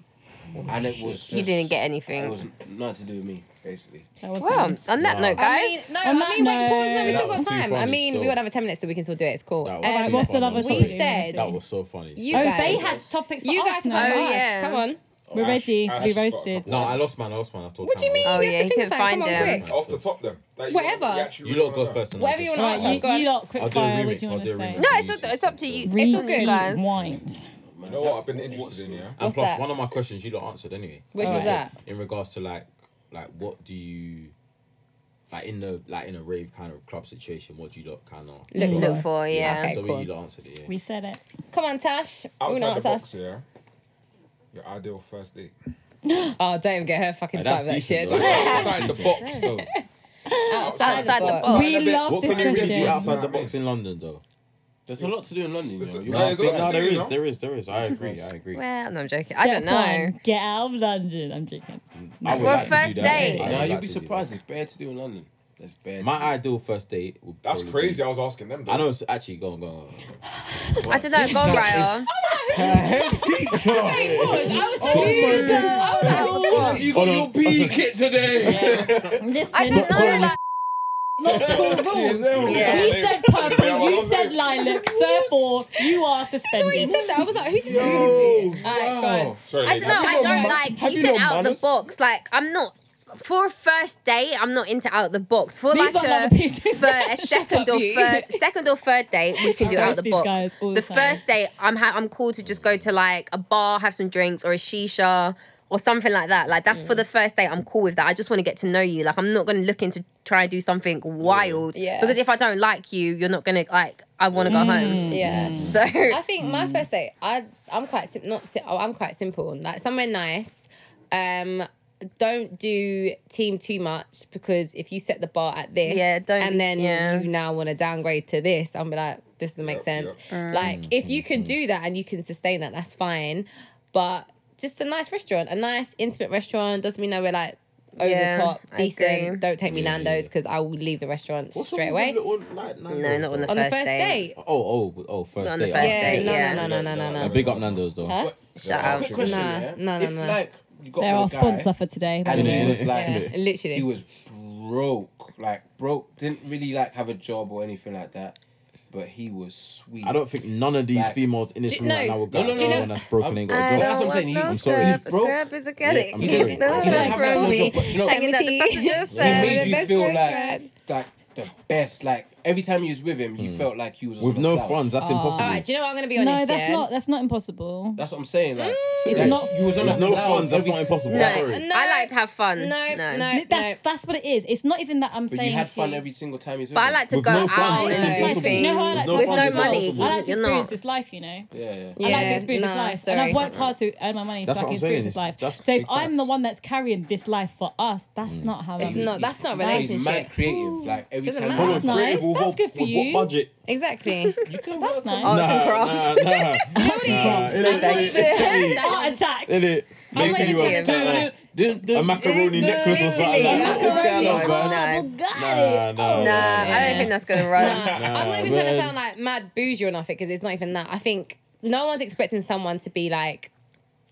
[SPEAKER 5] and it was just,
[SPEAKER 4] You didn't get
[SPEAKER 5] It
[SPEAKER 4] anything.
[SPEAKER 5] was nothing to do with me, basically.
[SPEAKER 1] That was
[SPEAKER 4] Well,
[SPEAKER 1] nice.
[SPEAKER 4] on that
[SPEAKER 2] Wow.
[SPEAKER 4] note,
[SPEAKER 3] I
[SPEAKER 4] guys.
[SPEAKER 3] mean, no,
[SPEAKER 1] On
[SPEAKER 3] I
[SPEAKER 1] that
[SPEAKER 3] mean, wait,
[SPEAKER 1] note-
[SPEAKER 3] pause. No, we still
[SPEAKER 2] That
[SPEAKER 3] got
[SPEAKER 2] was too
[SPEAKER 3] time.
[SPEAKER 2] funny
[SPEAKER 3] I mean,
[SPEAKER 2] still.
[SPEAKER 3] we got another ten minutes, so we can still do it. It's cool.
[SPEAKER 2] That was
[SPEAKER 3] Um,
[SPEAKER 2] too
[SPEAKER 1] what's the
[SPEAKER 2] funny.
[SPEAKER 1] other
[SPEAKER 3] we
[SPEAKER 1] topic?
[SPEAKER 3] said-
[SPEAKER 2] That was so funny.
[SPEAKER 3] You
[SPEAKER 1] Oh,
[SPEAKER 3] guys-
[SPEAKER 1] they had topics for
[SPEAKER 3] you
[SPEAKER 1] us
[SPEAKER 3] guys,
[SPEAKER 1] now.
[SPEAKER 4] Oh,
[SPEAKER 3] oh,
[SPEAKER 4] yeah.
[SPEAKER 3] yeah. Come on.
[SPEAKER 1] We're ready to be roasted.
[SPEAKER 2] No, I lost mine. I lost mine. I told
[SPEAKER 3] What do you
[SPEAKER 2] Tam I
[SPEAKER 3] mean?
[SPEAKER 2] lost
[SPEAKER 4] Oh,
[SPEAKER 3] You have to
[SPEAKER 4] yeah, he
[SPEAKER 3] think
[SPEAKER 4] couldn't
[SPEAKER 3] of something.
[SPEAKER 4] find
[SPEAKER 3] Come on,
[SPEAKER 4] him.
[SPEAKER 6] Off the top then. Like, you
[SPEAKER 3] Whatever.
[SPEAKER 6] got-
[SPEAKER 2] mine.
[SPEAKER 6] actually
[SPEAKER 2] You lot
[SPEAKER 6] remember
[SPEAKER 2] go first. and I'll
[SPEAKER 3] Whatever you
[SPEAKER 2] just-
[SPEAKER 3] wanna
[SPEAKER 1] Right,
[SPEAKER 3] Oh,
[SPEAKER 1] you,
[SPEAKER 3] God.
[SPEAKER 1] you lot, quick
[SPEAKER 2] I'll do a
[SPEAKER 1] fire. What do
[SPEAKER 2] remix.
[SPEAKER 1] you
[SPEAKER 2] I'll
[SPEAKER 1] want
[SPEAKER 2] do
[SPEAKER 1] to
[SPEAKER 2] a
[SPEAKER 1] say?
[SPEAKER 2] remix.
[SPEAKER 4] No, it's up, it's up to you. It's all good, guys.
[SPEAKER 1] Rewind.
[SPEAKER 6] You know what I've been interested in, yeah?
[SPEAKER 2] And
[SPEAKER 3] What's
[SPEAKER 2] plus,
[SPEAKER 3] that?
[SPEAKER 2] one of my questions you lot answered anyway.
[SPEAKER 3] Which
[SPEAKER 2] So
[SPEAKER 3] was
[SPEAKER 2] like,
[SPEAKER 3] that?
[SPEAKER 2] In regards to like, like what do you, like in the like in a rave kind of club situation? What do you lot kind of
[SPEAKER 1] Mm.
[SPEAKER 3] Look
[SPEAKER 4] Look for, yeah.
[SPEAKER 3] Okay,
[SPEAKER 2] so
[SPEAKER 3] cool.
[SPEAKER 2] you lot answered it. Yeah.
[SPEAKER 1] We said it.
[SPEAKER 3] Come on, Tash. We're
[SPEAKER 6] Outside
[SPEAKER 3] not
[SPEAKER 6] the box,
[SPEAKER 3] us.
[SPEAKER 6] yeah? Your ideal first date.
[SPEAKER 3] Oh, don't even get her fucking
[SPEAKER 2] Like,
[SPEAKER 3] start with that
[SPEAKER 2] decent,
[SPEAKER 3] shit.
[SPEAKER 2] though. That's
[SPEAKER 6] Outside the
[SPEAKER 2] decent.
[SPEAKER 6] box, though.
[SPEAKER 4] Outside the box.
[SPEAKER 1] We love
[SPEAKER 2] What
[SPEAKER 1] this
[SPEAKER 2] can they really do
[SPEAKER 1] question.
[SPEAKER 2] outside the box in London though?
[SPEAKER 5] There's a lot to do in London. You
[SPEAKER 6] There's
[SPEAKER 5] know.
[SPEAKER 6] a-
[SPEAKER 5] You
[SPEAKER 6] no,
[SPEAKER 5] got
[SPEAKER 6] there's a
[SPEAKER 5] big-
[SPEAKER 6] lot
[SPEAKER 2] No,
[SPEAKER 6] to
[SPEAKER 2] there
[SPEAKER 6] do,
[SPEAKER 2] is,
[SPEAKER 6] no?
[SPEAKER 2] there is, there is. I agree, I agree.
[SPEAKER 4] Well, no, I'm joking. I
[SPEAKER 1] Step
[SPEAKER 4] don't
[SPEAKER 1] one,
[SPEAKER 4] know.
[SPEAKER 1] get out of London. I'm joking.
[SPEAKER 2] I would
[SPEAKER 4] For a
[SPEAKER 2] like to do
[SPEAKER 4] first
[SPEAKER 2] that.
[SPEAKER 4] date.
[SPEAKER 2] I would
[SPEAKER 5] Nah,
[SPEAKER 2] like
[SPEAKER 5] you'd be
[SPEAKER 2] to do that.
[SPEAKER 5] surprised. There's bare to do in London. There's bare.
[SPEAKER 2] My
[SPEAKER 5] to
[SPEAKER 2] ideal first date would
[SPEAKER 6] That's
[SPEAKER 2] probably
[SPEAKER 6] crazy.
[SPEAKER 2] be-
[SPEAKER 6] I was asking them. Though.
[SPEAKER 2] I know it's actually go on, go on. go on.
[SPEAKER 4] I don't know. Go on, Ryle.
[SPEAKER 5] do.
[SPEAKER 3] I was
[SPEAKER 2] Somebody-
[SPEAKER 5] You got your PE kit today.
[SPEAKER 4] I
[SPEAKER 1] Listen,
[SPEAKER 4] don't know. Like,
[SPEAKER 1] not school rules.
[SPEAKER 4] Yeah.
[SPEAKER 1] You said purple, you said lilac, therefore you are
[SPEAKER 3] You
[SPEAKER 1] suspended.
[SPEAKER 3] said that. I was like, who's this?
[SPEAKER 5] Yo,
[SPEAKER 3] All right, go on.
[SPEAKER 5] wow.
[SPEAKER 6] Sorry,
[SPEAKER 4] I don't know.
[SPEAKER 6] ladies.
[SPEAKER 4] I
[SPEAKER 5] you got
[SPEAKER 4] don't like.
[SPEAKER 5] man-
[SPEAKER 4] You
[SPEAKER 5] have you
[SPEAKER 4] said
[SPEAKER 5] got
[SPEAKER 4] out the
[SPEAKER 5] manners?
[SPEAKER 4] box. Like, I'm not. For a first date, I'm not into out the box. For
[SPEAKER 1] These
[SPEAKER 4] like
[SPEAKER 1] are
[SPEAKER 4] a,
[SPEAKER 1] like the pieces.
[SPEAKER 4] for a
[SPEAKER 3] up,
[SPEAKER 4] second or
[SPEAKER 3] you.
[SPEAKER 4] third, second or third date, we can do
[SPEAKER 1] I
[SPEAKER 4] it out
[SPEAKER 1] roast
[SPEAKER 4] the
[SPEAKER 1] these
[SPEAKER 4] box.
[SPEAKER 1] guys all
[SPEAKER 4] The,
[SPEAKER 1] the time.
[SPEAKER 4] first date, I'm ha- I'm cool to just go to like a bar, have some drinks, or a shisha, or something like that. Like that's
[SPEAKER 1] Mm.
[SPEAKER 4] for the first date. I'm cool with that. I just want to get to know you. Like I'm not gonna look into try and do something wild.
[SPEAKER 3] Yeah.
[SPEAKER 4] Because if I don't like you, you're not gonna like. I want to go home.
[SPEAKER 6] Mm.
[SPEAKER 3] Yeah.
[SPEAKER 1] Mm.
[SPEAKER 4] So
[SPEAKER 3] I think my first date, I I'm quite sim- not si- oh, I'm quite simple. Like somewhere nice. Um, don't do team too much because if you set the bar at this,
[SPEAKER 4] Yeah, don't be-
[SPEAKER 3] and then
[SPEAKER 4] yeah.
[SPEAKER 3] you now want to downgrade to this, I'm be like, this doesn't make
[SPEAKER 6] Yep,
[SPEAKER 3] sense.
[SPEAKER 1] Mm.
[SPEAKER 3] Like
[SPEAKER 2] Mm,
[SPEAKER 3] if you can do that and you can sustain that, that's fine. But just a nice restaurant, a nice intimate restaurant doesn't mean that we're like over
[SPEAKER 4] Yeah,
[SPEAKER 3] the top,
[SPEAKER 4] I agree.
[SPEAKER 3] decent. Don't take me
[SPEAKER 2] Yeah, yeah,
[SPEAKER 3] Nando's because I will leave the restaurant straight away.
[SPEAKER 2] No, not
[SPEAKER 4] no, not on the
[SPEAKER 3] on
[SPEAKER 4] first,
[SPEAKER 3] the first date.
[SPEAKER 2] Oh, oh, oh, first
[SPEAKER 4] Not on the
[SPEAKER 2] date.
[SPEAKER 4] first
[SPEAKER 2] oh,
[SPEAKER 3] Yeah,
[SPEAKER 4] date,
[SPEAKER 3] no,
[SPEAKER 4] yeah.
[SPEAKER 3] no, no, no, no, no,
[SPEAKER 2] And
[SPEAKER 3] no.
[SPEAKER 2] big up Nando's though.
[SPEAKER 3] Huh?
[SPEAKER 4] Shout
[SPEAKER 5] Quick
[SPEAKER 4] out.
[SPEAKER 5] question,
[SPEAKER 3] Nah,
[SPEAKER 5] yeah?
[SPEAKER 3] nah, nah,
[SPEAKER 5] If
[SPEAKER 3] nah.
[SPEAKER 5] like you got
[SPEAKER 1] They're
[SPEAKER 5] with a
[SPEAKER 1] our
[SPEAKER 5] guy
[SPEAKER 1] sponsor for today. by
[SPEAKER 5] and
[SPEAKER 1] the
[SPEAKER 5] he
[SPEAKER 1] way.
[SPEAKER 5] was
[SPEAKER 3] Yeah,
[SPEAKER 5] like,
[SPEAKER 3] literally.
[SPEAKER 5] he was broke, like broke. Didn't really like have a job or anything like that, but he was sweet.
[SPEAKER 2] I don't think none of these
[SPEAKER 5] Like-
[SPEAKER 2] females in this
[SPEAKER 3] Do-
[SPEAKER 2] room right
[SPEAKER 3] no.
[SPEAKER 2] now will
[SPEAKER 5] No,
[SPEAKER 2] go
[SPEAKER 5] no,
[SPEAKER 2] out to
[SPEAKER 5] no.
[SPEAKER 2] anyone that's broken ain't got
[SPEAKER 4] I
[SPEAKER 2] a
[SPEAKER 5] Well,
[SPEAKER 4] don't
[SPEAKER 2] job.
[SPEAKER 5] that's what I'm saying,
[SPEAKER 4] want
[SPEAKER 5] he-
[SPEAKER 4] no
[SPEAKER 5] I'm
[SPEAKER 2] sorry, he's
[SPEAKER 4] scrub. A
[SPEAKER 5] broke.
[SPEAKER 4] scrub is a
[SPEAKER 2] Yeah,
[SPEAKER 4] getting
[SPEAKER 2] I'm
[SPEAKER 4] yeah,
[SPEAKER 2] sorry.
[SPEAKER 4] get
[SPEAKER 2] He doesn't
[SPEAKER 4] the
[SPEAKER 5] have
[SPEAKER 4] from
[SPEAKER 5] no
[SPEAKER 4] me.
[SPEAKER 5] job, but you know-
[SPEAKER 4] Taking that
[SPEAKER 3] Seventeen.
[SPEAKER 4] the passenger
[SPEAKER 5] He
[SPEAKER 4] side.
[SPEAKER 5] made
[SPEAKER 3] the
[SPEAKER 5] you
[SPEAKER 3] best
[SPEAKER 5] feel
[SPEAKER 3] friend's
[SPEAKER 5] like
[SPEAKER 3] friend.
[SPEAKER 5] like the best. Like every time you was with him, you felt like you was on
[SPEAKER 2] Hmm. With
[SPEAKER 5] a
[SPEAKER 2] no
[SPEAKER 5] cloud.
[SPEAKER 2] funds, that's
[SPEAKER 1] Oh.
[SPEAKER 2] impossible.
[SPEAKER 3] All right, do you know what I'm going to be honest?
[SPEAKER 1] No, that's
[SPEAKER 3] yeah?
[SPEAKER 1] not. That's not impossible.
[SPEAKER 5] That's what I'm saying. Like,
[SPEAKER 1] It's
[SPEAKER 5] like,
[SPEAKER 1] not-
[SPEAKER 5] You was on a
[SPEAKER 2] With no
[SPEAKER 5] cloud
[SPEAKER 2] funds, that's
[SPEAKER 5] every-
[SPEAKER 2] not impossible.
[SPEAKER 4] No,
[SPEAKER 2] I'm sorry.
[SPEAKER 3] No.
[SPEAKER 4] I like to have fun.
[SPEAKER 3] No, no,
[SPEAKER 4] no.
[SPEAKER 1] That's that's what it is. It's not even that I'm
[SPEAKER 5] But
[SPEAKER 1] saying.
[SPEAKER 5] you had
[SPEAKER 1] to-
[SPEAKER 5] fun every single time he's with
[SPEAKER 4] But I
[SPEAKER 5] him.
[SPEAKER 4] like to
[SPEAKER 2] With
[SPEAKER 4] go
[SPEAKER 2] no
[SPEAKER 4] out
[SPEAKER 2] funds,
[SPEAKER 1] It's
[SPEAKER 2] it's
[SPEAKER 1] my-
[SPEAKER 4] and
[SPEAKER 2] impossible.
[SPEAKER 1] you know how I like
[SPEAKER 2] With
[SPEAKER 1] to
[SPEAKER 2] no
[SPEAKER 1] have
[SPEAKER 4] funds,
[SPEAKER 1] fun?
[SPEAKER 4] it's
[SPEAKER 1] I
[SPEAKER 4] impossible.
[SPEAKER 1] like to
[SPEAKER 4] You're not.
[SPEAKER 1] experience this life, you know.
[SPEAKER 5] Yeah, yeah.
[SPEAKER 1] I like
[SPEAKER 3] Yeah,
[SPEAKER 1] to experience
[SPEAKER 3] nah,
[SPEAKER 1] this life,
[SPEAKER 3] sorry.
[SPEAKER 1] and I've worked hard to earn my money
[SPEAKER 2] That's
[SPEAKER 1] so I
[SPEAKER 2] what
[SPEAKER 1] can
[SPEAKER 2] I'm
[SPEAKER 1] experience
[SPEAKER 2] saying,
[SPEAKER 1] this
[SPEAKER 2] it's-
[SPEAKER 1] life.
[SPEAKER 2] that's
[SPEAKER 1] So if
[SPEAKER 2] big
[SPEAKER 1] I'm the
[SPEAKER 2] facts. Mm.
[SPEAKER 1] one that's carrying this life for us, that's not how
[SPEAKER 3] It's
[SPEAKER 1] I'm.
[SPEAKER 3] not- that's not a
[SPEAKER 5] He's mad
[SPEAKER 3] relationship.
[SPEAKER 5] creative. Like every
[SPEAKER 3] Doesn't
[SPEAKER 5] time.
[SPEAKER 3] matter.
[SPEAKER 2] Hold on,
[SPEAKER 1] That's
[SPEAKER 2] creative
[SPEAKER 1] nice.
[SPEAKER 2] with
[SPEAKER 1] That's
[SPEAKER 2] what-
[SPEAKER 1] good for
[SPEAKER 2] with
[SPEAKER 1] you.
[SPEAKER 2] What budget?
[SPEAKER 3] Exactly.
[SPEAKER 5] You can
[SPEAKER 1] That's
[SPEAKER 5] work on-
[SPEAKER 1] nice.
[SPEAKER 4] Oh,
[SPEAKER 2] Nah,
[SPEAKER 4] some crafts.
[SPEAKER 2] nah, nah. Nah,
[SPEAKER 1] Crafts.
[SPEAKER 2] it ain't-
[SPEAKER 4] That's
[SPEAKER 2] it
[SPEAKER 4] it.
[SPEAKER 2] ain't-
[SPEAKER 1] Heart attack.
[SPEAKER 2] it ain't-
[SPEAKER 3] I'm
[SPEAKER 2] Make you
[SPEAKER 3] gonna
[SPEAKER 2] a-
[SPEAKER 3] say-
[SPEAKER 5] Dun, dun,
[SPEAKER 2] a macaroni necklace or something like that. What's going on, man?
[SPEAKER 3] Oh.
[SPEAKER 2] Nah, nah,
[SPEAKER 4] Nah, I
[SPEAKER 3] Yeah.
[SPEAKER 4] don't think that's gonna run.
[SPEAKER 3] Nah, I'm not even trying to
[SPEAKER 2] man.
[SPEAKER 3] sound like mad bougie or nothing because it's not even that. I think no one's expecting someone to be like,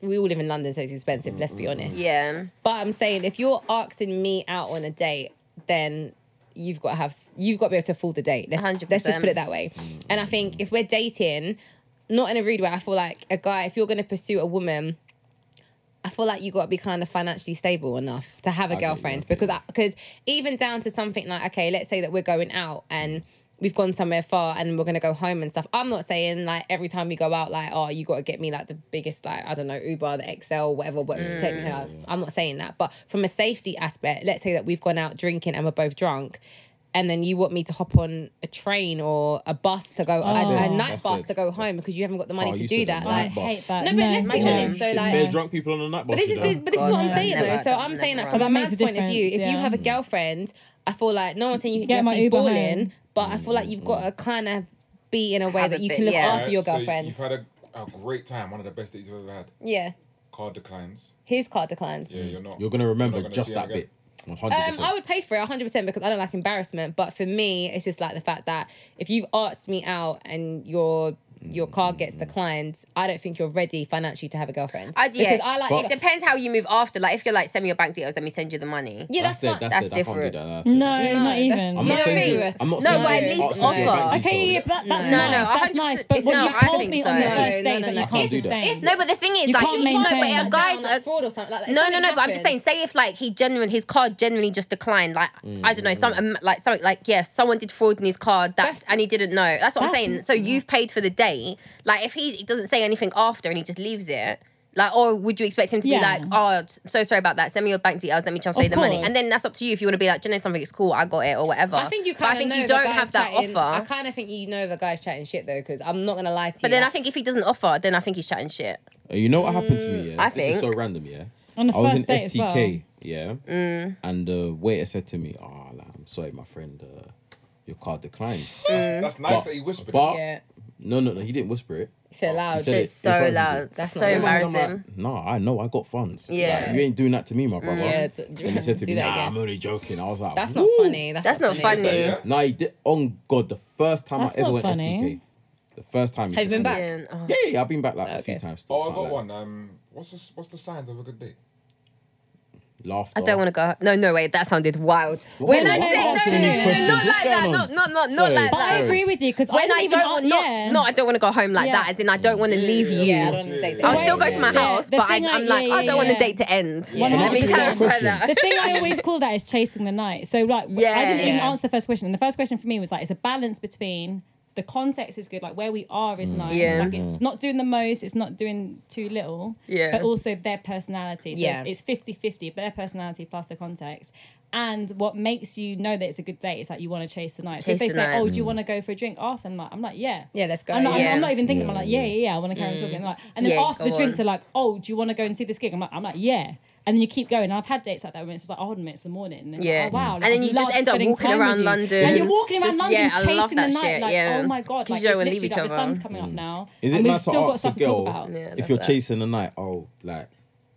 [SPEAKER 3] we all live in London, so it's expensive, let's be honest.
[SPEAKER 4] Yeah.
[SPEAKER 3] But I'm saying if you're asking me out on a date, then you've got to have you've got to be able to afford the date. Let's,
[SPEAKER 4] 100%.
[SPEAKER 3] let's just put it that way. And I think if we're dating, not in a rude way, I feel like a guy if you're going to pursue a woman, I feel like you got to be kind of financially stable enough to have
[SPEAKER 2] I
[SPEAKER 3] a
[SPEAKER 2] get you, I
[SPEAKER 3] girlfriend
[SPEAKER 2] get
[SPEAKER 3] because
[SPEAKER 2] you.
[SPEAKER 3] I because even down to something like okay, let's say that we're going out and. We've gone somewhere far and we're gonna go home and stuff. I'm not saying like every time we go out, like, oh, you gotta get me like the biggest, like, I don't know, Uber, the XL, whatever, what to take
[SPEAKER 2] Mm.
[SPEAKER 3] me out. I'm not saying that. But from a safety aspect, let's say that we've gone out drinking and we're both drunk, and then you want me to hop on a train or a bus to go a- a,
[SPEAKER 1] dead.
[SPEAKER 3] night
[SPEAKER 2] Oh. That's
[SPEAKER 3] bus
[SPEAKER 2] dead.
[SPEAKER 3] to go home because you haven't got the money
[SPEAKER 2] Oh,
[SPEAKER 3] to
[SPEAKER 2] you
[SPEAKER 3] do
[SPEAKER 2] said
[SPEAKER 3] that.
[SPEAKER 2] that.
[SPEAKER 1] I
[SPEAKER 3] Like
[SPEAKER 2] Night bus.
[SPEAKER 1] hate that.
[SPEAKER 3] No, but let's be
[SPEAKER 1] no.
[SPEAKER 3] honest, so, like-
[SPEAKER 2] There's drunk people on the night bus.
[SPEAKER 3] But this is
[SPEAKER 2] you know?
[SPEAKER 3] this, but this is
[SPEAKER 4] God,
[SPEAKER 3] what I'm
[SPEAKER 4] no,
[SPEAKER 3] saying
[SPEAKER 4] never,
[SPEAKER 3] though. So
[SPEAKER 4] never,
[SPEAKER 3] I'm saying that
[SPEAKER 4] never.
[SPEAKER 3] from
[SPEAKER 1] But
[SPEAKER 3] a
[SPEAKER 1] that makes
[SPEAKER 3] man's
[SPEAKER 1] a
[SPEAKER 3] point of view, if
[SPEAKER 1] difference,
[SPEAKER 3] you
[SPEAKER 1] yeah.
[SPEAKER 3] have a girlfriend, I feel like no one's saying you
[SPEAKER 1] Get
[SPEAKER 3] can
[SPEAKER 1] my
[SPEAKER 3] be
[SPEAKER 1] Uber
[SPEAKER 3] balling,
[SPEAKER 1] home.
[SPEAKER 3] but I feel like you've got to kind of be in a way
[SPEAKER 4] Have a
[SPEAKER 3] that you
[SPEAKER 4] bit,
[SPEAKER 3] can look
[SPEAKER 4] yeah.
[SPEAKER 3] after your
[SPEAKER 6] So
[SPEAKER 3] girlfriend.
[SPEAKER 6] you've had a, a great time, one of the best that you've ever had.
[SPEAKER 3] yeah,
[SPEAKER 6] Card declines.
[SPEAKER 3] his card declines.
[SPEAKER 6] Yeah, you're not.
[SPEAKER 2] Mm. You're gonna remember
[SPEAKER 6] gonna
[SPEAKER 2] just
[SPEAKER 6] see him
[SPEAKER 2] that
[SPEAKER 6] again.
[SPEAKER 2] bit. 100.
[SPEAKER 3] Um, I
[SPEAKER 2] percent
[SPEAKER 3] would pay for it 100% because I don't like embarrassment. But for me, it's just like the fact that if you've asked me out and your your card gets declined, I don't think you're ready financially to have a girlfriend.
[SPEAKER 4] I, yeah.
[SPEAKER 3] Because I like
[SPEAKER 4] it depends how you move after. Like if you're like, send me your bank details, let me send you the money.
[SPEAKER 3] yeah, that's,
[SPEAKER 2] That's it.
[SPEAKER 3] fine.
[SPEAKER 2] That's it.
[SPEAKER 4] that's
[SPEAKER 2] I can't do
[SPEAKER 4] different.
[SPEAKER 2] that. that's
[SPEAKER 1] No,
[SPEAKER 2] it.
[SPEAKER 1] not
[SPEAKER 3] that's-
[SPEAKER 1] even.
[SPEAKER 2] I'm not
[SPEAKER 3] No,
[SPEAKER 2] saying.
[SPEAKER 3] but-
[SPEAKER 2] you- I'm not
[SPEAKER 4] no,
[SPEAKER 2] saying.
[SPEAKER 4] but at
[SPEAKER 2] you
[SPEAKER 4] least
[SPEAKER 2] ask for your
[SPEAKER 4] offer.
[SPEAKER 2] bank
[SPEAKER 1] Okay, yeah,
[SPEAKER 2] details.
[SPEAKER 1] but that's
[SPEAKER 4] No, no,
[SPEAKER 1] nice. that's
[SPEAKER 4] 100%
[SPEAKER 1] nice. But
[SPEAKER 4] it's
[SPEAKER 1] what
[SPEAKER 4] not.
[SPEAKER 1] you
[SPEAKER 4] I
[SPEAKER 1] told
[SPEAKER 4] think
[SPEAKER 1] me
[SPEAKER 4] so.
[SPEAKER 1] on the
[SPEAKER 4] No,
[SPEAKER 1] first
[SPEAKER 3] no,
[SPEAKER 1] date is
[SPEAKER 3] no,
[SPEAKER 1] that
[SPEAKER 3] no.
[SPEAKER 1] you can't
[SPEAKER 2] If- if-
[SPEAKER 1] sustain.
[SPEAKER 4] No, but the thing is,
[SPEAKER 1] You
[SPEAKER 4] like,
[SPEAKER 1] can't
[SPEAKER 4] you know,
[SPEAKER 1] maintain
[SPEAKER 4] but
[SPEAKER 1] that.
[SPEAKER 4] a guy's a,
[SPEAKER 3] fraud or something like that.
[SPEAKER 4] No, no, no. But I'm just saying, say if like he genuinely his card genuinely just declined, like I don't know, some um, like something like yeah, someone did fraud in his card that
[SPEAKER 3] That's-
[SPEAKER 4] and he didn't know. That's what
[SPEAKER 1] That's-
[SPEAKER 4] I'm saying. So you've paid for the date. Like if he, he doesn't say anything after and he just leaves it. Like, or would you expect him to
[SPEAKER 1] Yeah.
[SPEAKER 4] be like, oh, t- so sorry about that. Send me your bank details. Let me transfer you
[SPEAKER 1] Of
[SPEAKER 4] the money.
[SPEAKER 1] course.
[SPEAKER 4] And then that's up to you if you want to be like, do you know something? It's cool. I got it or whatever.
[SPEAKER 3] I think you
[SPEAKER 4] But
[SPEAKER 3] kind
[SPEAKER 4] I
[SPEAKER 3] of
[SPEAKER 4] think
[SPEAKER 3] know
[SPEAKER 4] you
[SPEAKER 3] if a
[SPEAKER 4] don't
[SPEAKER 3] guy's
[SPEAKER 4] have that
[SPEAKER 3] chatting- I
[SPEAKER 4] offer.
[SPEAKER 3] kind of think you know if a guy's chatting shit though, because I'm not gonna lie to you.
[SPEAKER 4] But then I
[SPEAKER 3] like,
[SPEAKER 4] think if he doesn't offer, then I think he's chatting shit.
[SPEAKER 2] Uh, You know what happened to
[SPEAKER 3] Mm,
[SPEAKER 2] me? Yeah,
[SPEAKER 4] I
[SPEAKER 2] this is so
[SPEAKER 4] think.
[SPEAKER 2] random. Yeah,
[SPEAKER 1] On the
[SPEAKER 2] I was in
[SPEAKER 1] first date as
[SPEAKER 2] STK.
[SPEAKER 1] well.
[SPEAKER 2] Yeah,
[SPEAKER 3] Mm.
[SPEAKER 2] and the waiter said to me, "Ah, like, I'm sorry, my friend, uh, your card declined."
[SPEAKER 4] Mm.
[SPEAKER 6] That's, that's nice
[SPEAKER 2] But-
[SPEAKER 6] that he whispered. it.
[SPEAKER 2] but-
[SPEAKER 3] yeah,
[SPEAKER 2] No, no, no. He didn't whisper it.
[SPEAKER 3] it's so
[SPEAKER 2] He
[SPEAKER 3] loud.
[SPEAKER 2] said
[SPEAKER 4] Shit's
[SPEAKER 2] it in front of
[SPEAKER 4] so
[SPEAKER 2] me.
[SPEAKER 4] low. That's so
[SPEAKER 2] And I'm like,
[SPEAKER 4] embarrassing.
[SPEAKER 2] Nah, I know I got funds.
[SPEAKER 4] Yeah.
[SPEAKER 2] Like, you ain't doing that to me, my brother.
[SPEAKER 3] Yeah, d-
[SPEAKER 2] and he said to
[SPEAKER 3] do
[SPEAKER 2] me,
[SPEAKER 3] that
[SPEAKER 2] "Nah,
[SPEAKER 3] again.
[SPEAKER 2] I'm only joking." I was like,
[SPEAKER 3] That's not
[SPEAKER 2] "Woo."
[SPEAKER 3] funny. That's,
[SPEAKER 4] That's not funny.
[SPEAKER 6] Yeah.
[SPEAKER 2] No, he did. On God, the first time
[SPEAKER 1] That's
[SPEAKER 2] I ever
[SPEAKER 1] not
[SPEAKER 2] went
[SPEAKER 1] funny.
[SPEAKER 2] STK, the first time.
[SPEAKER 3] Have you been back?
[SPEAKER 4] Yeah, oh.
[SPEAKER 2] Yeah, yeah, I've been back like a few
[SPEAKER 3] Okay.
[SPEAKER 2] times. Still,
[SPEAKER 6] Oh, I
[SPEAKER 2] can't
[SPEAKER 6] got
[SPEAKER 2] lie.
[SPEAKER 6] one. Um, what's the, what's the signs of a good date?
[SPEAKER 2] Laughter.
[SPEAKER 4] I don't want to go. No, no, wait. That sounded wild. when I
[SPEAKER 1] why
[SPEAKER 4] said
[SPEAKER 1] are you
[SPEAKER 4] no,
[SPEAKER 1] asking
[SPEAKER 4] no,
[SPEAKER 1] these
[SPEAKER 4] no, no, no, not
[SPEAKER 2] questions?
[SPEAKER 4] like
[SPEAKER 2] What's
[SPEAKER 4] that.
[SPEAKER 2] going
[SPEAKER 4] Not,
[SPEAKER 2] on?
[SPEAKER 4] not, not, not
[SPEAKER 2] Sorry.
[SPEAKER 4] like
[SPEAKER 1] But I
[SPEAKER 4] that.
[SPEAKER 2] Sorry.
[SPEAKER 1] agree with you because I
[SPEAKER 4] When
[SPEAKER 1] didn't
[SPEAKER 4] I
[SPEAKER 1] even
[SPEAKER 4] don't want,
[SPEAKER 1] yeah.
[SPEAKER 4] not, no, I don't want to go home like
[SPEAKER 1] Yeah.
[SPEAKER 4] that. As in, I don't want to leave you.
[SPEAKER 3] Yeah, I don't wanna date
[SPEAKER 6] I'll
[SPEAKER 3] someone.
[SPEAKER 4] I'll still go to my
[SPEAKER 1] Yeah,
[SPEAKER 4] house,
[SPEAKER 1] the
[SPEAKER 4] but I,
[SPEAKER 1] thing like-
[SPEAKER 4] I'm like,
[SPEAKER 1] yeah,
[SPEAKER 4] I
[SPEAKER 1] yeah,
[SPEAKER 4] don't want
[SPEAKER 1] yeah.
[SPEAKER 4] the date to end.
[SPEAKER 6] Yeah.
[SPEAKER 4] Let me
[SPEAKER 1] 100%.
[SPEAKER 4] clarify
[SPEAKER 1] The
[SPEAKER 4] that.
[SPEAKER 1] thing I always call that is chasing the night. So like I didn't even
[SPEAKER 4] Yeah.
[SPEAKER 1] answer the first question. And the first question for me was like it's a balance between the context is good, like where we are is nice.
[SPEAKER 4] Mm. Yeah.
[SPEAKER 1] Like it's not doing the most, it's not doing too little.
[SPEAKER 4] Yeah.
[SPEAKER 1] But also their personality. So
[SPEAKER 3] Yeah.
[SPEAKER 1] it's, it's 50-50, their personality plus the context. And what makes you know that it's a good date is that you want to chase the night. so if
[SPEAKER 4] Chase
[SPEAKER 1] they
[SPEAKER 4] the
[SPEAKER 1] say,
[SPEAKER 4] night. Mm.
[SPEAKER 1] Oh, do you want to go for a drink after? I'm like, I'm like, yeah.
[SPEAKER 3] Yeah, let's go.
[SPEAKER 1] I'm not, I'm-
[SPEAKER 4] Yeah.
[SPEAKER 1] I'm not even thinking. I'm
[SPEAKER 2] Yeah,
[SPEAKER 1] like, yeah,
[SPEAKER 2] yeah.
[SPEAKER 1] yeah, yeah. I want to carry on talking. Like, and then
[SPEAKER 4] Mm. Yeah,
[SPEAKER 1] after the
[SPEAKER 4] go
[SPEAKER 1] drinks,
[SPEAKER 4] on.
[SPEAKER 1] they're like, oh, do you want to go and see this gig? I'm like, I'm like, yeah. And then you keep going. I've had dates like that when it's just like, oh, hold on a minute, it's the morning. And then you're
[SPEAKER 4] Yeah.
[SPEAKER 1] like, oh, wow.
[SPEAKER 4] And
[SPEAKER 1] like,
[SPEAKER 4] then you
[SPEAKER 1] I've
[SPEAKER 4] just
[SPEAKER 1] loved
[SPEAKER 4] end up
[SPEAKER 1] spending
[SPEAKER 4] walking
[SPEAKER 1] time
[SPEAKER 4] around
[SPEAKER 1] with you.
[SPEAKER 4] London.
[SPEAKER 1] And you're walking around
[SPEAKER 4] Just-
[SPEAKER 1] London
[SPEAKER 4] yeah, I
[SPEAKER 1] chasing
[SPEAKER 4] love
[SPEAKER 1] the
[SPEAKER 4] that
[SPEAKER 1] night.
[SPEAKER 4] shit,
[SPEAKER 1] Like,
[SPEAKER 4] yeah.
[SPEAKER 1] oh my god,
[SPEAKER 4] You
[SPEAKER 1] like,
[SPEAKER 4] don't
[SPEAKER 1] it's
[SPEAKER 4] wanna leave
[SPEAKER 1] literally
[SPEAKER 4] each
[SPEAKER 1] like the
[SPEAKER 4] other.
[SPEAKER 1] sun's coming up now.
[SPEAKER 2] Mm. Is it
[SPEAKER 1] and we've
[SPEAKER 2] nice to
[SPEAKER 1] still got
[SPEAKER 2] ask a
[SPEAKER 1] stuff to talk
[SPEAKER 2] girl
[SPEAKER 1] about.
[SPEAKER 4] Yeah,
[SPEAKER 2] if
[SPEAKER 4] love
[SPEAKER 2] you're
[SPEAKER 4] that.
[SPEAKER 2] chasing the night? Oh, like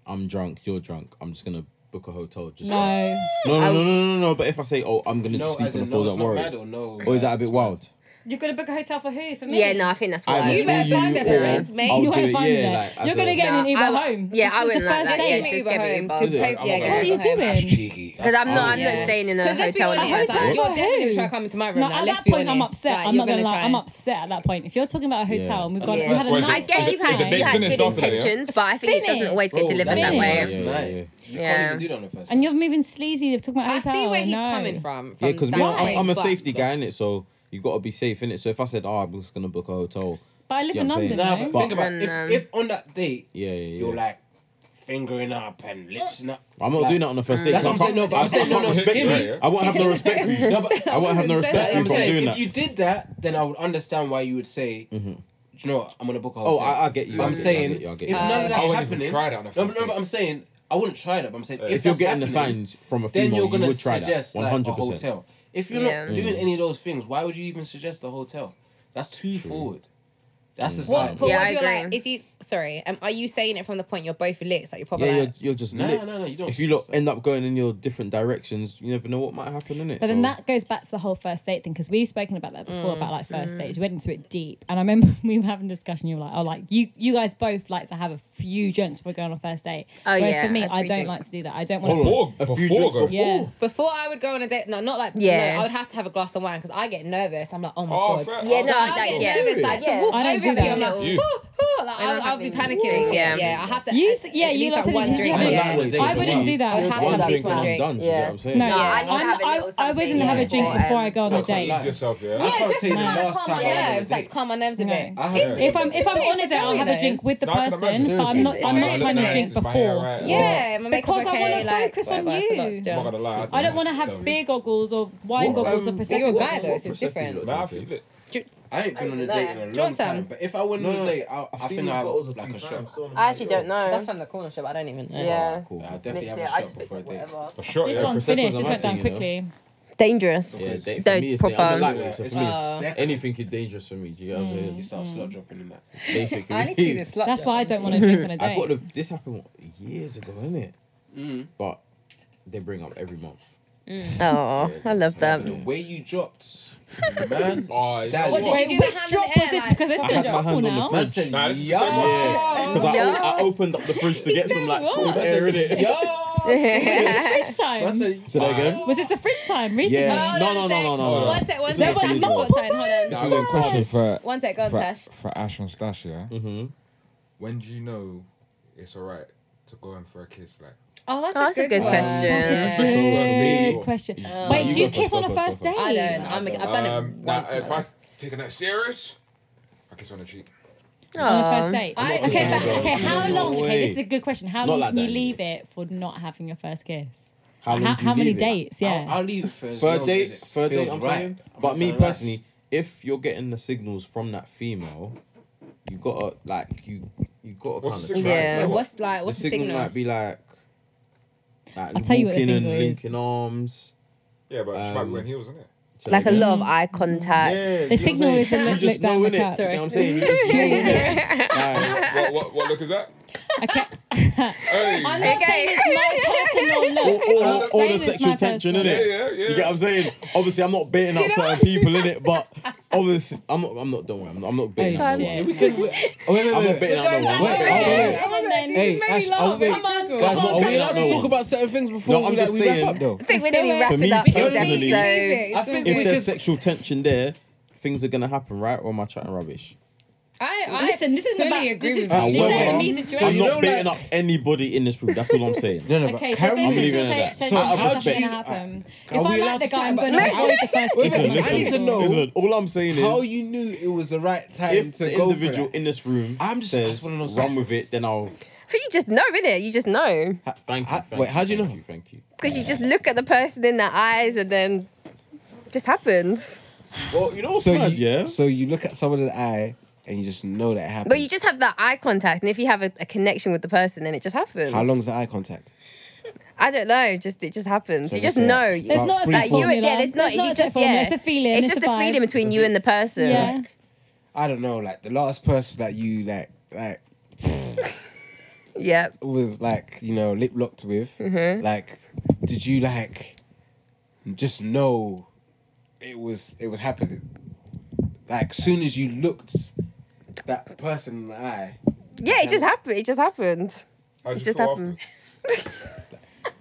[SPEAKER 2] I'm drunk, you're drunk. I'm just gonna book a hotel. Just
[SPEAKER 1] No.
[SPEAKER 2] no, no, no, no, no, no. But if I say, oh, I'm gonna
[SPEAKER 5] No,
[SPEAKER 2] just sleep
[SPEAKER 5] as
[SPEAKER 2] on the
[SPEAKER 5] in,
[SPEAKER 2] floor,
[SPEAKER 5] no, it's
[SPEAKER 2] don't
[SPEAKER 5] not
[SPEAKER 2] worry.
[SPEAKER 5] bad or no.
[SPEAKER 2] Or is that a bit wild?
[SPEAKER 1] You're going to book a hotel for who? For me?
[SPEAKER 4] Yeah, no, I think that's
[SPEAKER 2] Either
[SPEAKER 4] wild.
[SPEAKER 3] You
[SPEAKER 2] for
[SPEAKER 3] better find
[SPEAKER 2] you
[SPEAKER 3] separate
[SPEAKER 2] or
[SPEAKER 3] rooms, mate.
[SPEAKER 2] I'll
[SPEAKER 1] You
[SPEAKER 2] do
[SPEAKER 1] won't
[SPEAKER 2] it,
[SPEAKER 1] find me
[SPEAKER 2] yeah,
[SPEAKER 1] there.
[SPEAKER 2] like, as
[SPEAKER 1] You're going
[SPEAKER 2] a-
[SPEAKER 1] to get
[SPEAKER 4] Nah,
[SPEAKER 1] an Uber
[SPEAKER 4] I-
[SPEAKER 1] home. This is
[SPEAKER 4] Yeah, I
[SPEAKER 1] the
[SPEAKER 4] wouldn't like
[SPEAKER 1] first
[SPEAKER 4] that.
[SPEAKER 1] date.
[SPEAKER 4] Yeah,
[SPEAKER 3] Give me
[SPEAKER 4] just
[SPEAKER 3] Uber
[SPEAKER 4] give me
[SPEAKER 3] home.
[SPEAKER 4] Uber.
[SPEAKER 2] Is it?
[SPEAKER 3] yeah,
[SPEAKER 6] I'm
[SPEAKER 3] go
[SPEAKER 6] not
[SPEAKER 1] What are you
[SPEAKER 3] home.
[SPEAKER 1] doing?
[SPEAKER 5] cheeky.
[SPEAKER 4] Because I'm not, I'm
[SPEAKER 3] Yeah.
[SPEAKER 4] not staying in a
[SPEAKER 3] Because let's be
[SPEAKER 4] hotel. in the
[SPEAKER 3] honest,
[SPEAKER 4] first
[SPEAKER 3] like,
[SPEAKER 4] night.
[SPEAKER 3] you're
[SPEAKER 1] For
[SPEAKER 3] definitely
[SPEAKER 1] who?
[SPEAKER 3] gonna try to come into my room.
[SPEAKER 1] No,
[SPEAKER 3] now,
[SPEAKER 1] at
[SPEAKER 3] let's
[SPEAKER 1] that
[SPEAKER 3] be
[SPEAKER 1] point, I'm
[SPEAKER 3] honest.
[SPEAKER 1] upset.
[SPEAKER 3] Like,
[SPEAKER 1] I'm
[SPEAKER 3] you're
[SPEAKER 1] not gonna, lie.
[SPEAKER 3] try.
[SPEAKER 1] I'm upset at that point. If you're talking about a hotel and we've
[SPEAKER 2] Yeah.
[SPEAKER 1] got, we
[SPEAKER 2] Yeah.
[SPEAKER 1] had a
[SPEAKER 6] That's why
[SPEAKER 4] I
[SPEAKER 1] nice
[SPEAKER 6] it's-
[SPEAKER 4] get
[SPEAKER 6] it's-
[SPEAKER 4] you've
[SPEAKER 6] it's a
[SPEAKER 4] had,
[SPEAKER 6] big
[SPEAKER 4] you had
[SPEAKER 6] finish
[SPEAKER 4] good
[SPEAKER 6] after that, yeah?
[SPEAKER 4] intentions, but I think it doesn't
[SPEAKER 1] finished.
[SPEAKER 4] always get
[SPEAKER 5] Bro,
[SPEAKER 4] delivered
[SPEAKER 5] that's the
[SPEAKER 4] that
[SPEAKER 1] finished.
[SPEAKER 2] Oh, Yeah,
[SPEAKER 5] first
[SPEAKER 4] way.
[SPEAKER 5] night.
[SPEAKER 2] yeah,
[SPEAKER 5] You
[SPEAKER 4] Yeah.
[SPEAKER 5] can't even do that on the first
[SPEAKER 1] and
[SPEAKER 5] night.
[SPEAKER 1] you're moving sleazy. They're talking about
[SPEAKER 3] I
[SPEAKER 1] hotel.
[SPEAKER 3] see where he's
[SPEAKER 1] no.
[SPEAKER 3] coming from. from
[SPEAKER 2] Yeah, because
[SPEAKER 3] that
[SPEAKER 2] I'm,
[SPEAKER 3] point,
[SPEAKER 2] I'm, I'm a
[SPEAKER 3] but-
[SPEAKER 2] safety guy in it, so you got to be safe in it. So if I said, "Oh, I'm just gonna book a hotel,"
[SPEAKER 1] But I live
[SPEAKER 2] Yeah,
[SPEAKER 1] in
[SPEAKER 2] I'm saying-
[SPEAKER 1] London.
[SPEAKER 5] Nah,
[SPEAKER 1] though.
[SPEAKER 5] but,
[SPEAKER 2] But-
[SPEAKER 5] think about
[SPEAKER 4] And,
[SPEAKER 5] if,
[SPEAKER 4] um,
[SPEAKER 5] if on that date
[SPEAKER 2] yeah, yeah, yeah.
[SPEAKER 5] you're like fingering up and lipsing up.
[SPEAKER 2] I'm not
[SPEAKER 5] like-
[SPEAKER 2] doing that on the first date.
[SPEAKER 5] That's
[SPEAKER 2] 'cause
[SPEAKER 5] what I'm saying. No,
[SPEAKER 2] I
[SPEAKER 5] but I'm
[SPEAKER 2] can't- I
[SPEAKER 5] saying no,
[SPEAKER 2] can't
[SPEAKER 5] no.
[SPEAKER 2] respect
[SPEAKER 5] Give
[SPEAKER 2] you.
[SPEAKER 5] me.
[SPEAKER 2] I won't have no respect for you.
[SPEAKER 5] No, but
[SPEAKER 2] I won't have no respect for you
[SPEAKER 5] I'm
[SPEAKER 2] for doing
[SPEAKER 5] saying if you
[SPEAKER 2] that. Mm-hmm.
[SPEAKER 5] did that, then I would understand why you would say, "Do you know what? I'm gonna book a
[SPEAKER 2] Oh,
[SPEAKER 5] hotel."
[SPEAKER 2] I, I get you.
[SPEAKER 5] But
[SPEAKER 2] I
[SPEAKER 5] I'm
[SPEAKER 2] get you, I
[SPEAKER 5] saying
[SPEAKER 2] get you, I get
[SPEAKER 5] if
[SPEAKER 2] you.
[SPEAKER 5] none of that's
[SPEAKER 6] Uh, I wouldn't even
[SPEAKER 5] happening,
[SPEAKER 6] try that on the
[SPEAKER 5] no,
[SPEAKER 6] first
[SPEAKER 5] no, but
[SPEAKER 6] date.
[SPEAKER 5] I'm saying I wouldn't try that. But I'm saying if,
[SPEAKER 2] Uh, if you're
[SPEAKER 5] that's
[SPEAKER 2] getting the
[SPEAKER 5] happening,
[SPEAKER 2] signs from a
[SPEAKER 5] then
[SPEAKER 2] female,
[SPEAKER 5] you're
[SPEAKER 2] you
[SPEAKER 5] gonna
[SPEAKER 2] would try that.
[SPEAKER 5] suggest
[SPEAKER 2] One
[SPEAKER 5] like a
[SPEAKER 2] hundred percent. Mm.
[SPEAKER 5] hotel. If you're
[SPEAKER 4] Yeah.
[SPEAKER 5] not doing any of those things, why would you even suggest a hotel? That's too forward.
[SPEAKER 2] Mm.
[SPEAKER 5] That's the
[SPEAKER 3] What, but
[SPEAKER 4] Yeah,
[SPEAKER 3] what
[SPEAKER 4] I
[SPEAKER 3] if you're like,
[SPEAKER 4] agree.
[SPEAKER 3] is he sorry? Um, are you saying it from the point you're both licks? Like you're probably
[SPEAKER 2] Yeah,
[SPEAKER 3] like,
[SPEAKER 2] you're, you're just
[SPEAKER 5] No,
[SPEAKER 2] lit.
[SPEAKER 5] no, no, you don't
[SPEAKER 2] if you lot
[SPEAKER 5] suggest that.
[SPEAKER 2] end up going in your different directions, you never know what might happen in it.
[SPEAKER 1] But then that goes back to the whole first date thing because we've spoken about that before about like
[SPEAKER 3] Mm.
[SPEAKER 1] first dates. We went into it deep, and I remember we were having a discussion. You were like, "Oh, like you, you guys both like to have a few drinks before going on a first date."
[SPEAKER 4] Oh,
[SPEAKER 1] Whereas
[SPEAKER 4] yeah,
[SPEAKER 1] for me,
[SPEAKER 4] a
[SPEAKER 1] I don't
[SPEAKER 4] few drinks.
[SPEAKER 1] like to do that. I don't want to.
[SPEAKER 6] Before,
[SPEAKER 2] A few
[SPEAKER 6] before,
[SPEAKER 2] drinks
[SPEAKER 6] go.
[SPEAKER 2] before.
[SPEAKER 1] Yeah,
[SPEAKER 3] Before I would go on a date, no, not like yeah.
[SPEAKER 4] Yeah.
[SPEAKER 3] I would have to have a glass of wine because I get nervous. I'm like, oh my
[SPEAKER 6] Oh,
[SPEAKER 3] god.
[SPEAKER 6] fair.
[SPEAKER 4] Yeah, no,
[SPEAKER 3] I
[SPEAKER 4] like,
[SPEAKER 3] get
[SPEAKER 4] yeah.
[SPEAKER 3] nervous. Like, to
[SPEAKER 4] Yeah.
[SPEAKER 3] walk
[SPEAKER 1] I don't
[SPEAKER 3] over
[SPEAKER 1] do
[SPEAKER 3] to you,
[SPEAKER 1] that.
[SPEAKER 3] I'm like,
[SPEAKER 6] You.
[SPEAKER 3] whoo, woo, like,
[SPEAKER 4] I
[SPEAKER 3] I'll,
[SPEAKER 4] don't
[SPEAKER 3] I'll be
[SPEAKER 4] have any-
[SPEAKER 3] panicking. and shit.
[SPEAKER 4] Yeah.
[SPEAKER 3] Yeah, I have to.
[SPEAKER 1] you,
[SPEAKER 3] at-
[SPEAKER 1] s- yeah,
[SPEAKER 3] at
[SPEAKER 1] you
[SPEAKER 3] least,
[SPEAKER 1] lot
[SPEAKER 3] like,
[SPEAKER 1] said
[SPEAKER 3] one
[SPEAKER 1] you,
[SPEAKER 3] drink.
[SPEAKER 1] you
[SPEAKER 3] I'm
[SPEAKER 1] haven't-
[SPEAKER 3] like,
[SPEAKER 2] I
[SPEAKER 3] yeah.
[SPEAKER 2] would
[SPEAKER 1] I wouldn't do that.
[SPEAKER 3] I'd have to
[SPEAKER 2] One
[SPEAKER 3] have
[SPEAKER 2] drink
[SPEAKER 3] one
[SPEAKER 2] and I'm
[SPEAKER 3] drink.
[SPEAKER 2] done. do you
[SPEAKER 4] Yeah.
[SPEAKER 2] get what I'm saying?
[SPEAKER 1] No,
[SPEAKER 4] Yeah, I
[SPEAKER 1] I'm-
[SPEAKER 4] would have a
[SPEAKER 1] I-
[SPEAKER 4] little
[SPEAKER 1] I wouldn't
[SPEAKER 4] something,
[SPEAKER 1] have a
[SPEAKER 4] yeah.
[SPEAKER 1] drink
[SPEAKER 4] Or,
[SPEAKER 1] before
[SPEAKER 4] um,
[SPEAKER 1] I go on a
[SPEAKER 5] what's
[SPEAKER 1] date.
[SPEAKER 5] online?
[SPEAKER 6] Ease yourself, yeah.
[SPEAKER 5] I
[SPEAKER 3] Yeah,
[SPEAKER 5] can't
[SPEAKER 3] just
[SPEAKER 5] tell
[SPEAKER 3] to
[SPEAKER 5] you the
[SPEAKER 3] kind of
[SPEAKER 5] last
[SPEAKER 3] calm my
[SPEAKER 5] time I had a
[SPEAKER 3] nerves, like
[SPEAKER 5] date.
[SPEAKER 3] calm my nerves a
[SPEAKER 1] No.
[SPEAKER 3] bit.
[SPEAKER 5] I
[SPEAKER 3] It's-
[SPEAKER 5] had-
[SPEAKER 1] If
[SPEAKER 3] it's
[SPEAKER 1] I'm
[SPEAKER 3] a
[SPEAKER 1] if I'm
[SPEAKER 3] two-way
[SPEAKER 1] on a date, I'll have a
[SPEAKER 3] scenario.
[SPEAKER 1] drink with the
[SPEAKER 6] No, I can
[SPEAKER 1] person,
[SPEAKER 6] imagine.
[SPEAKER 1] but I'm not
[SPEAKER 3] Seriously.
[SPEAKER 1] I'm not
[SPEAKER 3] It's
[SPEAKER 1] trying to
[SPEAKER 3] nice.
[SPEAKER 1] drink
[SPEAKER 6] It's my hair,
[SPEAKER 1] before.
[SPEAKER 6] right?
[SPEAKER 3] Yeah, my makeup's
[SPEAKER 1] Because I
[SPEAKER 3] okay,
[SPEAKER 1] wanna
[SPEAKER 3] like,
[SPEAKER 1] focus on
[SPEAKER 3] whatever, it's a lot
[SPEAKER 1] you.
[SPEAKER 6] I'm not
[SPEAKER 3] still.
[SPEAKER 6] gonna lie.
[SPEAKER 1] I don't want to have beer goggles or wine goggles or
[SPEAKER 2] um,
[SPEAKER 1] prosecco.
[SPEAKER 3] you're a guy, though,
[SPEAKER 1] goggles.
[SPEAKER 3] it's different.
[SPEAKER 6] Nah, I feel it.
[SPEAKER 5] I ain't been on a
[SPEAKER 4] don't
[SPEAKER 5] date in
[SPEAKER 3] you
[SPEAKER 5] a long
[SPEAKER 3] want
[SPEAKER 5] time,
[SPEAKER 3] some?
[SPEAKER 5] but if I went on a date, I, I think I would like a shot.
[SPEAKER 4] I actually don't know.
[SPEAKER 2] uh,
[SPEAKER 3] That's from the corner shop. I don't even know.
[SPEAKER 2] oh,
[SPEAKER 4] Yeah.
[SPEAKER 5] I definitely have
[SPEAKER 4] Literally,
[SPEAKER 5] a
[SPEAKER 4] I
[SPEAKER 5] shot
[SPEAKER 4] just picked
[SPEAKER 5] before a
[SPEAKER 4] up
[SPEAKER 5] date.
[SPEAKER 4] whatever.
[SPEAKER 6] A shot,
[SPEAKER 1] This
[SPEAKER 6] yeah.
[SPEAKER 1] one's
[SPEAKER 2] Prosecco's
[SPEAKER 1] finished.
[SPEAKER 2] on
[SPEAKER 1] Just
[SPEAKER 2] my
[SPEAKER 1] went down
[SPEAKER 2] thing, you know?
[SPEAKER 1] quickly.
[SPEAKER 4] Dangerous.
[SPEAKER 2] Yeah,
[SPEAKER 5] Because
[SPEAKER 2] date for
[SPEAKER 4] don't
[SPEAKER 2] me is dangerous. I'm
[SPEAKER 4] proper-
[SPEAKER 2] lightweight, so
[SPEAKER 5] It's
[SPEAKER 2] for me,
[SPEAKER 5] my second.
[SPEAKER 2] anything is dangerous for me. Do you get what I'm
[SPEAKER 5] You
[SPEAKER 2] saying?
[SPEAKER 5] start
[SPEAKER 1] Mm.
[SPEAKER 5] slot dropping in that.
[SPEAKER 2] Basically,
[SPEAKER 3] Mm. I need to see this slut.
[SPEAKER 1] That's
[SPEAKER 3] job.
[SPEAKER 1] why I don't want to drink on a
[SPEAKER 2] I
[SPEAKER 1] date.
[SPEAKER 2] got the, this happened years ago, isn't it? But they bring up every month.
[SPEAKER 4] Oh, I love that.
[SPEAKER 5] The way you dropped, man.
[SPEAKER 6] Oh, yeah.
[SPEAKER 5] stallion.
[SPEAKER 3] What did you
[SPEAKER 1] Wait,
[SPEAKER 3] do the
[SPEAKER 1] which
[SPEAKER 3] hand in
[SPEAKER 1] drop
[SPEAKER 3] the air,
[SPEAKER 1] was this?
[SPEAKER 3] like,
[SPEAKER 1] Because there's
[SPEAKER 2] I
[SPEAKER 1] been a
[SPEAKER 2] had my
[SPEAKER 1] couple
[SPEAKER 2] hand on the
[SPEAKER 1] now.
[SPEAKER 5] Man
[SPEAKER 2] fridge.
[SPEAKER 5] said,
[SPEAKER 6] Nah, this is
[SPEAKER 5] yo.
[SPEAKER 6] the second one.
[SPEAKER 2] Because I, I opened up the fridge to get some like
[SPEAKER 1] Exactly
[SPEAKER 2] cold
[SPEAKER 1] what?
[SPEAKER 2] air in it.
[SPEAKER 1] Fridge
[SPEAKER 5] Man
[SPEAKER 1] time.
[SPEAKER 5] said,
[SPEAKER 2] Say that again.
[SPEAKER 1] Was this the fridge time recently?
[SPEAKER 2] Yeah.
[SPEAKER 3] Hold
[SPEAKER 2] No,
[SPEAKER 3] on
[SPEAKER 2] no,
[SPEAKER 3] a
[SPEAKER 2] no,
[SPEAKER 3] sec.
[SPEAKER 2] no, no, no.
[SPEAKER 3] One sec, one
[SPEAKER 2] This
[SPEAKER 3] sec.
[SPEAKER 2] is a
[SPEAKER 3] Tash,
[SPEAKER 2] question.
[SPEAKER 3] hold on, hold on.
[SPEAKER 6] This is a question for
[SPEAKER 3] One sec, go on,
[SPEAKER 6] for,
[SPEAKER 3] Tash.
[SPEAKER 6] for Ash and Stash, yeah.
[SPEAKER 1] Mm-hmm.
[SPEAKER 2] Mhm.
[SPEAKER 6] When do you know it's alright to go in for a kiss? Like,
[SPEAKER 3] Oh, that's,
[SPEAKER 4] Oh, that's a good
[SPEAKER 3] one.
[SPEAKER 4] question.
[SPEAKER 1] That's
[SPEAKER 4] Yeah.
[SPEAKER 1] a good question. Wait,
[SPEAKER 2] you
[SPEAKER 1] do you
[SPEAKER 2] go
[SPEAKER 1] kiss
[SPEAKER 2] first,
[SPEAKER 1] on a
[SPEAKER 2] go first,
[SPEAKER 1] first
[SPEAKER 2] go
[SPEAKER 1] date?
[SPEAKER 2] first.
[SPEAKER 3] Oh. I don't. I'm, I've done it
[SPEAKER 6] um, nah,
[SPEAKER 3] once.
[SPEAKER 6] if I'm taking that serious, I kiss on the cheek.
[SPEAKER 1] On a
[SPEAKER 4] Aw.
[SPEAKER 1] first date.
[SPEAKER 3] I-
[SPEAKER 1] okay,
[SPEAKER 3] Yeah.
[SPEAKER 1] but, okay. How
[SPEAKER 2] No
[SPEAKER 1] long? Okay,
[SPEAKER 2] way.
[SPEAKER 1] this is a good question. How
[SPEAKER 2] Not
[SPEAKER 1] long
[SPEAKER 2] like
[SPEAKER 1] can you
[SPEAKER 2] that,
[SPEAKER 1] leave it for not having your first kiss?
[SPEAKER 2] How, long
[SPEAKER 1] how,
[SPEAKER 2] do you
[SPEAKER 1] how many
[SPEAKER 2] leave it?
[SPEAKER 1] dates? Yeah.
[SPEAKER 5] I'll, I'll leave it for as
[SPEAKER 2] Third
[SPEAKER 5] long
[SPEAKER 2] date,
[SPEAKER 5] as it
[SPEAKER 2] third date.
[SPEAKER 5] feels
[SPEAKER 2] I'm
[SPEAKER 5] right.
[SPEAKER 2] saying,
[SPEAKER 5] I'm
[SPEAKER 2] but
[SPEAKER 5] not
[SPEAKER 2] me
[SPEAKER 5] gonna lie.
[SPEAKER 2] personally, if you're getting the signals from that female, you gotta like you you gotta
[SPEAKER 6] What's the
[SPEAKER 2] kind of
[SPEAKER 6] signal?
[SPEAKER 4] Yeah.
[SPEAKER 6] Like,
[SPEAKER 3] Uh, What's like? What's the signal?
[SPEAKER 2] might be like, like
[SPEAKER 1] I'll tell you what the
[SPEAKER 2] walking and
[SPEAKER 1] signal is.
[SPEAKER 2] linking arms.
[SPEAKER 6] Yeah, but she might be
[SPEAKER 2] Um,
[SPEAKER 6] wearing heels, isn't it?
[SPEAKER 2] So
[SPEAKER 4] Like a
[SPEAKER 2] you-
[SPEAKER 4] lot of eye contact.
[SPEAKER 2] Yeah,
[SPEAKER 1] The signal is the
[SPEAKER 2] you
[SPEAKER 1] look- look
[SPEAKER 2] just
[SPEAKER 1] down
[SPEAKER 2] know
[SPEAKER 1] the
[SPEAKER 2] in it.
[SPEAKER 1] cut.
[SPEAKER 2] You know what I'm saying? You just know innit? Like,
[SPEAKER 6] what, what, what look is that?
[SPEAKER 1] Okay.
[SPEAKER 6] Hey.
[SPEAKER 1] I'm not
[SPEAKER 4] Okay.
[SPEAKER 1] saying it's my personal
[SPEAKER 2] all,
[SPEAKER 1] look.
[SPEAKER 2] all,
[SPEAKER 1] I'm
[SPEAKER 2] all,
[SPEAKER 1] not
[SPEAKER 2] all
[SPEAKER 1] saying
[SPEAKER 2] the
[SPEAKER 1] it's
[SPEAKER 2] sexual
[SPEAKER 1] my
[SPEAKER 2] tension in
[SPEAKER 1] personal-
[SPEAKER 2] it.
[SPEAKER 6] Yeah, yeah, yeah.
[SPEAKER 2] You get what I'm saying? Obviously, I'm not baiting out certain people in it, but obviously, I'm not. I'm not. Don't worry, I'm not, I'm not baiting
[SPEAKER 1] Oh,
[SPEAKER 2] out no
[SPEAKER 1] shit.
[SPEAKER 2] one.
[SPEAKER 5] Yeah, we could. we- Oh, wait, wait,
[SPEAKER 2] I'm
[SPEAKER 5] wait,
[SPEAKER 2] not baiting
[SPEAKER 5] wait.
[SPEAKER 2] out no
[SPEAKER 1] Come
[SPEAKER 2] one.
[SPEAKER 5] Wait,
[SPEAKER 1] on,
[SPEAKER 5] wait,
[SPEAKER 1] then.
[SPEAKER 5] wait.
[SPEAKER 1] Come on then.
[SPEAKER 5] Hey,
[SPEAKER 1] Come
[SPEAKER 5] Ash, I'll
[SPEAKER 1] on,
[SPEAKER 5] wait.
[SPEAKER 1] come on,
[SPEAKER 5] Guys,
[SPEAKER 1] come
[SPEAKER 5] no,
[SPEAKER 1] on,
[SPEAKER 5] are we
[SPEAKER 1] come
[SPEAKER 5] allowed to
[SPEAKER 1] on.
[SPEAKER 5] talk about certain things before
[SPEAKER 2] No, I'm
[SPEAKER 5] we, like,
[SPEAKER 2] just
[SPEAKER 5] we wrap
[SPEAKER 2] saying-
[SPEAKER 5] up, though?
[SPEAKER 4] I think we
[SPEAKER 1] Let's
[SPEAKER 4] need
[SPEAKER 1] do
[SPEAKER 4] to
[SPEAKER 1] it.
[SPEAKER 4] wrap
[SPEAKER 1] For
[SPEAKER 4] it
[SPEAKER 2] me
[SPEAKER 4] up. This
[SPEAKER 2] personally-
[SPEAKER 4] episode.
[SPEAKER 5] I think
[SPEAKER 2] If
[SPEAKER 5] we
[SPEAKER 2] there's
[SPEAKER 5] could-
[SPEAKER 2] sexual tension there, things are gonna happen, right? Or am I chatting rubbish?
[SPEAKER 3] I, I
[SPEAKER 1] Listen, this isn't
[SPEAKER 3] fully
[SPEAKER 1] about- this
[SPEAKER 3] agree
[SPEAKER 1] is-
[SPEAKER 3] with
[SPEAKER 1] Uh,
[SPEAKER 3] you.
[SPEAKER 1] This
[SPEAKER 2] well,
[SPEAKER 1] isn't a
[SPEAKER 2] um,
[SPEAKER 1] me
[SPEAKER 5] So
[SPEAKER 2] I'm
[SPEAKER 1] situation.
[SPEAKER 5] you know,
[SPEAKER 2] not baiting
[SPEAKER 5] like-
[SPEAKER 2] up anybody in this room. That's all I'm saying.
[SPEAKER 5] No, no, but
[SPEAKER 1] Okay, so
[SPEAKER 5] carry
[SPEAKER 1] there's
[SPEAKER 2] I'm
[SPEAKER 5] on.
[SPEAKER 1] sexual
[SPEAKER 2] leaving it at
[SPEAKER 1] tension.
[SPEAKER 2] that.
[SPEAKER 1] So
[SPEAKER 2] So
[SPEAKER 1] that's
[SPEAKER 5] how
[SPEAKER 1] not
[SPEAKER 5] do
[SPEAKER 1] going to
[SPEAKER 5] you-
[SPEAKER 1] happen.
[SPEAKER 5] Are
[SPEAKER 1] If
[SPEAKER 5] we
[SPEAKER 1] I
[SPEAKER 5] allowed
[SPEAKER 1] like the
[SPEAKER 5] to
[SPEAKER 1] guy,
[SPEAKER 5] chat
[SPEAKER 1] I'm
[SPEAKER 5] about
[SPEAKER 1] going to
[SPEAKER 5] that?
[SPEAKER 1] avoid the first kiss.
[SPEAKER 2] Listen,
[SPEAKER 1] as much
[SPEAKER 5] I
[SPEAKER 1] as
[SPEAKER 2] listen,
[SPEAKER 5] need to
[SPEAKER 1] possible.
[SPEAKER 5] know
[SPEAKER 2] listen. All I'm saying
[SPEAKER 5] how
[SPEAKER 2] is,
[SPEAKER 5] you knew it was the right time
[SPEAKER 2] if
[SPEAKER 5] to
[SPEAKER 2] the
[SPEAKER 5] go
[SPEAKER 2] individual
[SPEAKER 5] for that.
[SPEAKER 2] in this room
[SPEAKER 5] I'm just- I
[SPEAKER 2] says
[SPEAKER 5] just wanna know
[SPEAKER 2] run
[SPEAKER 5] something.
[SPEAKER 2] with it, then I'll
[SPEAKER 4] I think you just know, innit? You just know.
[SPEAKER 2] thank you.
[SPEAKER 5] I-
[SPEAKER 2] thank
[SPEAKER 5] wait, how do you
[SPEAKER 2] thank
[SPEAKER 5] know?
[SPEAKER 2] Thank you.
[SPEAKER 4] Because you just look at the person in their eyes and then it just happens.
[SPEAKER 2] Well, you know what's
[SPEAKER 5] So
[SPEAKER 2] mad,
[SPEAKER 5] you,
[SPEAKER 2] yeah?
[SPEAKER 5] so you look at someone in the eye and you just know that it happened.
[SPEAKER 4] But you just have that eye contact, and if you have a, a connection with the person, then it just happens.
[SPEAKER 5] how long's the eye contact?
[SPEAKER 4] I don't know. Just it just happens.
[SPEAKER 5] So
[SPEAKER 4] you
[SPEAKER 5] let's say
[SPEAKER 4] just know.
[SPEAKER 1] There's
[SPEAKER 5] About
[SPEAKER 1] not a
[SPEAKER 5] three,
[SPEAKER 1] set
[SPEAKER 4] like you,
[SPEAKER 5] four-
[SPEAKER 1] formula.
[SPEAKER 4] yeah. There's not.
[SPEAKER 1] a
[SPEAKER 4] you
[SPEAKER 1] set
[SPEAKER 4] just
[SPEAKER 1] formula.
[SPEAKER 4] yeah.
[SPEAKER 1] It's a feeling.
[SPEAKER 4] It's just a
[SPEAKER 1] vibe.
[SPEAKER 4] feeling between you and the person.
[SPEAKER 1] Yeah.
[SPEAKER 5] I don't know. Like the last person that you like like
[SPEAKER 4] Yep.
[SPEAKER 5] was like you know lip locked with.
[SPEAKER 4] Mm-hmm.
[SPEAKER 5] Like, did you like just know it was it was happening? Like, soon as you looked that person in the eye,
[SPEAKER 4] Yeah. It just happened. It just happened.
[SPEAKER 6] How'd you
[SPEAKER 4] Just
[SPEAKER 6] feel
[SPEAKER 4] happened.
[SPEAKER 6] after?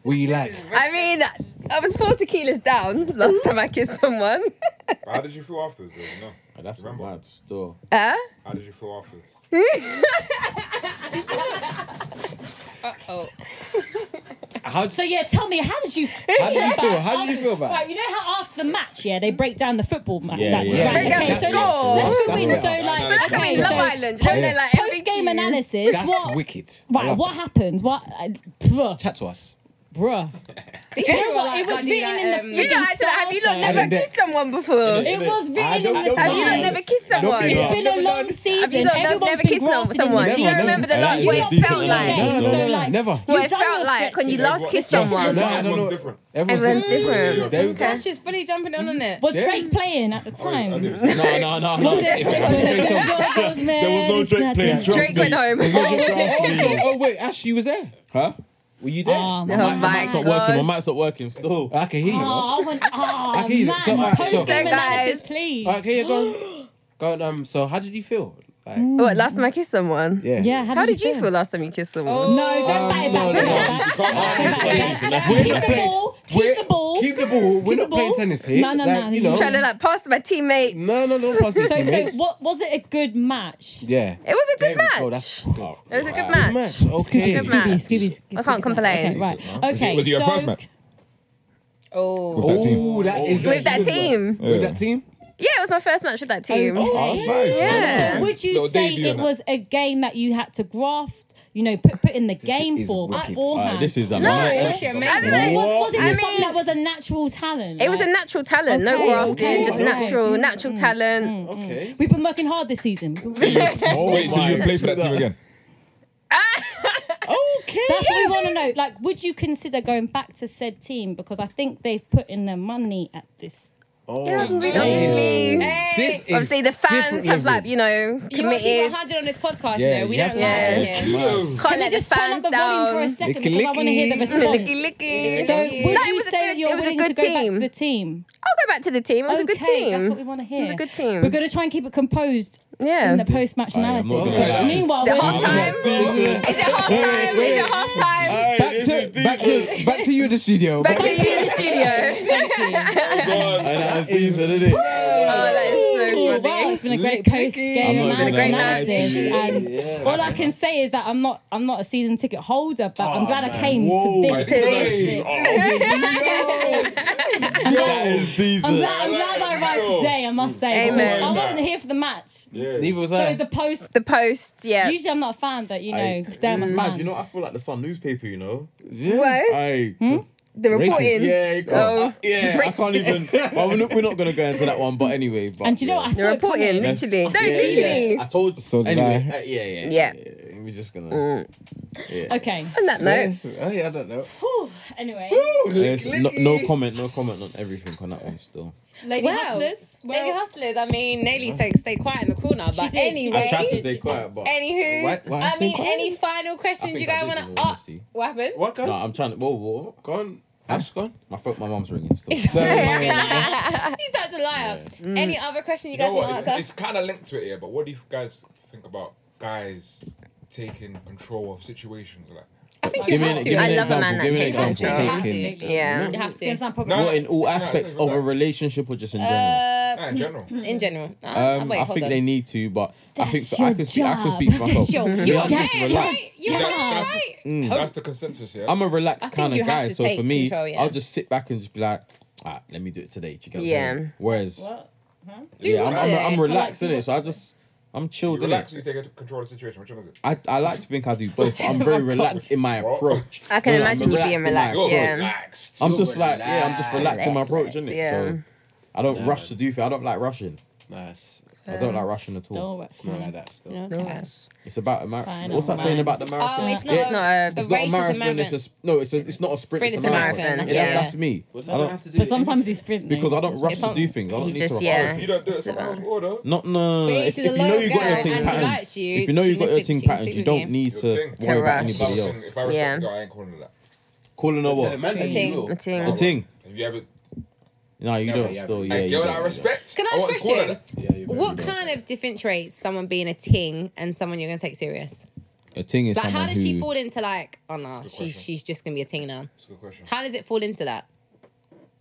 [SPEAKER 5] What you like?
[SPEAKER 4] I mean, I was four tequilas down last time I kissed someone.
[SPEAKER 6] But how did you feel afterwards? Though? No.
[SPEAKER 4] Oh,
[SPEAKER 2] Like, that's
[SPEAKER 6] Remember.
[SPEAKER 2] mad still.
[SPEAKER 4] Huh?
[SPEAKER 6] How did you feel afterwards?
[SPEAKER 3] Oh,
[SPEAKER 5] How,
[SPEAKER 1] So yeah, tell me, how did you?
[SPEAKER 5] how did you feel? How did you feel about
[SPEAKER 1] Right,
[SPEAKER 5] it?
[SPEAKER 1] you know how after the match, yeah, they break down the football match.
[SPEAKER 2] Yeah, yeah.
[SPEAKER 4] Break down the
[SPEAKER 1] so
[SPEAKER 4] score.
[SPEAKER 1] who
[SPEAKER 5] That's
[SPEAKER 1] wins? So
[SPEAKER 5] what-
[SPEAKER 1] like,
[SPEAKER 4] Look at
[SPEAKER 1] okay,
[SPEAKER 4] me, Love
[SPEAKER 1] so
[SPEAKER 4] Island. You know, they're like every
[SPEAKER 1] post game
[SPEAKER 4] key.
[SPEAKER 1] analysis.
[SPEAKER 5] That's
[SPEAKER 1] what?
[SPEAKER 5] wicked. I
[SPEAKER 1] Right,
[SPEAKER 5] love
[SPEAKER 1] what
[SPEAKER 5] that.
[SPEAKER 1] happened? What? Uh, bruh,
[SPEAKER 5] Chat to us.
[SPEAKER 1] bruh.
[SPEAKER 3] these
[SPEAKER 1] You know
[SPEAKER 3] people
[SPEAKER 1] what?
[SPEAKER 3] are like
[SPEAKER 1] It was
[SPEAKER 3] bloody,
[SPEAKER 1] written
[SPEAKER 3] like,
[SPEAKER 1] in the
[SPEAKER 3] um,
[SPEAKER 4] You know, I said, have you lot
[SPEAKER 1] I
[SPEAKER 4] never
[SPEAKER 5] didn't do-
[SPEAKER 4] kissed someone before?
[SPEAKER 1] It was really
[SPEAKER 5] I don't-
[SPEAKER 1] in the
[SPEAKER 5] don't-
[SPEAKER 4] Have you lot
[SPEAKER 5] Nice.
[SPEAKER 4] never kissed
[SPEAKER 5] Don't
[SPEAKER 4] someone?
[SPEAKER 5] be
[SPEAKER 1] It's
[SPEAKER 5] wrong.
[SPEAKER 1] been
[SPEAKER 5] Never
[SPEAKER 1] a long
[SPEAKER 5] done-
[SPEAKER 4] Have
[SPEAKER 1] season. Everyone's
[SPEAKER 4] you lot never, never
[SPEAKER 1] been
[SPEAKER 4] kissed no-
[SPEAKER 1] grafted in
[SPEAKER 4] someone?
[SPEAKER 1] this
[SPEAKER 5] Never,
[SPEAKER 4] You don't
[SPEAKER 1] season.
[SPEAKER 5] never.
[SPEAKER 4] remember the
[SPEAKER 2] That
[SPEAKER 4] last
[SPEAKER 2] is a
[SPEAKER 4] what it
[SPEAKER 2] decent
[SPEAKER 4] felt like?
[SPEAKER 2] analogy.
[SPEAKER 5] No, no, no, no,
[SPEAKER 1] like-
[SPEAKER 5] never.
[SPEAKER 4] What
[SPEAKER 1] You've
[SPEAKER 4] it
[SPEAKER 1] done
[SPEAKER 4] felt
[SPEAKER 1] your
[SPEAKER 4] like when you
[SPEAKER 1] stretches.
[SPEAKER 4] last
[SPEAKER 6] What-
[SPEAKER 4] kissed
[SPEAKER 5] No,
[SPEAKER 6] Yes, what-
[SPEAKER 4] someone.
[SPEAKER 5] no, no.
[SPEAKER 6] Everyone's different.
[SPEAKER 4] Everyone's
[SPEAKER 5] different.
[SPEAKER 4] different.
[SPEAKER 5] They-
[SPEAKER 4] Okay.
[SPEAKER 3] That's just fully jumping on on it.
[SPEAKER 1] Was
[SPEAKER 5] Yeah.
[SPEAKER 1] Drake playing at the time?
[SPEAKER 6] I didn't
[SPEAKER 1] Was
[SPEAKER 6] see
[SPEAKER 2] No, no, no, no.
[SPEAKER 1] it? Was it-
[SPEAKER 2] There was no Drake playing. Trust
[SPEAKER 4] Drake went
[SPEAKER 2] me.
[SPEAKER 4] home.
[SPEAKER 5] Oh, oh, wait, Ash, you was there.
[SPEAKER 2] Huh?
[SPEAKER 5] Were you there?
[SPEAKER 1] Oh, my
[SPEAKER 2] My, my,
[SPEAKER 4] my
[SPEAKER 2] mic's not
[SPEAKER 4] God.
[SPEAKER 2] working. My mic's not working still.
[SPEAKER 5] I can hear you. bro.
[SPEAKER 1] Oh, I want,
[SPEAKER 5] I can
[SPEAKER 1] oh
[SPEAKER 5] use it.
[SPEAKER 1] man,
[SPEAKER 5] So, alright,
[SPEAKER 1] post game
[SPEAKER 5] so-
[SPEAKER 4] So,
[SPEAKER 1] analysis,
[SPEAKER 4] guys-
[SPEAKER 1] please.
[SPEAKER 5] Okay, yeah, go on. Go on. Um, so, how did you feel? Like,
[SPEAKER 4] What, last time I kissed someone?
[SPEAKER 5] yeah.
[SPEAKER 1] Mm, Yeah, how,
[SPEAKER 4] How did you feel Oh. last time you kissed someone?
[SPEAKER 1] No, don't bat it
[SPEAKER 5] Oh,
[SPEAKER 1] back. Don't bat it back. Keep the ball. Keep the ball.
[SPEAKER 5] Keep the ball. We're
[SPEAKER 1] Keep the
[SPEAKER 5] not playing
[SPEAKER 1] ball.
[SPEAKER 5] tennis here.
[SPEAKER 1] No, no,
[SPEAKER 5] like,
[SPEAKER 1] no,
[SPEAKER 5] You
[SPEAKER 1] you
[SPEAKER 5] know.
[SPEAKER 4] Trying to like pass to my teammate.
[SPEAKER 5] No, no, no. Passes
[SPEAKER 1] So, so
[SPEAKER 5] teammates.
[SPEAKER 1] what was it a good match?
[SPEAKER 5] Yeah.
[SPEAKER 4] It was a
[SPEAKER 5] There
[SPEAKER 4] good
[SPEAKER 5] we go,
[SPEAKER 4] match.
[SPEAKER 5] that's
[SPEAKER 4] It
[SPEAKER 2] Oh,
[SPEAKER 4] was a good
[SPEAKER 2] wow.
[SPEAKER 4] match.
[SPEAKER 5] match. Okay.
[SPEAKER 4] Good match.
[SPEAKER 1] Scooby, Scooby, Scooby.
[SPEAKER 4] I can't
[SPEAKER 1] Scooby.
[SPEAKER 4] complain.
[SPEAKER 1] Okay, right.
[SPEAKER 6] Huh? Was
[SPEAKER 1] Okay.
[SPEAKER 6] it- Was it your
[SPEAKER 1] so,
[SPEAKER 6] first match?
[SPEAKER 3] Oh,
[SPEAKER 6] With that team?
[SPEAKER 5] Ooh, that is
[SPEAKER 4] With that
[SPEAKER 5] good
[SPEAKER 4] team.
[SPEAKER 5] one. With that team.
[SPEAKER 4] Yeah, it was my first match with that team.
[SPEAKER 6] Oh, that's nice.
[SPEAKER 4] Yeah.
[SPEAKER 1] So would you
[SPEAKER 6] Little
[SPEAKER 1] say
[SPEAKER 6] debut
[SPEAKER 1] it
[SPEAKER 6] and
[SPEAKER 1] was a game that you had to graft? You know, put put in the game
[SPEAKER 5] is
[SPEAKER 1] for
[SPEAKER 5] wicked. Uh,
[SPEAKER 1] beforehand.
[SPEAKER 2] Alright, this is a
[SPEAKER 4] No,
[SPEAKER 2] mad-
[SPEAKER 4] it
[SPEAKER 3] was your
[SPEAKER 4] I don't know.
[SPEAKER 1] Was, was it
[SPEAKER 4] I
[SPEAKER 1] just something
[SPEAKER 4] mean-
[SPEAKER 1] that was a natural talent?
[SPEAKER 4] It was a
[SPEAKER 1] Like,
[SPEAKER 4] natural talent, no
[SPEAKER 1] Okay,
[SPEAKER 4] grafting,
[SPEAKER 1] okay,
[SPEAKER 4] just
[SPEAKER 1] okay.
[SPEAKER 4] natural, natural
[SPEAKER 1] Mm,
[SPEAKER 4] talent.
[SPEAKER 5] Okay.
[SPEAKER 1] We've been working hard this season. That's
[SPEAKER 6] Oh, Wait, so you play for that team again?
[SPEAKER 4] Ah,
[SPEAKER 5] Okay.
[SPEAKER 1] what we want to know. Like, would you consider going back to said team because I think they've put in their money at this?
[SPEAKER 4] Yeah,
[SPEAKER 5] Hey.
[SPEAKER 4] obviously.
[SPEAKER 5] This is
[SPEAKER 4] Obviously, the fans
[SPEAKER 5] different
[SPEAKER 4] have
[SPEAKER 5] level.
[SPEAKER 4] like you know
[SPEAKER 3] you want to keep
[SPEAKER 4] committed.
[SPEAKER 3] 100 on this podcast,
[SPEAKER 5] Yeah,
[SPEAKER 3] you know? We
[SPEAKER 5] you
[SPEAKER 3] don't
[SPEAKER 5] have
[SPEAKER 3] like
[SPEAKER 5] to
[SPEAKER 4] Yeah.
[SPEAKER 3] it.
[SPEAKER 6] Yes.
[SPEAKER 1] Can
[SPEAKER 4] Can't
[SPEAKER 1] you
[SPEAKER 4] let the
[SPEAKER 1] just turn up
[SPEAKER 4] fans
[SPEAKER 1] the volume for a
[SPEAKER 4] down.
[SPEAKER 1] second
[SPEAKER 5] Licky,
[SPEAKER 1] because I want to hear the
[SPEAKER 5] licky.
[SPEAKER 1] response.
[SPEAKER 4] Licky, licky.
[SPEAKER 1] So, would
[SPEAKER 4] No, it
[SPEAKER 1] you
[SPEAKER 4] was a
[SPEAKER 1] say
[SPEAKER 4] good-
[SPEAKER 1] you're
[SPEAKER 4] it was a
[SPEAKER 1] willing to
[SPEAKER 4] good
[SPEAKER 1] go back to
[SPEAKER 4] team.
[SPEAKER 1] the team?
[SPEAKER 4] I'll go back to the team. It was a good
[SPEAKER 1] okay,
[SPEAKER 4] team.
[SPEAKER 1] That's what we want to hear.
[SPEAKER 4] It was a good team.
[SPEAKER 1] We're going to try and keep it composed
[SPEAKER 4] Yeah.
[SPEAKER 1] in the post-match
[SPEAKER 2] Aye, I'm not
[SPEAKER 1] analysis.
[SPEAKER 2] gonna
[SPEAKER 1] But
[SPEAKER 2] lie.
[SPEAKER 1] meanwhile,
[SPEAKER 4] Is it
[SPEAKER 1] we're-
[SPEAKER 4] half time? Is it half time? Is it half time?
[SPEAKER 2] Hey,
[SPEAKER 5] Back
[SPEAKER 2] this is
[SPEAKER 5] to back to back to you in the studio.
[SPEAKER 4] Back to you in the studio.
[SPEAKER 2] Hey, that is decent, isn't it?
[SPEAKER 4] Oh, that is so
[SPEAKER 1] Ooh,
[SPEAKER 4] funny.
[SPEAKER 1] wow, it's been a great
[SPEAKER 5] Licky.
[SPEAKER 1] post
[SPEAKER 2] I'm
[SPEAKER 1] game
[SPEAKER 2] not gonna lie to
[SPEAKER 1] analysis,
[SPEAKER 2] you.
[SPEAKER 1] and
[SPEAKER 5] Yeah.
[SPEAKER 1] all I can say is that I'm not I'm not a season ticket holder, but I'm glad I came
[SPEAKER 2] Whoa,
[SPEAKER 1] to
[SPEAKER 2] Oh, man.
[SPEAKER 1] this. concert.
[SPEAKER 2] Hey.
[SPEAKER 6] oh,
[SPEAKER 2] That is
[SPEAKER 1] I'm
[SPEAKER 2] decent.
[SPEAKER 1] glad, I'm glad I arrived today. I must say,
[SPEAKER 4] Amen.
[SPEAKER 1] because I wasn't here for the match,
[SPEAKER 5] Neither was
[SPEAKER 1] so
[SPEAKER 5] I.
[SPEAKER 1] the post.
[SPEAKER 4] The post, yeah.
[SPEAKER 1] Usually I'm not a fan, but you know,
[SPEAKER 2] Aye.
[SPEAKER 1] today I'm a
[SPEAKER 2] It's mad,
[SPEAKER 1] fan.
[SPEAKER 2] Mm. you know, I feel like the Sun newspaper, you know?
[SPEAKER 4] What?
[SPEAKER 2] Aye.
[SPEAKER 4] The reporting.
[SPEAKER 2] Yeah, you can't-
[SPEAKER 4] Oh.
[SPEAKER 2] uh, yeah. I can't even. Well, we're not, we're not gonna go into that one, but anyway. But,
[SPEAKER 1] And do you know
[SPEAKER 2] yeah.
[SPEAKER 1] what? I
[SPEAKER 4] The
[SPEAKER 1] saw it
[SPEAKER 4] reporting,
[SPEAKER 1] coming.
[SPEAKER 4] literally. No,
[SPEAKER 2] Yeah,
[SPEAKER 4] literally.
[SPEAKER 2] yeah. I told.
[SPEAKER 5] So did
[SPEAKER 2] anyway,
[SPEAKER 5] I.
[SPEAKER 2] uh, yeah, yeah,
[SPEAKER 4] Yeah.
[SPEAKER 2] yeah. We're just gonna.
[SPEAKER 1] Okay.
[SPEAKER 4] On that note,
[SPEAKER 5] Yes. Oh, yeah, I don't know.
[SPEAKER 1] Whew. Anyway,
[SPEAKER 2] There's no, no comment, no comment on everything on that one still.
[SPEAKER 1] Lady
[SPEAKER 3] Well,
[SPEAKER 1] Hustlers.
[SPEAKER 3] Lady
[SPEAKER 1] well,
[SPEAKER 3] Hustlers, I mean, Nelly stayed, stayed quiet in the corner,
[SPEAKER 1] She
[SPEAKER 3] but
[SPEAKER 1] did, she
[SPEAKER 3] anyway.
[SPEAKER 2] I tried to stay quiet, but
[SPEAKER 3] Anywho,
[SPEAKER 5] Why- why
[SPEAKER 3] I
[SPEAKER 5] stay
[SPEAKER 3] mean,
[SPEAKER 5] quiet?
[SPEAKER 3] any final
[SPEAKER 2] I
[SPEAKER 3] questions you
[SPEAKER 2] think
[SPEAKER 3] guys
[SPEAKER 2] I
[SPEAKER 3] want
[SPEAKER 2] did
[SPEAKER 3] to
[SPEAKER 2] it,
[SPEAKER 3] ask?
[SPEAKER 2] honestly.
[SPEAKER 3] What happened?
[SPEAKER 5] What
[SPEAKER 2] no,
[SPEAKER 5] gun?
[SPEAKER 2] I'm trying to. Whoa, whoa,
[SPEAKER 5] Go on. Ash, go on.
[SPEAKER 2] my phone, my mom's ringing still.
[SPEAKER 3] He's such a liar.
[SPEAKER 1] Mm.
[SPEAKER 3] Any other question you
[SPEAKER 6] You know
[SPEAKER 3] guys
[SPEAKER 6] what?
[SPEAKER 3] want
[SPEAKER 6] It's,
[SPEAKER 3] to
[SPEAKER 6] it's
[SPEAKER 3] answer?
[SPEAKER 6] kind of linked to it here, but what do you guys think about guys taking control of situations? Like,
[SPEAKER 3] I think you
[SPEAKER 2] give me,
[SPEAKER 3] have
[SPEAKER 2] an-
[SPEAKER 3] to.
[SPEAKER 2] give me
[SPEAKER 4] I
[SPEAKER 2] an
[SPEAKER 4] love a
[SPEAKER 2] example.
[SPEAKER 4] man that
[SPEAKER 2] give me an
[SPEAKER 4] takes
[SPEAKER 2] example.
[SPEAKER 4] control.
[SPEAKER 3] Absolutely.
[SPEAKER 4] yeah.
[SPEAKER 3] You have
[SPEAKER 1] there's
[SPEAKER 3] to.
[SPEAKER 1] no problem.
[SPEAKER 6] No,
[SPEAKER 2] What in all
[SPEAKER 6] No,
[SPEAKER 2] aspects
[SPEAKER 6] it's like
[SPEAKER 2] of a
[SPEAKER 6] that.
[SPEAKER 2] relationship or just in general?
[SPEAKER 3] Uh,
[SPEAKER 6] nah, in general.
[SPEAKER 3] in general. Uh,
[SPEAKER 2] um,
[SPEAKER 3] wait,
[SPEAKER 2] I
[SPEAKER 3] hold
[SPEAKER 2] think
[SPEAKER 3] on.
[SPEAKER 2] they need to, but I think
[SPEAKER 1] That's
[SPEAKER 2] so I
[SPEAKER 1] your
[SPEAKER 2] can speak. I can
[SPEAKER 1] job.
[SPEAKER 2] speak for myself.
[SPEAKER 3] Yo,
[SPEAKER 2] Me,
[SPEAKER 3] you
[SPEAKER 2] I'm
[SPEAKER 1] That's
[SPEAKER 2] just
[SPEAKER 1] your
[SPEAKER 2] relaxed.
[SPEAKER 3] You're
[SPEAKER 6] that's,
[SPEAKER 3] right.
[SPEAKER 1] Mm.
[SPEAKER 6] that's the consensus, yeah?
[SPEAKER 2] I'm a relaxed
[SPEAKER 3] I think
[SPEAKER 2] kind
[SPEAKER 3] you
[SPEAKER 2] of
[SPEAKER 3] have
[SPEAKER 2] guy,
[SPEAKER 3] to
[SPEAKER 2] so
[SPEAKER 3] take
[SPEAKER 2] for me,
[SPEAKER 3] control, yeah.
[SPEAKER 2] I'll just sit back and just be like, ah, let me do it today. Do you get what
[SPEAKER 4] Yeah.
[SPEAKER 2] I'm saying? Whereas,
[SPEAKER 1] What?
[SPEAKER 2] yeah, I'm, I'm, I'm
[SPEAKER 3] Relax.
[SPEAKER 2] relaxed in it, so I just, I'm
[SPEAKER 6] you
[SPEAKER 2] chilled in
[SPEAKER 6] relax,
[SPEAKER 2] it.
[SPEAKER 6] you take control of the situation. Which one is it?
[SPEAKER 2] I, I like to think I do both, but I'm very relaxed in my
[SPEAKER 6] What?
[SPEAKER 2] approach.
[SPEAKER 4] I can
[SPEAKER 2] No, no, I'm
[SPEAKER 4] imagine you being
[SPEAKER 2] in my
[SPEAKER 4] relaxed,
[SPEAKER 2] approach.
[SPEAKER 4] yeah.
[SPEAKER 6] Relaxed.
[SPEAKER 2] I'm just like, yeah, I'm just relaxed in my approach,
[SPEAKER 4] Relax,
[SPEAKER 2] innit?
[SPEAKER 4] yeah.
[SPEAKER 2] So I don't
[SPEAKER 5] Nah,
[SPEAKER 2] rush
[SPEAKER 5] man.
[SPEAKER 2] to do things. I don't like rushing.
[SPEAKER 5] Nice.
[SPEAKER 2] I don't like rushing at all.
[SPEAKER 1] Don't worry.
[SPEAKER 5] It's not like that still.
[SPEAKER 3] Okay.
[SPEAKER 2] It's about a marathon.
[SPEAKER 1] Fine,
[SPEAKER 2] What's that
[SPEAKER 1] alright.
[SPEAKER 2] saying about the marathon?
[SPEAKER 3] Oh, it's not,
[SPEAKER 4] It's not a-
[SPEAKER 3] a,
[SPEAKER 2] It's not
[SPEAKER 3] race,
[SPEAKER 2] a
[SPEAKER 3] it's a
[SPEAKER 2] marathon.
[SPEAKER 3] marathon.
[SPEAKER 2] It's a sp- no. It's a, it's not a sprint.
[SPEAKER 3] Sprint
[SPEAKER 2] it's
[SPEAKER 3] is
[SPEAKER 2] a
[SPEAKER 3] a
[SPEAKER 2] marathon.
[SPEAKER 3] marathon,
[SPEAKER 2] Yeah,
[SPEAKER 3] yeah.
[SPEAKER 2] that's me.
[SPEAKER 5] What does
[SPEAKER 2] I
[SPEAKER 5] that have
[SPEAKER 2] don't,
[SPEAKER 5] to do?
[SPEAKER 1] But sometimes we sprint.
[SPEAKER 2] because I don't rush to
[SPEAKER 3] on-
[SPEAKER 2] do things. I don't
[SPEAKER 4] he
[SPEAKER 2] need
[SPEAKER 4] just-
[SPEAKER 2] to rush.
[SPEAKER 4] yeah.
[SPEAKER 6] If you don't do it,
[SPEAKER 4] It's
[SPEAKER 1] uh,
[SPEAKER 6] someone else
[SPEAKER 4] about-
[SPEAKER 6] will order.
[SPEAKER 2] Not no.
[SPEAKER 3] Wait,
[SPEAKER 2] If,
[SPEAKER 3] she's
[SPEAKER 2] if
[SPEAKER 3] a
[SPEAKER 2] you know
[SPEAKER 3] loyal
[SPEAKER 2] you got your
[SPEAKER 3] girl
[SPEAKER 2] thing
[SPEAKER 3] and she
[SPEAKER 2] patterned,
[SPEAKER 3] likes you,
[SPEAKER 2] if you know
[SPEAKER 3] she
[SPEAKER 2] you got your
[SPEAKER 3] sticks-
[SPEAKER 2] thing
[SPEAKER 3] she
[SPEAKER 2] patterned,
[SPEAKER 3] sticks
[SPEAKER 2] you
[SPEAKER 3] with
[SPEAKER 2] don't
[SPEAKER 3] you.
[SPEAKER 2] need to
[SPEAKER 6] Your thing.
[SPEAKER 2] worry about
[SPEAKER 4] rush.
[SPEAKER 2] anybody
[SPEAKER 6] If I
[SPEAKER 2] else.
[SPEAKER 6] respect the
[SPEAKER 4] Yeah.
[SPEAKER 6] guy, I ain't calling it that.
[SPEAKER 2] Calling her
[SPEAKER 5] Tell the man
[SPEAKER 2] what?
[SPEAKER 5] that you
[SPEAKER 3] Ting.
[SPEAKER 5] will.
[SPEAKER 4] A ting.
[SPEAKER 2] A ting.
[SPEAKER 6] If you ever,
[SPEAKER 2] No, you
[SPEAKER 5] Never,
[SPEAKER 2] don't.
[SPEAKER 5] yeah.
[SPEAKER 2] Still, yeah.
[SPEAKER 6] hey,
[SPEAKER 2] you
[SPEAKER 6] girl
[SPEAKER 2] don't,
[SPEAKER 6] that
[SPEAKER 2] you
[SPEAKER 6] I
[SPEAKER 2] don't.
[SPEAKER 6] respect,
[SPEAKER 3] Can I
[SPEAKER 6] I
[SPEAKER 3] ask
[SPEAKER 6] won't
[SPEAKER 3] a
[SPEAKER 6] call her
[SPEAKER 3] question?
[SPEAKER 6] that.
[SPEAKER 5] Yeah, you're very
[SPEAKER 3] What
[SPEAKER 5] relaxed.
[SPEAKER 3] kind of different traits someone being a ting and someone you're going to take serious?
[SPEAKER 2] A ting is
[SPEAKER 3] Like,
[SPEAKER 2] someone
[SPEAKER 3] how does
[SPEAKER 2] who
[SPEAKER 3] she fall into like? Oh no,
[SPEAKER 6] That's a good
[SPEAKER 3] she's
[SPEAKER 6] question.
[SPEAKER 3] she's just gonna be a ting now.
[SPEAKER 6] That's a good question.
[SPEAKER 3] How does it fall into that?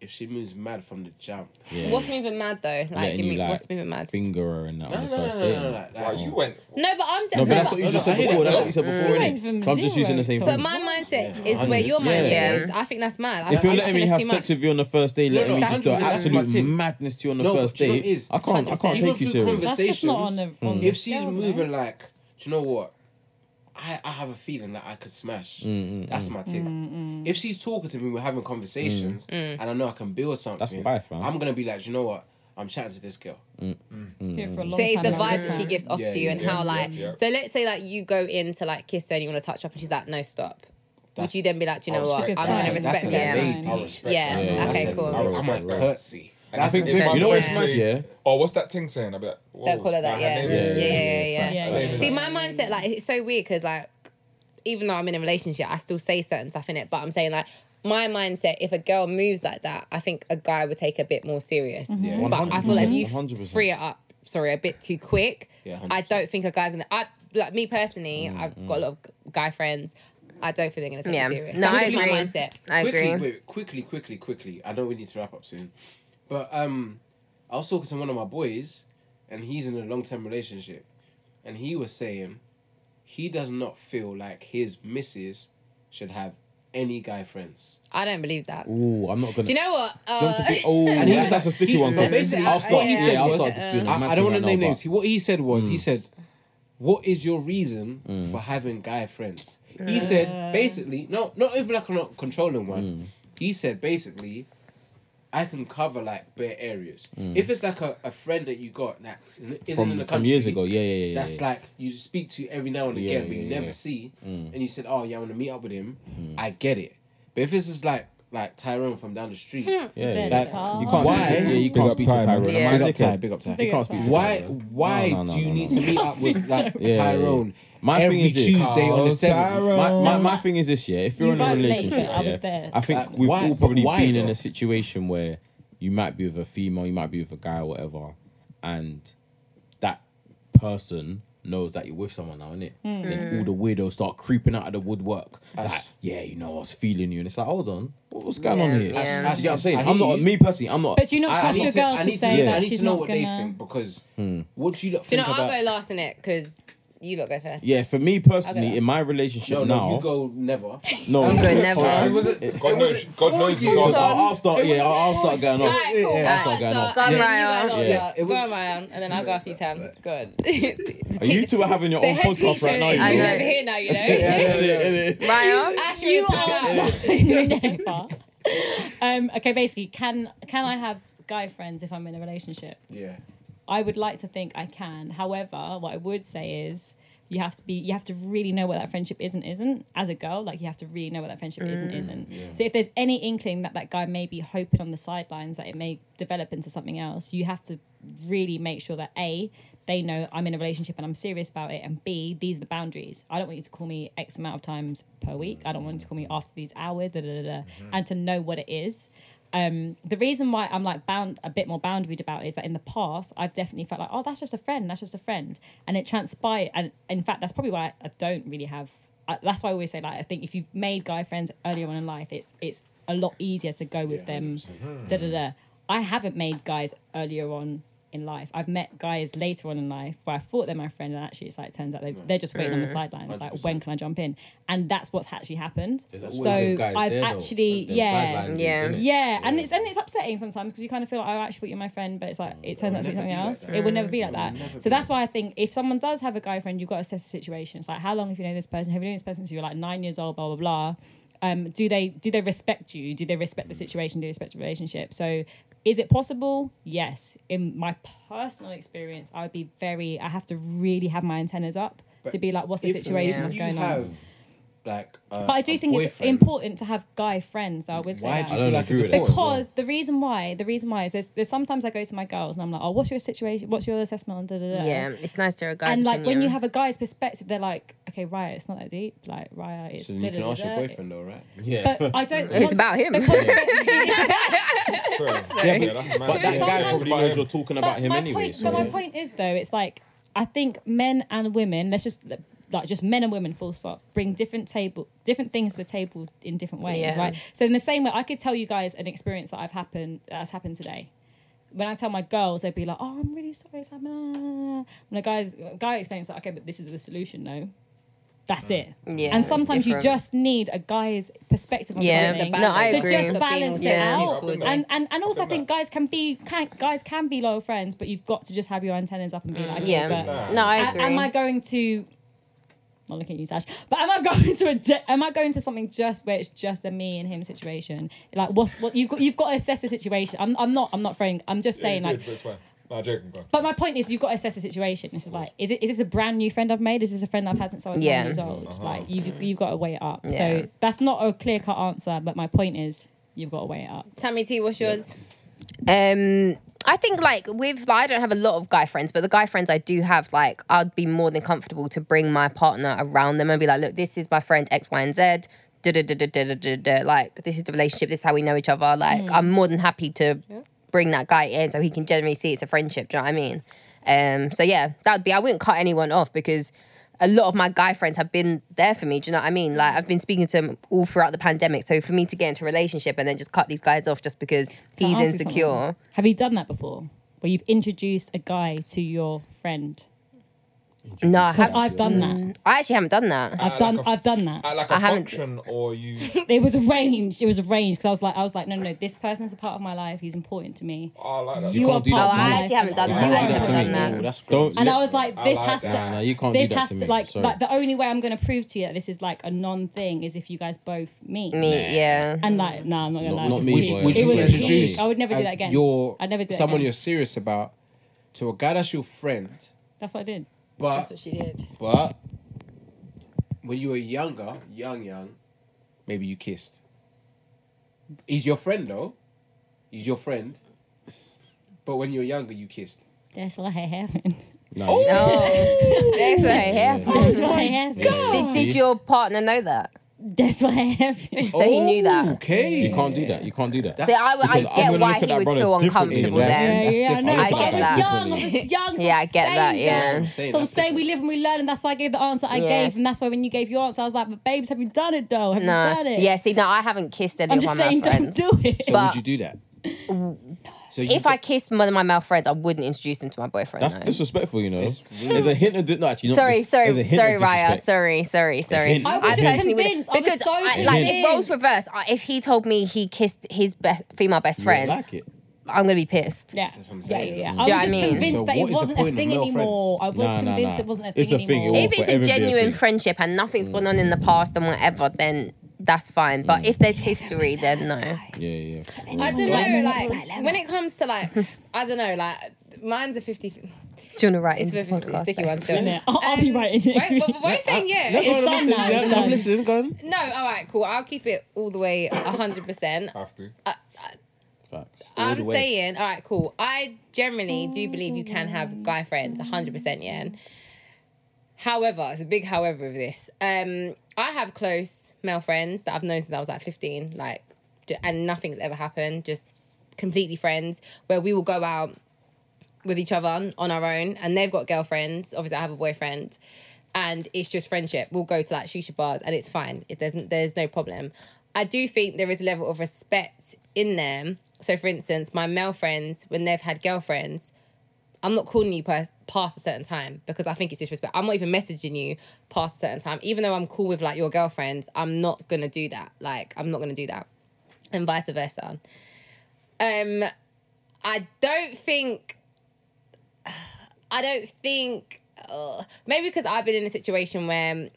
[SPEAKER 5] If she moves mad from the jump.
[SPEAKER 2] yeah,
[SPEAKER 3] What's moving mad though? Like,
[SPEAKER 2] letting
[SPEAKER 3] give
[SPEAKER 2] you
[SPEAKER 3] me,
[SPEAKER 2] like
[SPEAKER 3] what's moving mad?
[SPEAKER 2] finger her and that
[SPEAKER 5] No,
[SPEAKER 2] on
[SPEAKER 5] no,
[SPEAKER 2] the
[SPEAKER 5] no,
[SPEAKER 2] first
[SPEAKER 5] no,
[SPEAKER 2] date.
[SPEAKER 5] no, no, no,
[SPEAKER 6] Wow,
[SPEAKER 5] no.
[SPEAKER 6] you went.
[SPEAKER 3] No, but I'm.
[SPEAKER 2] No, but that's
[SPEAKER 3] but-
[SPEAKER 2] what you just said
[SPEAKER 5] I hear
[SPEAKER 2] before.
[SPEAKER 5] that.
[SPEAKER 2] That's what you said before,
[SPEAKER 1] Going from
[SPEAKER 2] innit? So I'm just using the
[SPEAKER 1] zero
[SPEAKER 2] same
[SPEAKER 1] to
[SPEAKER 2] thing.
[SPEAKER 3] But my mindset is where your
[SPEAKER 2] Yeah.
[SPEAKER 3] mindset
[SPEAKER 4] Yeah.
[SPEAKER 3] is. I think that's mad. I,
[SPEAKER 2] If you're
[SPEAKER 3] I
[SPEAKER 2] letting
[SPEAKER 3] think
[SPEAKER 2] me
[SPEAKER 3] that's
[SPEAKER 2] have
[SPEAKER 3] too
[SPEAKER 2] sex
[SPEAKER 3] much.
[SPEAKER 2] with you on the first day, letting
[SPEAKER 5] no,
[SPEAKER 2] me
[SPEAKER 5] that's-
[SPEAKER 2] just do an
[SPEAKER 5] that's my
[SPEAKER 2] absolute
[SPEAKER 5] thing.
[SPEAKER 2] madness to you on the
[SPEAKER 5] No, but
[SPEAKER 2] first
[SPEAKER 5] you know
[SPEAKER 2] date,
[SPEAKER 5] it is.
[SPEAKER 2] I can't. I can't
[SPEAKER 5] Even
[SPEAKER 2] take you
[SPEAKER 5] through
[SPEAKER 2] serious. Mm.
[SPEAKER 1] That's just not on the-
[SPEAKER 5] conversations,
[SPEAKER 1] on the
[SPEAKER 5] if she's
[SPEAKER 1] scale,
[SPEAKER 5] moving
[SPEAKER 1] man.
[SPEAKER 5] like, do you know what? I, I have a feeling that I could smash.
[SPEAKER 2] Mm,
[SPEAKER 5] That's my thing.
[SPEAKER 1] Mm,
[SPEAKER 5] If she's talking to me, we're having conversations, and I know I can build something.
[SPEAKER 2] Mm. life, man.
[SPEAKER 5] I'm gonna be like, do you know what? I'm chatting to this girl.
[SPEAKER 1] Do it for a long
[SPEAKER 3] So it's the
[SPEAKER 1] time,
[SPEAKER 3] vibe
[SPEAKER 1] long
[SPEAKER 3] that she
[SPEAKER 1] time.
[SPEAKER 3] gives off
[SPEAKER 5] Yeah,
[SPEAKER 3] to you,
[SPEAKER 5] yeah,
[SPEAKER 3] and
[SPEAKER 6] yeah,
[SPEAKER 3] how
[SPEAKER 6] yeah,
[SPEAKER 3] like.
[SPEAKER 6] yeah.
[SPEAKER 3] So let's say like you go in to like kiss her and you want to touch up, and she's like, "No, stop." Would
[SPEAKER 5] That's-
[SPEAKER 3] you then be like, "Do you know
[SPEAKER 6] I'll
[SPEAKER 3] what? I'm
[SPEAKER 6] respect
[SPEAKER 3] gonna
[SPEAKER 1] that.
[SPEAKER 3] respect
[SPEAKER 5] That's a
[SPEAKER 1] That's
[SPEAKER 3] her."
[SPEAKER 1] it.
[SPEAKER 5] lady.
[SPEAKER 6] I'll respect
[SPEAKER 3] Yeah,
[SPEAKER 6] that.
[SPEAKER 2] Yeah,
[SPEAKER 3] okay,
[SPEAKER 5] That's a-
[SPEAKER 3] cool.
[SPEAKER 6] I'll
[SPEAKER 5] Look, I'm
[SPEAKER 6] respect
[SPEAKER 5] like
[SPEAKER 6] that.
[SPEAKER 5] curtsy.
[SPEAKER 6] And
[SPEAKER 5] That's
[SPEAKER 6] I
[SPEAKER 5] the
[SPEAKER 6] think
[SPEAKER 5] thing.
[SPEAKER 2] You know what's
[SPEAKER 3] Yeah.
[SPEAKER 2] mad, yeah?
[SPEAKER 6] Oh, what's that ting saying? I'll be like, whoa,
[SPEAKER 3] Don't call her that.
[SPEAKER 6] like, her
[SPEAKER 3] Yeah.
[SPEAKER 6] name
[SPEAKER 3] Yeah,
[SPEAKER 6] is-
[SPEAKER 3] yeah, yeah, yeah.
[SPEAKER 1] Yeah,
[SPEAKER 6] Her name
[SPEAKER 1] yeah.
[SPEAKER 6] is-
[SPEAKER 3] See, my mindset, like, it's so weird because, like, even though I'm in a relationship, I still say certain stuff in it, but I'm saying, like, my mindset, if a girl moves like that, I think a guy would take a bit more serious.
[SPEAKER 5] Yeah.
[SPEAKER 3] But I feel like if you
[SPEAKER 2] 100%.
[SPEAKER 3] free it up, sorry, a bit too quick,
[SPEAKER 5] Yeah,
[SPEAKER 3] I don't think a guy's gonna. I like me personally, I've got a lot of guy friends. I don't think they're gonna take
[SPEAKER 4] Yeah.
[SPEAKER 3] it serious.
[SPEAKER 4] No,
[SPEAKER 3] That's
[SPEAKER 4] I
[SPEAKER 3] my
[SPEAKER 4] agree.
[SPEAKER 3] mindset.
[SPEAKER 4] I
[SPEAKER 5] quickly,
[SPEAKER 4] agree.
[SPEAKER 5] Wait, quickly, quickly, quickly. I know we need to wrap up soon, but um, I was talking to one of my boys, and he's in a long term relationship, and he was saying, he does not feel like his missus should have any guy friends.
[SPEAKER 3] I don't believe that. Do
[SPEAKER 2] Ooh, I'm not gonna.
[SPEAKER 3] you know what?
[SPEAKER 2] Jump to
[SPEAKER 3] Uh,
[SPEAKER 2] be, oh,
[SPEAKER 5] And he-
[SPEAKER 2] that's, that's a sticky
[SPEAKER 5] he-
[SPEAKER 2] one. 'cause
[SPEAKER 5] but basically,
[SPEAKER 2] I'll start.
[SPEAKER 5] what he
[SPEAKER 2] Yeah,
[SPEAKER 5] said
[SPEAKER 2] I'll
[SPEAKER 5] was- uh,
[SPEAKER 2] start doing. a
[SPEAKER 5] I, I
[SPEAKER 2] mad
[SPEAKER 5] don't
[SPEAKER 2] thing
[SPEAKER 5] want to
[SPEAKER 2] right
[SPEAKER 5] name
[SPEAKER 2] now,
[SPEAKER 5] names.
[SPEAKER 2] but- Hmm.
[SPEAKER 5] He, what he said was, he said, "What is your reason for having guy friends?" He said basically, no, not even like a not controlling one.
[SPEAKER 2] Hmm.
[SPEAKER 5] He said basically, I can cover like bare areas. If it's like a, a friend that you got that isn't isn't
[SPEAKER 2] Hmm.
[SPEAKER 5] in
[SPEAKER 2] From,
[SPEAKER 5] the country
[SPEAKER 2] from years ago, yeah, yeah, yeah. yeah,
[SPEAKER 5] that's
[SPEAKER 2] yeah.
[SPEAKER 5] like you speak to every now and
[SPEAKER 2] Yeah,
[SPEAKER 5] again, but
[SPEAKER 2] yeah,
[SPEAKER 5] you
[SPEAKER 2] yeah. Hmm.
[SPEAKER 5] never see. And you said, "Oh yeah, I want to meet up with him." I get it, but if this is like like Tyrone from down the street,
[SPEAKER 2] yeah, yeah.
[SPEAKER 1] Like,
[SPEAKER 2] you can't.
[SPEAKER 5] why-
[SPEAKER 2] Speak, to- yeah, you
[SPEAKER 6] Big
[SPEAKER 2] can't
[SPEAKER 6] up
[SPEAKER 2] speak to
[SPEAKER 6] Tyrone.
[SPEAKER 2] Tyrone.
[SPEAKER 4] Yeah.
[SPEAKER 2] Am I a
[SPEAKER 5] big up
[SPEAKER 2] dickhead?
[SPEAKER 5] Ty, big up Ty.
[SPEAKER 2] You can't speak. to
[SPEAKER 5] Why?
[SPEAKER 2] Tyrone.
[SPEAKER 5] Why
[SPEAKER 2] No, no, no,
[SPEAKER 5] do you
[SPEAKER 2] no,
[SPEAKER 5] need
[SPEAKER 2] no.
[SPEAKER 5] to meet up with like
[SPEAKER 2] Yeah, yeah, yeah.
[SPEAKER 5] Tyrone
[SPEAKER 2] My thing
[SPEAKER 5] every
[SPEAKER 2] is this.
[SPEAKER 5] Tuesday on
[SPEAKER 6] Oh,
[SPEAKER 5] the seventh?
[SPEAKER 6] Tyrone.
[SPEAKER 2] My, my,
[SPEAKER 1] That's
[SPEAKER 2] my
[SPEAKER 1] not-
[SPEAKER 2] thing is this, yeah. If you're
[SPEAKER 1] Oh. You
[SPEAKER 2] in a
[SPEAKER 1] won't relate,
[SPEAKER 2] relationship,
[SPEAKER 1] but I was
[SPEAKER 2] yeah,
[SPEAKER 1] there.
[SPEAKER 2] I think
[SPEAKER 5] Uh,
[SPEAKER 2] we've
[SPEAKER 5] why-
[SPEAKER 2] all
[SPEAKER 5] but
[SPEAKER 2] probably
[SPEAKER 5] why
[SPEAKER 2] been in
[SPEAKER 5] though?
[SPEAKER 2] a situation where you might be with a female, you might be with a guy, or whatever, and that person knows that you're with someone now, innit?
[SPEAKER 1] Hmm.
[SPEAKER 2] Then all the weirdos start creeping out of the woodwork. Like,
[SPEAKER 5] Ash.
[SPEAKER 2] yeah, you know, I was feeling you, and it's like, hold on, what- what's going on
[SPEAKER 4] Yeah,
[SPEAKER 2] here?
[SPEAKER 4] Ash,
[SPEAKER 2] Do
[SPEAKER 5] Ash,
[SPEAKER 2] you know what I'm
[SPEAKER 5] Ash,
[SPEAKER 2] saying?
[SPEAKER 5] I
[SPEAKER 2] I'm
[SPEAKER 5] hear
[SPEAKER 2] not
[SPEAKER 5] you.
[SPEAKER 2] me personally. I'm not.
[SPEAKER 1] But you not
[SPEAKER 2] I- I
[SPEAKER 1] trust
[SPEAKER 5] I
[SPEAKER 2] need
[SPEAKER 1] your
[SPEAKER 5] need
[SPEAKER 2] to-
[SPEAKER 5] to,
[SPEAKER 1] girl
[SPEAKER 5] I
[SPEAKER 1] to
[SPEAKER 5] need
[SPEAKER 1] say
[SPEAKER 5] to,
[SPEAKER 1] that
[SPEAKER 5] I need
[SPEAKER 1] she's
[SPEAKER 5] to know
[SPEAKER 1] not
[SPEAKER 5] what they
[SPEAKER 1] gonna-
[SPEAKER 5] think because what do you lot
[SPEAKER 3] you know,
[SPEAKER 5] think
[SPEAKER 3] I'll
[SPEAKER 5] about?
[SPEAKER 3] go last in it because you lot go first.
[SPEAKER 2] Yeah, for me personally,
[SPEAKER 3] Okay.
[SPEAKER 2] in my relationship
[SPEAKER 5] no,
[SPEAKER 2] now,
[SPEAKER 5] no, you go never.
[SPEAKER 2] no,
[SPEAKER 4] I'm going never.
[SPEAKER 2] Hold on.
[SPEAKER 4] It
[SPEAKER 6] God knows, God knows
[SPEAKER 5] you.
[SPEAKER 6] who's
[SPEAKER 2] I'll,
[SPEAKER 6] asking.
[SPEAKER 2] I'll start. Yeah, I'll, I'll start going
[SPEAKER 3] All
[SPEAKER 2] off.
[SPEAKER 3] right, cool.
[SPEAKER 2] I'll start going
[SPEAKER 3] I'll
[SPEAKER 2] off.
[SPEAKER 3] start. And
[SPEAKER 4] Go on,
[SPEAKER 3] then you
[SPEAKER 4] Ryan.
[SPEAKER 3] guys answer.
[SPEAKER 5] Yeah.
[SPEAKER 3] Go on, Ryan, and then I'll go after you, Tam. Good.
[SPEAKER 2] Are you two are having your
[SPEAKER 3] The
[SPEAKER 2] own
[SPEAKER 3] head
[SPEAKER 2] podcast
[SPEAKER 3] teacher
[SPEAKER 2] right now.
[SPEAKER 3] is
[SPEAKER 2] you
[SPEAKER 4] I know.
[SPEAKER 3] over here now, you know.
[SPEAKER 2] Yeah, yeah, yeah.
[SPEAKER 4] Raya?
[SPEAKER 3] Ash, you're
[SPEAKER 1] You
[SPEAKER 3] in
[SPEAKER 1] are
[SPEAKER 3] power.
[SPEAKER 1] never. Um, okay, basically, can can I have guy friends if I'm in a relationship?
[SPEAKER 5] Yeah.
[SPEAKER 1] I would like to think I can. However, what I would say is you have to be you have to really know what that friendship is and isn't as a girl like you have to really know what that friendship is and isn't so if there's any inkling that that guy may be hoping on the sidelines that it may develop into something else you have to really make sure that a they know i'm in a relationship and i'm serious about it and b these are the boundaries i don't want you to call me x amount of times per week i don't want you to call me after these hours da, da, da, da, and to know what it is um, the reason why I'm like bound a bit more boundaried about it is that in the past I've definitely felt like oh that's just a friend that's just a friend and it transpired and in fact that's probably why I don't really have I, that's why I always say like I think if you've made guy friends earlier on in life it's it's a lot easier to go with
[SPEAKER 5] Yeah,
[SPEAKER 1] them da da da I haven't made guys earlier on in life I've met guys later on in life where I thought they're my friend and actually it's like turns out they they're just waiting on the sidelines like
[SPEAKER 5] 100%.
[SPEAKER 1] when can I jump in and that's what's actually happened
[SPEAKER 2] There's always
[SPEAKER 1] so
[SPEAKER 2] them guys
[SPEAKER 1] I've
[SPEAKER 2] there, though.
[SPEAKER 1] actually
[SPEAKER 2] Them
[SPEAKER 1] yeah
[SPEAKER 2] sideline dudes,
[SPEAKER 4] Yeah.
[SPEAKER 2] innit?
[SPEAKER 1] yeah, and it's and it's upsetting sometimes because you kind of feel like oh, I actually thought you're my friend, but it's like it turns
[SPEAKER 5] would
[SPEAKER 1] out to be
[SPEAKER 5] never
[SPEAKER 1] something
[SPEAKER 5] be like
[SPEAKER 1] else.
[SPEAKER 5] that.
[SPEAKER 1] It would never be like that.
[SPEAKER 5] never
[SPEAKER 1] So
[SPEAKER 5] be
[SPEAKER 1] that's why I think if someone does have a guy friend, you've got to assess the situation. It's like how long have you known this person? Have you known this person since you were like nine years old? Blah blah blah. Um, do they do they respect you? Do they respect the situation? Do they respect the relationship? So is it possible? Yes. In my personal experience, I would be very. I have to really have my antennas up
[SPEAKER 5] But
[SPEAKER 1] to be like, what's the
[SPEAKER 5] If-
[SPEAKER 1] situation?
[SPEAKER 5] if
[SPEAKER 1] What's
[SPEAKER 5] you
[SPEAKER 1] going
[SPEAKER 5] have,
[SPEAKER 1] on?
[SPEAKER 5] Like, uh,
[SPEAKER 1] But I do
[SPEAKER 5] a
[SPEAKER 1] think it's
[SPEAKER 5] boyfriend,
[SPEAKER 1] important to have guy friends. Though I would say
[SPEAKER 5] Why
[SPEAKER 1] that.
[SPEAKER 5] do you
[SPEAKER 2] I don't
[SPEAKER 5] feel like
[SPEAKER 2] agree
[SPEAKER 5] it's
[SPEAKER 2] with that.
[SPEAKER 5] important?
[SPEAKER 1] Because the reason why, the reason why is there's, there's sometimes I go to my girls and I'm like, oh, what's your situation? What's your assessment on da da da?
[SPEAKER 4] Yeah, it's nice to hear a guy's
[SPEAKER 1] And like
[SPEAKER 4] opinion.
[SPEAKER 1] when you have a guy's perspective, they're like, okay, Raya, it's not that deep. Like Raya, it's.
[SPEAKER 5] So then you can ask your
[SPEAKER 1] da-da-da-da,
[SPEAKER 5] boyfriend, though, right?
[SPEAKER 2] Yeah.
[SPEAKER 1] it's- But I don't.
[SPEAKER 4] it's
[SPEAKER 1] want-
[SPEAKER 4] about him.
[SPEAKER 6] Sorry.
[SPEAKER 4] Yeah, but-
[SPEAKER 6] that's mad.
[SPEAKER 2] But that guy
[SPEAKER 1] sometimes-
[SPEAKER 2] probably knows you're talking about him
[SPEAKER 1] my
[SPEAKER 2] anyway.
[SPEAKER 1] Point,
[SPEAKER 2] So
[SPEAKER 1] But my point is though, it's like I think men and women. Let's just like just men and women full stop bring different table different things to the table in different ways
[SPEAKER 3] Yeah.
[SPEAKER 1] right so in the same way i could tell you guys an experience that i've happened that's happened today when I tell my girls, they'd be like, "Oh, I'm really sorry, it's happening." When a guy's a guy explains like, "Okay, but this is the solution, no." That's it.
[SPEAKER 4] Yeah,
[SPEAKER 1] and
[SPEAKER 4] it's
[SPEAKER 1] sometimes you
[SPEAKER 4] different.
[SPEAKER 1] just need a guy's perspective on
[SPEAKER 4] Yeah,
[SPEAKER 1] something
[SPEAKER 4] the No, I
[SPEAKER 1] to
[SPEAKER 4] agree.
[SPEAKER 1] just
[SPEAKER 4] The
[SPEAKER 1] balance it
[SPEAKER 4] yeah.
[SPEAKER 1] out.
[SPEAKER 6] I've been there.
[SPEAKER 1] And, and and also, I
[SPEAKER 6] I've been
[SPEAKER 1] think
[SPEAKER 6] there.
[SPEAKER 1] guys can be can, guys can be loyal friends, but you've got to just have your antennas up and be like, okay,
[SPEAKER 4] Mm, yeah.
[SPEAKER 1] but
[SPEAKER 6] Nah.
[SPEAKER 4] No, I
[SPEAKER 1] a-
[SPEAKER 4] agree.
[SPEAKER 1] am I going to? Not looking at you, Sash. But am I going to a? De- am I going to something just where it's just a me and him situation? Like, what's what you've got? You've got to assess the situation. I'm, I'm not. I'm not throwing. I'm just saying,
[SPEAKER 6] yeah, you
[SPEAKER 1] like,
[SPEAKER 6] did, but it's fine. Nah, joking. Go on.
[SPEAKER 1] but my point is, you've got to assess the situation. This is like, is it is this a brand new friend I've made? Is this a friend I've had since I was
[SPEAKER 4] Yeah.
[SPEAKER 1] nine years old?
[SPEAKER 6] Uh-huh.
[SPEAKER 1] Like, you've you've got to weigh it up.
[SPEAKER 4] Yeah.
[SPEAKER 1] So that's not a clear cut answer. But my point is, you've got to weigh it up.
[SPEAKER 3] Tammy T, what's yours?
[SPEAKER 4] Um, I think like with like, I don't have a lot of guy friends, but the guy friends I do have, like I'd be more than comfortable to bring my partner around them and be like, look, this is my friend X, Y, and Z. Da, da, da, da, da, da, da, da. Like this is the relationship. This is how we know each other. Like I'm more than happy to bring that guy in so he can generally see it's a friendship. Do you know what I mean? Um, so yeah, that would be. I wouldn't cut anyone off because a lot of my guy friends have been there for me. Do you know what I mean? Like I've been speaking to them all throughout the pandemic. So for me to get into a relationship and then just cut these guys off just because
[SPEAKER 1] Can I
[SPEAKER 4] he's
[SPEAKER 1] ask you
[SPEAKER 4] insecure.
[SPEAKER 1] something? Have you done that before? Where you've introduced a guy to your friend?
[SPEAKER 4] No, I,
[SPEAKER 1] Because
[SPEAKER 4] haven't.
[SPEAKER 1] I've done that.
[SPEAKER 4] I actually haven't done that.
[SPEAKER 2] Uh,
[SPEAKER 1] I've
[SPEAKER 6] like
[SPEAKER 1] done.
[SPEAKER 6] a f-
[SPEAKER 1] I've done that.
[SPEAKER 6] At like
[SPEAKER 4] I
[SPEAKER 6] a
[SPEAKER 4] haven't-
[SPEAKER 6] function, or you.
[SPEAKER 1] it was arranged. It was arranged because I was like, I was like, no, no, no, this person's a part of my life. He's important to me.
[SPEAKER 6] I like that.
[SPEAKER 1] You
[SPEAKER 2] can't
[SPEAKER 1] are
[SPEAKER 2] do that
[SPEAKER 1] part of my
[SPEAKER 2] to me.
[SPEAKER 4] Oh, I
[SPEAKER 1] life.
[SPEAKER 4] actually haven't done
[SPEAKER 1] You
[SPEAKER 4] that.
[SPEAKER 1] are
[SPEAKER 4] I
[SPEAKER 1] part
[SPEAKER 4] haven't
[SPEAKER 1] of
[SPEAKER 4] done
[SPEAKER 1] my
[SPEAKER 4] that.
[SPEAKER 1] life.
[SPEAKER 4] Nah.
[SPEAKER 5] Oh, that's great.
[SPEAKER 2] Don't
[SPEAKER 1] And
[SPEAKER 2] let-
[SPEAKER 1] I was like,
[SPEAKER 6] I
[SPEAKER 1] this
[SPEAKER 6] like
[SPEAKER 1] has
[SPEAKER 6] that.
[SPEAKER 1] to.
[SPEAKER 2] Nah, nah, you can't do
[SPEAKER 1] this
[SPEAKER 2] that
[SPEAKER 1] has
[SPEAKER 2] to
[SPEAKER 1] to,
[SPEAKER 2] me.
[SPEAKER 1] like
[SPEAKER 2] Sorry.
[SPEAKER 1] like the only way I'm gonna prove to you that this is like a non thing is if you guys both meet.
[SPEAKER 4] Me, yeah.
[SPEAKER 1] And like, nah, I'm not gonna
[SPEAKER 2] Not-
[SPEAKER 1] lie.
[SPEAKER 2] not
[SPEAKER 1] it was
[SPEAKER 2] me,
[SPEAKER 1] cute.
[SPEAKER 2] boy.
[SPEAKER 5] Would
[SPEAKER 1] it
[SPEAKER 5] you
[SPEAKER 1] was
[SPEAKER 2] introduce
[SPEAKER 1] cute.
[SPEAKER 5] introduce
[SPEAKER 1] I would never do that again.
[SPEAKER 5] Your,
[SPEAKER 1] I'd never do that
[SPEAKER 5] someone
[SPEAKER 1] again.
[SPEAKER 5] you're serious about to a guy that's your friend,
[SPEAKER 1] That's what I did.
[SPEAKER 5] but
[SPEAKER 3] she did.
[SPEAKER 5] but when you were younger, young, young, maybe you kissed. He's your friend though. He's your friend. But when you were younger, you kissed.
[SPEAKER 1] That's what I happened.
[SPEAKER 2] No,
[SPEAKER 4] Oh, that's what I have.
[SPEAKER 1] That's what I happened.
[SPEAKER 4] Did, did your partner know that?
[SPEAKER 1] That's what happened.
[SPEAKER 4] So he knew that. Mm.
[SPEAKER 5] Okay.
[SPEAKER 2] you can't do that. You can't do that.
[SPEAKER 4] So I, I
[SPEAKER 2] Because I'm
[SPEAKER 4] get
[SPEAKER 2] gonna look
[SPEAKER 4] why
[SPEAKER 2] at
[SPEAKER 4] he
[SPEAKER 2] that
[SPEAKER 4] would
[SPEAKER 2] brother
[SPEAKER 4] feel
[SPEAKER 2] differently.
[SPEAKER 4] uncomfortable
[SPEAKER 2] Yeah,
[SPEAKER 1] Yeah,
[SPEAKER 4] then.
[SPEAKER 5] That's
[SPEAKER 1] yeah, I
[SPEAKER 5] different.
[SPEAKER 1] know.
[SPEAKER 4] I
[SPEAKER 1] but I
[SPEAKER 4] get
[SPEAKER 1] was
[SPEAKER 4] that.
[SPEAKER 1] young. I was young. So
[SPEAKER 4] Yeah,
[SPEAKER 1] I'm
[SPEAKER 4] I get
[SPEAKER 1] saying,
[SPEAKER 4] that,
[SPEAKER 1] girl.
[SPEAKER 4] yeah.
[SPEAKER 5] That's what I'm saying,
[SPEAKER 1] So I'm
[SPEAKER 5] that's
[SPEAKER 1] saying we
[SPEAKER 5] different.
[SPEAKER 1] live and we learn, and that's why I gave the answer I
[SPEAKER 4] Yeah.
[SPEAKER 1] gave, and that's why when you gave your answer, I was like, "But babes, have you done it though? Have you
[SPEAKER 4] No.
[SPEAKER 1] done it?"
[SPEAKER 4] Yeah, see, no, I haven't kissed any
[SPEAKER 1] I'm
[SPEAKER 4] of
[SPEAKER 1] just
[SPEAKER 4] my
[SPEAKER 1] saying,
[SPEAKER 4] male
[SPEAKER 1] don't
[SPEAKER 4] friends.
[SPEAKER 1] do it.
[SPEAKER 5] So
[SPEAKER 4] But-
[SPEAKER 5] would you do that? So you
[SPEAKER 4] If I kissed one of my male friends, I wouldn't introduce them to my boyfriend.
[SPEAKER 2] That's
[SPEAKER 4] no.
[SPEAKER 2] disrespectful, you know.
[SPEAKER 5] It's rude.
[SPEAKER 2] There's a hint of di- no, actually, not
[SPEAKER 4] Sorry,
[SPEAKER 2] dis-
[SPEAKER 4] sorry,
[SPEAKER 2] there's a hint
[SPEAKER 4] sorry,
[SPEAKER 2] of
[SPEAKER 4] Raya.
[SPEAKER 2] disrespect.
[SPEAKER 4] Sorry, sorry, sorry.
[SPEAKER 2] hint. I was
[SPEAKER 1] just
[SPEAKER 4] personally wouldn't-
[SPEAKER 1] convinced. I was
[SPEAKER 4] because
[SPEAKER 1] so
[SPEAKER 4] like if
[SPEAKER 1] convinced.
[SPEAKER 4] roles reversed, I, if he told me he kissed his best female best
[SPEAKER 2] You don't
[SPEAKER 4] friend,
[SPEAKER 2] like it.
[SPEAKER 4] I'm gonna be pissed.
[SPEAKER 1] Yeah.
[SPEAKER 5] That's what I'm
[SPEAKER 1] yeah,
[SPEAKER 5] saying.
[SPEAKER 1] yeah, yeah.
[SPEAKER 5] Do
[SPEAKER 1] I
[SPEAKER 4] you
[SPEAKER 1] was
[SPEAKER 4] know what I
[SPEAKER 1] just
[SPEAKER 4] mean?
[SPEAKER 1] convinced
[SPEAKER 5] So
[SPEAKER 1] that it
[SPEAKER 5] what is the
[SPEAKER 1] wasn't a
[SPEAKER 5] point of
[SPEAKER 1] thing
[SPEAKER 5] male
[SPEAKER 1] anymore. I was
[SPEAKER 2] Nah, nah,
[SPEAKER 1] convinced
[SPEAKER 2] nah.
[SPEAKER 1] it wasn't a thing
[SPEAKER 2] It's a thing, it
[SPEAKER 1] anymore.
[SPEAKER 2] will.
[SPEAKER 4] if it's a
[SPEAKER 2] forever be a
[SPEAKER 4] genuine
[SPEAKER 2] thing.
[SPEAKER 4] friendship and nothing's gone on in the past and whatever, then that's fine. But if there's history, then no.
[SPEAKER 2] Yeah, yeah.
[SPEAKER 3] I don't
[SPEAKER 1] Dilemma,
[SPEAKER 3] know,
[SPEAKER 1] it's
[SPEAKER 3] like,
[SPEAKER 1] dilemma.
[SPEAKER 3] when it comes to like, I don't know, like, mine's a 50.
[SPEAKER 4] Do you want to write
[SPEAKER 3] It's a
[SPEAKER 4] in the
[SPEAKER 3] 50
[SPEAKER 4] podcast?
[SPEAKER 3] sticky one still.
[SPEAKER 1] Isn't it? I'll, I'll be
[SPEAKER 3] Um,
[SPEAKER 1] right in next
[SPEAKER 3] wait,
[SPEAKER 1] week.
[SPEAKER 3] but- but Why are you saying yeah?
[SPEAKER 1] It's done
[SPEAKER 5] listening.
[SPEAKER 1] now, it's
[SPEAKER 5] I'm
[SPEAKER 1] done.
[SPEAKER 5] listening. Go on.
[SPEAKER 3] No, all right, cool. I'll keep it all the way 100%.
[SPEAKER 6] have to.
[SPEAKER 2] Fact. All
[SPEAKER 3] I'm
[SPEAKER 2] the way.
[SPEAKER 3] saying, all right, cool. I generally do believe you can have guy friends, 100%, yeah. However, it's a big however of this. Um, I have close male friends that I've known since I was like 15, like, j- and nothing's ever happened, just completely friends, where we will go out with each other on our own, and they've got girlfriends. Obviously, I have a boyfriend, and it's just friendship. We'll go to like shisha bars, and it's fine. It there's there's no problem. I do think there is a level of respect in them. So, for instance, my male friends, when they've had girlfriends, I'm not calling you past, past a certain time because I think it's disrespect. I'm not even messaging you past a certain time, even though I'm cool with like your girlfriends. I'm not gonna do that. Like, I'm not gonna do that, and vice versa. Um, I don't think. I don't think. ugh, maybe because I've been in a situation where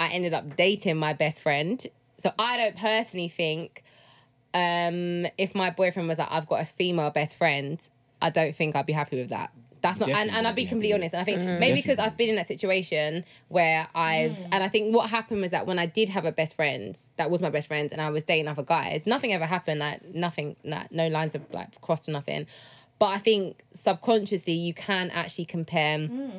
[SPEAKER 3] I ended up dating my best friend, so I don't personally think. Um, if my boyfriend was like, I've got a female best friend, I don't think I'd be happy with that. That's not, and,
[SPEAKER 2] Definitely
[SPEAKER 3] and I'll
[SPEAKER 2] wouldn't
[SPEAKER 3] be
[SPEAKER 2] be
[SPEAKER 3] completely
[SPEAKER 2] happy
[SPEAKER 3] honest. And I think maybe because I've been in that situation where I've,
[SPEAKER 1] Mm.
[SPEAKER 3] and I think what happened was that when I did have a best friend, that was my best friend, and I was dating other guys, nothing ever happened. Like nothing, like no lines of like crossed or nothing. But I think subconsciously you can actually compare
[SPEAKER 1] Mm.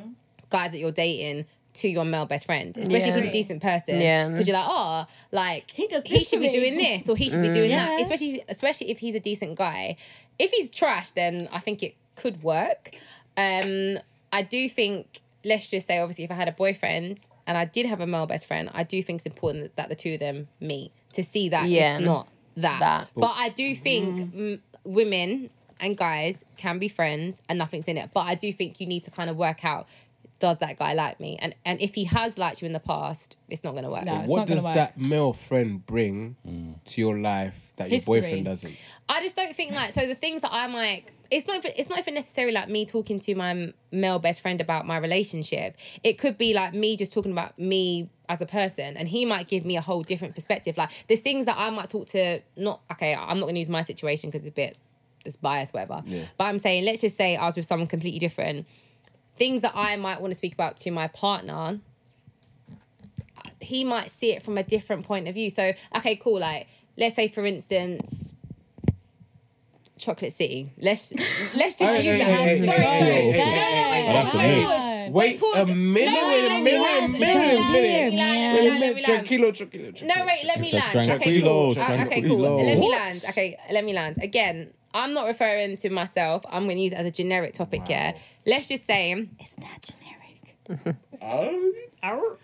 [SPEAKER 3] guys that you're dating to your male best friend, especially if he's a
[SPEAKER 4] Yeah.
[SPEAKER 3] decent person.
[SPEAKER 4] Yeah.
[SPEAKER 3] because you're like, oh, like
[SPEAKER 1] He does
[SPEAKER 3] he
[SPEAKER 1] this
[SPEAKER 3] should
[SPEAKER 1] to
[SPEAKER 3] be
[SPEAKER 1] me."
[SPEAKER 3] doing this or he should be
[SPEAKER 4] Mm,
[SPEAKER 3] doing that.
[SPEAKER 1] Yeah.
[SPEAKER 3] Especially, especially if he's a decent guy. If he's trash, then I think it could work. Um, I do think let's just say, obviously, if I had a boyfriend and I did have a male best friend, I do think it's important that the two of them meet to see that
[SPEAKER 4] Yeah.
[SPEAKER 3] it's not that.
[SPEAKER 4] That.
[SPEAKER 3] But I do think mm, women and guys can be friends and nothing's in it. But I do think you need to kind of work out does that guy like me? And and if he has liked you in the past, it's not going to work.
[SPEAKER 1] No. It's
[SPEAKER 5] what
[SPEAKER 1] not gonna
[SPEAKER 5] does
[SPEAKER 1] work.
[SPEAKER 5] that male friend bring to your life that
[SPEAKER 1] History.
[SPEAKER 5] your boyfriend doesn't?
[SPEAKER 4] Uh,
[SPEAKER 3] I just don't think like so the things that I'm like it's not even, it's not even necessarily like me talking to my m- male best friend about my relationship. It could be like me just talking about me as a person, and he might give me a whole different perspective. Like there's things that I might talk to not okay. I'm not gonna use my situation because it's a bit it's biased, whatever. But I'm saying let's just say I was with someone completely different. Things that I might want to speak about to my partner he might see it from a different point of view. So, okay, cool. Like, let's say for instance, Chocolate City. Let's let's just
[SPEAKER 5] Hey,
[SPEAKER 3] use
[SPEAKER 5] hey,
[SPEAKER 3] that.
[SPEAKER 5] hey, hey,
[SPEAKER 3] Sorry, sorry.
[SPEAKER 5] hey, hey,
[SPEAKER 3] No,
[SPEAKER 5] hey,
[SPEAKER 3] no, wait,
[SPEAKER 2] Oh, that's
[SPEAKER 3] pause,
[SPEAKER 2] a myth.
[SPEAKER 3] pause,
[SPEAKER 5] Wait
[SPEAKER 3] pause.
[SPEAKER 5] a
[SPEAKER 3] No,
[SPEAKER 5] minute,
[SPEAKER 3] no,
[SPEAKER 5] wait a
[SPEAKER 3] let me
[SPEAKER 5] minute,
[SPEAKER 3] land, let
[SPEAKER 5] wait a
[SPEAKER 3] me
[SPEAKER 5] minute,
[SPEAKER 3] land, let
[SPEAKER 5] minute.
[SPEAKER 3] me land,
[SPEAKER 5] Wait a
[SPEAKER 3] let me
[SPEAKER 5] minute,
[SPEAKER 3] land.
[SPEAKER 5] tranquilo, tranquilo, tranquilo.
[SPEAKER 3] No, wait, let me
[SPEAKER 2] It's a
[SPEAKER 3] land. Okay,
[SPEAKER 2] tranquilo,
[SPEAKER 3] cool. Uh, okay, cool.
[SPEAKER 2] tranquilo.
[SPEAKER 3] Let me
[SPEAKER 2] What?
[SPEAKER 3] land. Okay, let me land. Again, I'm not referring to myself. I'm going to use it as a generic topic yeah. Let's just say
[SPEAKER 1] It's not
[SPEAKER 4] Oh,
[SPEAKER 1] generic.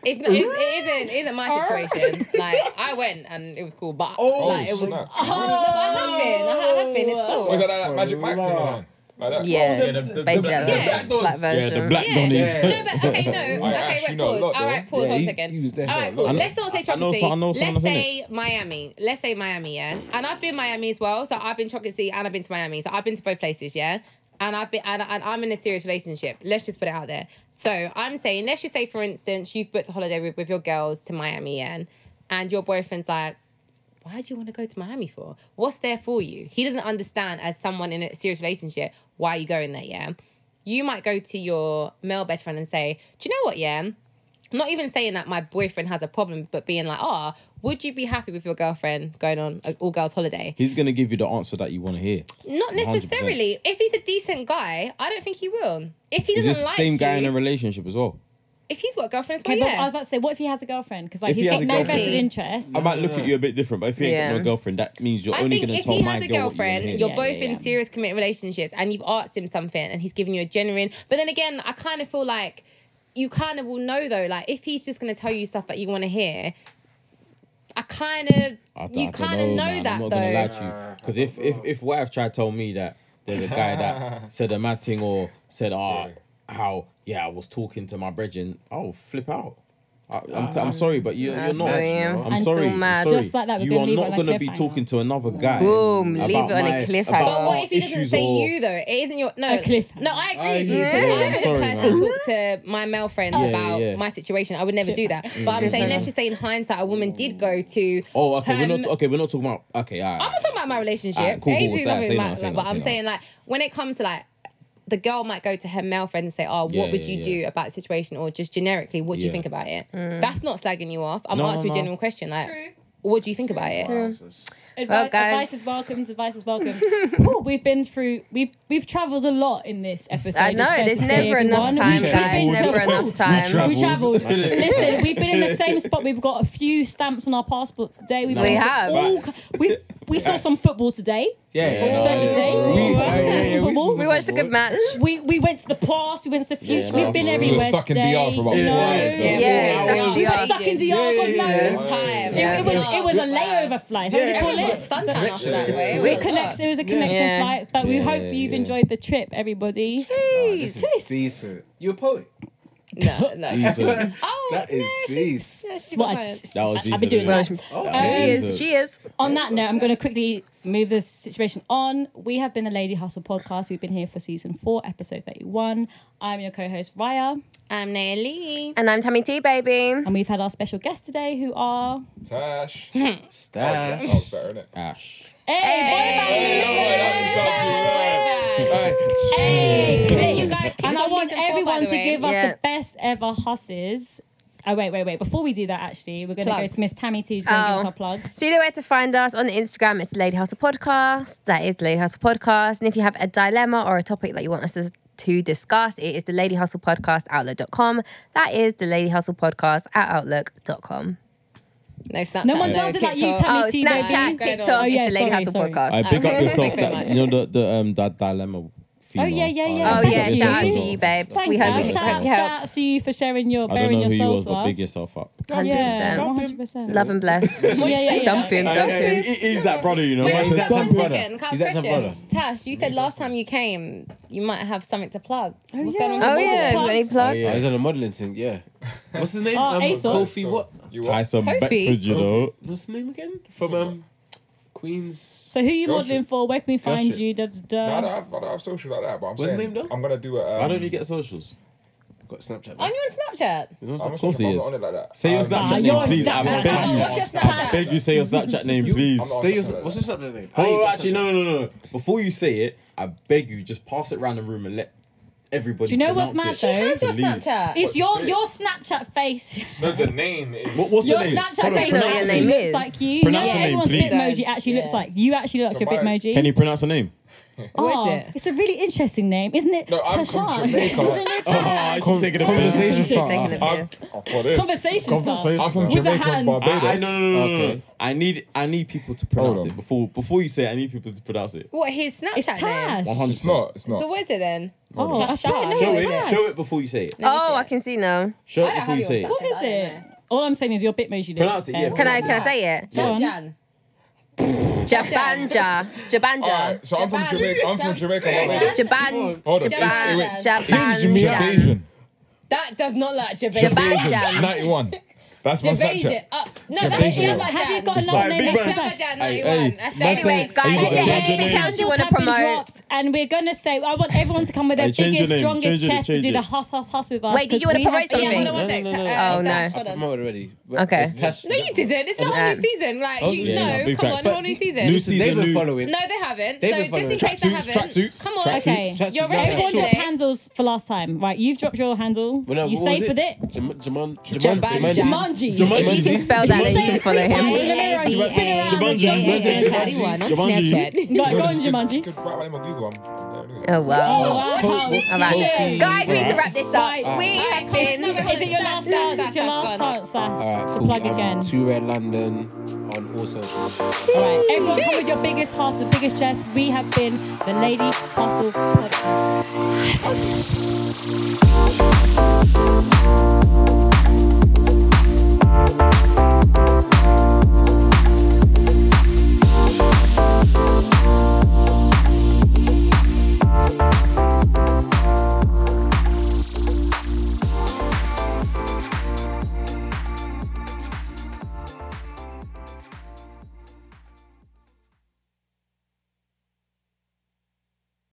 [SPEAKER 3] it's not, it's, it isn't it isn't my situation. like I went and it was cool, but
[SPEAKER 5] Oh,
[SPEAKER 3] like, it was.
[SPEAKER 6] snap.
[SPEAKER 3] No, but I have been. I have been. It's cool.
[SPEAKER 6] Or is that like, that magic mic thing?
[SPEAKER 5] Wow.
[SPEAKER 6] man? Like that?
[SPEAKER 4] Yeah,
[SPEAKER 6] the- the- the
[SPEAKER 4] basically
[SPEAKER 6] black-
[SPEAKER 4] that
[SPEAKER 6] the
[SPEAKER 3] yeah.
[SPEAKER 6] black doors.
[SPEAKER 4] black
[SPEAKER 2] Yeah,
[SPEAKER 4] version.
[SPEAKER 2] the black
[SPEAKER 3] Yeah.
[SPEAKER 2] donnies.
[SPEAKER 5] Yeah.
[SPEAKER 3] No, but okay, no.
[SPEAKER 6] I
[SPEAKER 3] okay,
[SPEAKER 6] actually
[SPEAKER 3] wait,
[SPEAKER 6] know a
[SPEAKER 3] pause.
[SPEAKER 6] lot,
[SPEAKER 3] All right,
[SPEAKER 6] though.
[SPEAKER 3] pause
[SPEAKER 5] Yeah,
[SPEAKER 3] one
[SPEAKER 5] he-
[SPEAKER 3] second.
[SPEAKER 5] he was there
[SPEAKER 3] All
[SPEAKER 5] for a
[SPEAKER 3] right, cool.
[SPEAKER 5] lot.
[SPEAKER 3] Let's not say
[SPEAKER 2] I know
[SPEAKER 3] chocolate
[SPEAKER 2] some- I know
[SPEAKER 3] City.
[SPEAKER 2] some
[SPEAKER 3] Let's
[SPEAKER 2] of them,
[SPEAKER 3] say Miami. Let's say Miami, yeah. And I've been Miami as well. So I've been chocolate City and I've been to Miami. So I've been to both places, yeah. And I've been and, and I'm in a serious relationship. Let's just put it out there. So I'm saying, let's just say, for instance, you've booked a holiday with, with your girls to Miami, yeah, and your boyfriend's like, why do you want to go to Miami for? What's there for you? He doesn't understand as someone in a serious relationship why you going there, yeah? You might go to your male best friend and say, Do you know what, yeah? Not even saying that my boyfriend has a problem, but being like, ah, would you be happy with your girlfriend going on an all girls holiday?
[SPEAKER 2] He's gonna give you the answer that you want to hear.
[SPEAKER 3] Not
[SPEAKER 2] 100%.
[SPEAKER 3] necessarily. If he's a decent guy, I don't think he will. If he
[SPEAKER 2] Is
[SPEAKER 3] doesn't
[SPEAKER 2] this the
[SPEAKER 3] like
[SPEAKER 2] same guy
[SPEAKER 3] you,
[SPEAKER 2] in a relationship as well?
[SPEAKER 3] if he's got a girlfriend, it's
[SPEAKER 1] Okay,
[SPEAKER 3] well,
[SPEAKER 1] but I
[SPEAKER 3] yeah.
[SPEAKER 1] was about to say, what if he has a girlfriend? Because like
[SPEAKER 2] If he
[SPEAKER 1] he's
[SPEAKER 2] has
[SPEAKER 1] got
[SPEAKER 2] a
[SPEAKER 1] no
[SPEAKER 2] girlfriend.
[SPEAKER 1] vested interest.
[SPEAKER 2] I might look at you a bit different, but if you ain't got
[SPEAKER 4] Yeah.
[SPEAKER 2] no girlfriend, that means you're
[SPEAKER 3] I
[SPEAKER 2] only
[SPEAKER 3] think
[SPEAKER 2] gonna
[SPEAKER 3] if
[SPEAKER 2] tell
[SPEAKER 3] he
[SPEAKER 2] my
[SPEAKER 3] has a
[SPEAKER 2] girl what you want to
[SPEAKER 3] girlfriend,
[SPEAKER 2] hear.
[SPEAKER 3] you're
[SPEAKER 1] Yeah,
[SPEAKER 3] both
[SPEAKER 1] yeah,
[SPEAKER 3] in
[SPEAKER 1] yeah.
[SPEAKER 3] serious committed relationships and you've asked him something and he's giving you a genuine. But then again, I kind of feel like you kind of will know though, like if he's just going to tell you stuff that you want to hear, I kind
[SPEAKER 2] I
[SPEAKER 3] of,
[SPEAKER 2] don't- I
[SPEAKER 3] you
[SPEAKER 2] don't
[SPEAKER 3] kind of know,
[SPEAKER 2] man.
[SPEAKER 3] that
[SPEAKER 2] I'm not gonna lie
[SPEAKER 3] though.
[SPEAKER 2] to you because if if if what I've tried to tell me that there's a guy that said a mad thing or said ah how yeah I was talking to my brethren, I'll flip out. I, I'm, t- I'm sorry, but you're, you're not.
[SPEAKER 4] Um, feel you.
[SPEAKER 2] I'm
[SPEAKER 4] I'm so
[SPEAKER 2] sorry. I'm
[SPEAKER 4] mad.
[SPEAKER 2] sorry.
[SPEAKER 1] Just like that, we're
[SPEAKER 2] you
[SPEAKER 1] gonna
[SPEAKER 2] are
[SPEAKER 1] leave it
[SPEAKER 2] not
[SPEAKER 1] on a
[SPEAKER 2] gonna be
[SPEAKER 1] cliffhanger.
[SPEAKER 2] talking to another guy.
[SPEAKER 4] Boom, leave
[SPEAKER 2] about
[SPEAKER 4] it on a
[SPEAKER 2] my-
[SPEAKER 4] cliffhanger.
[SPEAKER 2] about
[SPEAKER 3] But
[SPEAKER 2] our
[SPEAKER 3] what if he doesn't
[SPEAKER 2] issues
[SPEAKER 3] say
[SPEAKER 2] or-
[SPEAKER 3] you though? It isn't your no.
[SPEAKER 1] A cliffhanger.
[SPEAKER 3] No, I agree.
[SPEAKER 5] Oh, yeah.
[SPEAKER 3] I
[SPEAKER 2] I'm
[SPEAKER 3] wouldn't
[SPEAKER 2] sorry,
[SPEAKER 3] personally
[SPEAKER 2] man.
[SPEAKER 3] talk to my male friends
[SPEAKER 2] Yeah,
[SPEAKER 3] about
[SPEAKER 2] yeah. Mm.
[SPEAKER 3] my situation. I would never do that. But I'm saying,
[SPEAKER 1] Mm.
[SPEAKER 3] let's just say in hindsight, a woman did go to.
[SPEAKER 2] Oh, okay.
[SPEAKER 3] her
[SPEAKER 2] we're not okay. We're not talking about okay. All right.
[SPEAKER 3] I'm not talking about my relationship.
[SPEAKER 2] Alright, cool, cool,
[SPEAKER 3] Ain't
[SPEAKER 2] cool.
[SPEAKER 3] doing
[SPEAKER 2] Say it, say it
[SPEAKER 3] nothing about
[SPEAKER 2] now, say it
[SPEAKER 3] that, but
[SPEAKER 2] now,
[SPEAKER 3] I'm
[SPEAKER 2] say it
[SPEAKER 3] saying like when it comes to like the girl might go to her male friend and say, "Oh, what
[SPEAKER 2] Yeah,
[SPEAKER 3] would
[SPEAKER 2] yeah,
[SPEAKER 3] you
[SPEAKER 2] yeah.
[SPEAKER 3] do about the situation?" Or just generically, "What do you
[SPEAKER 2] Yeah.
[SPEAKER 3] think about it?"
[SPEAKER 1] Mm.
[SPEAKER 3] That's not slagging you off. I'm
[SPEAKER 2] No,
[SPEAKER 3] asking
[SPEAKER 2] no,
[SPEAKER 3] you a
[SPEAKER 2] no.
[SPEAKER 3] genuine question like,
[SPEAKER 1] True.
[SPEAKER 3] "What do you think about it?"
[SPEAKER 1] Advi-
[SPEAKER 4] Well,
[SPEAKER 1] Advice
[SPEAKER 4] guys.
[SPEAKER 1] is welcome. Advice is welcome. Whew, we've been through. We've we've travelled a lot in this episode.
[SPEAKER 4] I know,
[SPEAKER 1] it's fair
[SPEAKER 4] there's
[SPEAKER 1] to say,
[SPEAKER 4] never enough
[SPEAKER 1] everyone.
[SPEAKER 4] time,
[SPEAKER 1] We've
[SPEAKER 4] guys.
[SPEAKER 1] been to-
[SPEAKER 4] Never enough
[SPEAKER 1] Whew.
[SPEAKER 4] time.
[SPEAKER 1] We travelled.
[SPEAKER 2] Travels.
[SPEAKER 1] Listen, we've been in the same spot. We've got a few stamps on our passports today. We've
[SPEAKER 4] We
[SPEAKER 1] been to
[SPEAKER 4] have.
[SPEAKER 1] All, we we saw some football today.
[SPEAKER 2] Yeah.
[SPEAKER 1] It's fair to say. We
[SPEAKER 5] yeah,
[SPEAKER 1] watched
[SPEAKER 5] yeah,
[SPEAKER 1] some
[SPEAKER 5] yeah, we
[SPEAKER 1] football.
[SPEAKER 4] We watched a good match.
[SPEAKER 1] We we went to the past. We went to the future.
[SPEAKER 2] Yeah,
[SPEAKER 1] we've
[SPEAKER 2] no,
[SPEAKER 1] been
[SPEAKER 2] we were
[SPEAKER 1] everywhere
[SPEAKER 6] stuck in
[SPEAKER 1] today.
[SPEAKER 6] DR for about four
[SPEAKER 1] No.
[SPEAKER 6] hours, though.
[SPEAKER 4] Yeah,
[SPEAKER 1] We
[SPEAKER 3] Yeah,
[SPEAKER 1] were
[SPEAKER 3] yeah.
[SPEAKER 1] stuck in DR.
[SPEAKER 5] Yeah,
[SPEAKER 1] God
[SPEAKER 5] yeah,
[SPEAKER 1] knows.
[SPEAKER 5] yeah.
[SPEAKER 3] Time.
[SPEAKER 4] Yeah.
[SPEAKER 1] It was it was a layover flight. How do you
[SPEAKER 5] Yeah.
[SPEAKER 1] call
[SPEAKER 3] Everyone got
[SPEAKER 1] it?
[SPEAKER 3] suntan after that.
[SPEAKER 6] Just
[SPEAKER 3] way.
[SPEAKER 4] sweet.
[SPEAKER 3] We
[SPEAKER 1] It
[SPEAKER 3] got-
[SPEAKER 1] connects. It was a connection
[SPEAKER 4] Yeah.
[SPEAKER 1] flight, but we
[SPEAKER 2] Yeah,
[SPEAKER 1] hope
[SPEAKER 2] yeah,
[SPEAKER 1] you've
[SPEAKER 2] yeah.
[SPEAKER 1] enjoyed the trip, everybody.
[SPEAKER 4] Jeez.
[SPEAKER 5] Decent. You're a poet.
[SPEAKER 3] No, no.
[SPEAKER 2] Decent.
[SPEAKER 3] Oh,
[SPEAKER 5] That is
[SPEAKER 3] no,
[SPEAKER 5] decent.
[SPEAKER 3] she's-
[SPEAKER 1] What?
[SPEAKER 3] she's-
[SPEAKER 2] That was
[SPEAKER 1] I've been
[SPEAKER 2] decent,
[SPEAKER 1] doing
[SPEAKER 2] innit?
[SPEAKER 1] that.
[SPEAKER 4] She
[SPEAKER 2] Um,
[SPEAKER 4] is. She is.
[SPEAKER 1] On that note, I'm going to quickly move this situation on. We have been the Lady Hustle podcast. We've been here for season four, episode 31. I'm your co host, Raya,
[SPEAKER 3] I'm Naomi.
[SPEAKER 4] And I'm Tammy T, baby.
[SPEAKER 1] and we've had our special guests today who are.
[SPEAKER 6] Tash. Oh, yeah, that
[SPEAKER 5] Stash.
[SPEAKER 6] was better, innit?
[SPEAKER 2] Ash.
[SPEAKER 1] Hey,
[SPEAKER 3] Thank you guys.
[SPEAKER 1] boy, And I want everyone to give us
[SPEAKER 4] Yeah.
[SPEAKER 1] the best ever husses. Oh, wait, wait, wait. Before we do that, actually, we're going to go
[SPEAKER 3] Plugs.
[SPEAKER 1] to Miss Tammy T, who's going to give us
[SPEAKER 4] Oh.
[SPEAKER 1] our plugs.
[SPEAKER 4] So you know where to find us on Instagram. It's Lady Hustle Podcast. That is Lady Hustle Podcast. And if you have a dilemma or a topic that you want us to, to discuss, it is the Lady Hustle Podcast Outlook.com. That is the Lady Hustle Podcast at Outlook.com.
[SPEAKER 3] No, Snapchat.
[SPEAKER 1] No one does it like you, Tammy
[SPEAKER 4] Oh,
[SPEAKER 1] T,
[SPEAKER 4] Snapchat,
[SPEAKER 1] baby.
[SPEAKER 3] baby.
[SPEAKER 4] TikTok.
[SPEAKER 3] Oh,
[SPEAKER 4] it's
[SPEAKER 1] yeah,
[SPEAKER 4] the Lady
[SPEAKER 1] sorry,
[SPEAKER 4] Hustle
[SPEAKER 1] sorry.
[SPEAKER 4] Podcast.
[SPEAKER 2] I big up
[SPEAKER 3] Thank you
[SPEAKER 2] yourself.
[SPEAKER 3] very
[SPEAKER 2] That, you know the the um that dilemma female.
[SPEAKER 1] yeah, yeah, yeah.
[SPEAKER 4] Oh
[SPEAKER 1] Thank
[SPEAKER 4] yeah,
[SPEAKER 1] you.
[SPEAKER 4] shout out to you, babe.
[SPEAKER 1] Thanks,
[SPEAKER 4] we hope
[SPEAKER 1] man.
[SPEAKER 4] we
[SPEAKER 1] Shout, out,
[SPEAKER 4] helped.
[SPEAKER 1] shout out to you for sharing your,
[SPEAKER 2] I don't
[SPEAKER 1] bearing
[SPEAKER 2] know
[SPEAKER 1] your
[SPEAKER 2] who you
[SPEAKER 1] soul
[SPEAKER 2] was,
[SPEAKER 1] to
[SPEAKER 2] but big
[SPEAKER 1] us.
[SPEAKER 2] yourself up.
[SPEAKER 1] Yeah,
[SPEAKER 4] 100%.
[SPEAKER 1] 100%.
[SPEAKER 4] Love and bless.
[SPEAKER 1] Yeah, yeah, yeah.
[SPEAKER 4] Dumping,
[SPEAKER 2] He's
[SPEAKER 4] dumping.
[SPEAKER 2] that brother, you know.
[SPEAKER 3] Wait,
[SPEAKER 2] man. He's
[SPEAKER 3] hold
[SPEAKER 2] that
[SPEAKER 3] on
[SPEAKER 2] dumb
[SPEAKER 3] one
[SPEAKER 2] brother.
[SPEAKER 3] second. Can I
[SPEAKER 2] He's
[SPEAKER 3] have a
[SPEAKER 2] that dumb brother.
[SPEAKER 3] question? Tash, you said last time you came, you might have something to plug.
[SPEAKER 1] Oh,
[SPEAKER 3] What's
[SPEAKER 1] yeah.
[SPEAKER 3] going on?
[SPEAKER 4] Oh
[SPEAKER 3] with you?
[SPEAKER 4] yeah, you got any
[SPEAKER 1] Plugs.
[SPEAKER 2] Oh,
[SPEAKER 4] plug?
[SPEAKER 5] Oh,
[SPEAKER 2] yeah.
[SPEAKER 5] he's on a modeling thing, yeah. What's his name?
[SPEAKER 1] Oh, ASOS.
[SPEAKER 5] Kofi, what?
[SPEAKER 6] You are.
[SPEAKER 2] Tyson
[SPEAKER 3] Kofi.
[SPEAKER 2] Beckford, you know.
[SPEAKER 5] What's his name again? From um, Queens.
[SPEAKER 1] So who you
[SPEAKER 6] Go
[SPEAKER 1] modeling
[SPEAKER 6] for it.
[SPEAKER 1] for? Where can we find
[SPEAKER 5] for it.
[SPEAKER 1] you? Da,
[SPEAKER 6] No,
[SPEAKER 2] Um,
[SPEAKER 1] da,
[SPEAKER 6] I don't
[SPEAKER 1] da.
[SPEAKER 6] have, I don't have social like that, but I'm
[SPEAKER 5] What's his
[SPEAKER 6] saying
[SPEAKER 5] name, though?
[SPEAKER 6] I'm gonna do a. Um,
[SPEAKER 2] Why don't you get socials?
[SPEAKER 5] Got Snapchat.
[SPEAKER 3] Aren't
[SPEAKER 5] man.
[SPEAKER 3] you on Snapchat?
[SPEAKER 5] He's on
[SPEAKER 6] I'm,
[SPEAKER 5] Snapchat.
[SPEAKER 2] course he
[SPEAKER 6] I'm
[SPEAKER 2] is.
[SPEAKER 6] not on it like that.
[SPEAKER 2] Say your
[SPEAKER 6] Um,
[SPEAKER 1] Nah,
[SPEAKER 2] Snapchat
[SPEAKER 1] you're on
[SPEAKER 2] name, please. I
[SPEAKER 1] Snapchat.
[SPEAKER 2] beg
[SPEAKER 3] What's your
[SPEAKER 2] you. I
[SPEAKER 3] Snapchat?
[SPEAKER 2] beg you, say your Snapchat name, please.
[SPEAKER 6] I'm not-
[SPEAKER 5] Say your- What's his Snapchat name?
[SPEAKER 2] Oh,
[SPEAKER 5] Hey,
[SPEAKER 2] actually, no, no, no, no. Before you say it, I beg you, just pass it around the room and let everybody.
[SPEAKER 1] Do you know what's
[SPEAKER 2] pronounce
[SPEAKER 1] mad,
[SPEAKER 2] it.
[SPEAKER 1] though?
[SPEAKER 3] Where's your
[SPEAKER 2] Please.
[SPEAKER 3] Snapchat?
[SPEAKER 1] It's your your Snapchat face.
[SPEAKER 6] There's a name. Is,
[SPEAKER 2] What, what's
[SPEAKER 1] Your
[SPEAKER 2] the name?
[SPEAKER 1] Snapchat
[SPEAKER 4] I
[SPEAKER 1] face
[SPEAKER 4] don't know what your
[SPEAKER 1] actually
[SPEAKER 4] name
[SPEAKER 1] looks
[SPEAKER 4] is.
[SPEAKER 1] like you.
[SPEAKER 2] Pronounce
[SPEAKER 1] yeah,
[SPEAKER 2] her name,
[SPEAKER 1] everyone's
[SPEAKER 2] please.
[SPEAKER 1] bitmoji actually
[SPEAKER 3] Yeah.
[SPEAKER 1] looks like you. Actually look like your
[SPEAKER 6] Somebody-
[SPEAKER 1] bitmoji.
[SPEAKER 2] Can you pronounce the name?
[SPEAKER 1] oh,
[SPEAKER 3] What is it?
[SPEAKER 1] It's a really interesting name, isn't it?
[SPEAKER 6] No, I'm from
[SPEAKER 1] Tashan.
[SPEAKER 6] Jamaica.
[SPEAKER 1] isn't it?
[SPEAKER 2] Oh,
[SPEAKER 1] Tash?
[SPEAKER 2] Con- taking a
[SPEAKER 4] She's
[SPEAKER 2] conversation.
[SPEAKER 4] taking a
[SPEAKER 6] I'm, Oh,
[SPEAKER 4] piss.
[SPEAKER 6] what is?
[SPEAKER 1] Conversation stuff.
[SPEAKER 7] Conversation.
[SPEAKER 6] I'm from
[SPEAKER 1] With the
[SPEAKER 6] Jamaica,
[SPEAKER 1] hands.
[SPEAKER 6] Barbados.
[SPEAKER 2] I, I, no, no, no, no, no,
[SPEAKER 5] Okay.
[SPEAKER 2] no. I need, I need people to
[SPEAKER 7] Hold
[SPEAKER 2] pronounce
[SPEAKER 7] on.
[SPEAKER 2] it before, before you say. it, I need people to pronounce it.
[SPEAKER 3] What his Snapchat
[SPEAKER 1] It's
[SPEAKER 3] name?
[SPEAKER 1] Tash.
[SPEAKER 2] One hundred.
[SPEAKER 6] It's not. It's
[SPEAKER 3] So
[SPEAKER 6] not.
[SPEAKER 3] what is it then?
[SPEAKER 1] Oh, I swear, no,
[SPEAKER 2] Show
[SPEAKER 3] Show
[SPEAKER 1] it's
[SPEAKER 2] it.
[SPEAKER 1] Tash.
[SPEAKER 2] Show it before you say it.
[SPEAKER 4] Oh, I can see now.
[SPEAKER 2] Show it
[SPEAKER 3] I don't
[SPEAKER 2] before
[SPEAKER 3] have
[SPEAKER 2] you
[SPEAKER 3] it
[SPEAKER 2] say
[SPEAKER 3] on
[SPEAKER 2] it.
[SPEAKER 1] What is
[SPEAKER 3] I don't
[SPEAKER 1] it? All I'm saying is your bitmoji list.
[SPEAKER 2] Pronounce it, yeah.
[SPEAKER 1] Um,
[SPEAKER 4] Can I can I say it?
[SPEAKER 1] Go on.
[SPEAKER 3] Jan.
[SPEAKER 4] Jabanja. Jabanja.
[SPEAKER 6] Alright, so I'm from
[SPEAKER 3] Japan.
[SPEAKER 6] Jamaica. I'm from Jamaica, Barbados.
[SPEAKER 4] Jaban.
[SPEAKER 6] Hold on.
[SPEAKER 3] Japan.
[SPEAKER 6] it's- it
[SPEAKER 4] Jaban.
[SPEAKER 6] went-
[SPEAKER 4] Jaban.
[SPEAKER 7] Asian.
[SPEAKER 3] That does not like Jamaica.
[SPEAKER 4] Jabanjan.
[SPEAKER 7] 91. That's my
[SPEAKER 3] Jamaica.
[SPEAKER 7] Snapchat.
[SPEAKER 3] Uh, no,
[SPEAKER 7] Japan.
[SPEAKER 3] that's
[SPEAKER 7] Japan.
[SPEAKER 3] Jabba
[SPEAKER 1] Have you
[SPEAKER 3] Jan.
[SPEAKER 1] got
[SPEAKER 3] That's
[SPEAKER 1] another
[SPEAKER 2] like
[SPEAKER 1] name
[SPEAKER 2] Big
[SPEAKER 1] next
[SPEAKER 2] Bang.
[SPEAKER 1] to Tash?
[SPEAKER 3] Jabba Jan
[SPEAKER 2] Hey,
[SPEAKER 3] 91.
[SPEAKER 2] hey.
[SPEAKER 3] That's
[SPEAKER 7] That's
[SPEAKER 3] Jamaica.
[SPEAKER 4] Anyways, guys,
[SPEAKER 2] Asian.
[SPEAKER 4] is there anything else you want
[SPEAKER 1] Socials
[SPEAKER 4] to
[SPEAKER 1] have been
[SPEAKER 4] promote?
[SPEAKER 1] dropped and we're gonna say I want everyone to come with their
[SPEAKER 2] Hey, change your
[SPEAKER 1] biggest,
[SPEAKER 2] name,
[SPEAKER 1] strongest
[SPEAKER 2] change it,
[SPEAKER 1] chest to
[SPEAKER 2] change
[SPEAKER 1] do the
[SPEAKER 2] it.
[SPEAKER 1] huss huss huss with us.
[SPEAKER 4] Wait, did you wanna promote
[SPEAKER 3] Yeah, hold on
[SPEAKER 4] something?
[SPEAKER 3] one sec.
[SPEAKER 5] No, no, no, no.
[SPEAKER 3] Uh,
[SPEAKER 4] Oh, no.
[SPEAKER 3] Tash,
[SPEAKER 5] I
[SPEAKER 3] hold on.
[SPEAKER 5] promoted already.
[SPEAKER 4] Okay.
[SPEAKER 5] It's Tash.
[SPEAKER 3] No, you didn't. It's not a
[SPEAKER 4] Um,
[SPEAKER 3] new season. Like,
[SPEAKER 5] Oh,
[SPEAKER 3] you,
[SPEAKER 5] yeah,
[SPEAKER 2] no,
[SPEAKER 3] no,
[SPEAKER 2] big
[SPEAKER 3] come on,
[SPEAKER 2] facts.
[SPEAKER 3] not a new season.
[SPEAKER 2] New
[SPEAKER 5] They've
[SPEAKER 2] season,
[SPEAKER 5] been
[SPEAKER 2] new.
[SPEAKER 5] following.
[SPEAKER 3] No, they haven't.
[SPEAKER 5] They've
[SPEAKER 3] So
[SPEAKER 5] been
[SPEAKER 3] just in
[SPEAKER 5] following.
[SPEAKER 3] case they
[SPEAKER 2] Tracksuits,
[SPEAKER 3] haven't,
[SPEAKER 2] tracksuits,
[SPEAKER 3] come on.
[SPEAKER 2] tracksuits.
[SPEAKER 1] Okay,
[SPEAKER 5] Tracksuits,
[SPEAKER 1] you're
[SPEAKER 5] tracksuits, no,
[SPEAKER 1] everyone
[SPEAKER 5] that's
[SPEAKER 1] drop
[SPEAKER 3] short.
[SPEAKER 1] handles for last time, right? You've dropped your handle.
[SPEAKER 5] Well, no,
[SPEAKER 1] you
[SPEAKER 5] what was
[SPEAKER 1] saved with it.
[SPEAKER 5] Jam- Jamon.
[SPEAKER 3] Jaban
[SPEAKER 5] Jamon.
[SPEAKER 3] Jan.
[SPEAKER 5] Jamon.
[SPEAKER 1] Jumanji.
[SPEAKER 4] If you can spell that, then you
[SPEAKER 1] Say
[SPEAKER 4] can
[SPEAKER 1] it
[SPEAKER 4] follow
[SPEAKER 1] three times in
[SPEAKER 4] him.
[SPEAKER 1] a mirror and spin around and
[SPEAKER 2] Jumanji.
[SPEAKER 1] do it again.
[SPEAKER 2] Jumanji.
[SPEAKER 3] Anyone on
[SPEAKER 2] Jumanji.
[SPEAKER 3] Snapchat.
[SPEAKER 1] Go go on,
[SPEAKER 6] You
[SPEAKER 1] Jumanji.
[SPEAKER 6] could write my name on Google. I'm, yeah,
[SPEAKER 4] Oh
[SPEAKER 1] Oh,
[SPEAKER 4] wow.
[SPEAKER 1] wow.
[SPEAKER 4] All right, guys, we need to wrap this
[SPEAKER 1] Right.
[SPEAKER 4] up. We
[SPEAKER 3] Alright,
[SPEAKER 4] have
[SPEAKER 3] cool.
[SPEAKER 4] been.
[SPEAKER 1] Is it your last
[SPEAKER 3] Sash,
[SPEAKER 1] chance?
[SPEAKER 3] Sash,
[SPEAKER 1] It's your
[SPEAKER 3] Sash,
[SPEAKER 1] last
[SPEAKER 3] go on.
[SPEAKER 1] chance, Sash,
[SPEAKER 5] Alright,
[SPEAKER 1] to
[SPEAKER 5] cool.
[SPEAKER 1] plug
[SPEAKER 5] Um,
[SPEAKER 1] again.
[SPEAKER 5] Two Red London on all socials.
[SPEAKER 1] All right, everyone come with your biggest hearts, the biggest chest. We have been the Lady Hustle Podcast.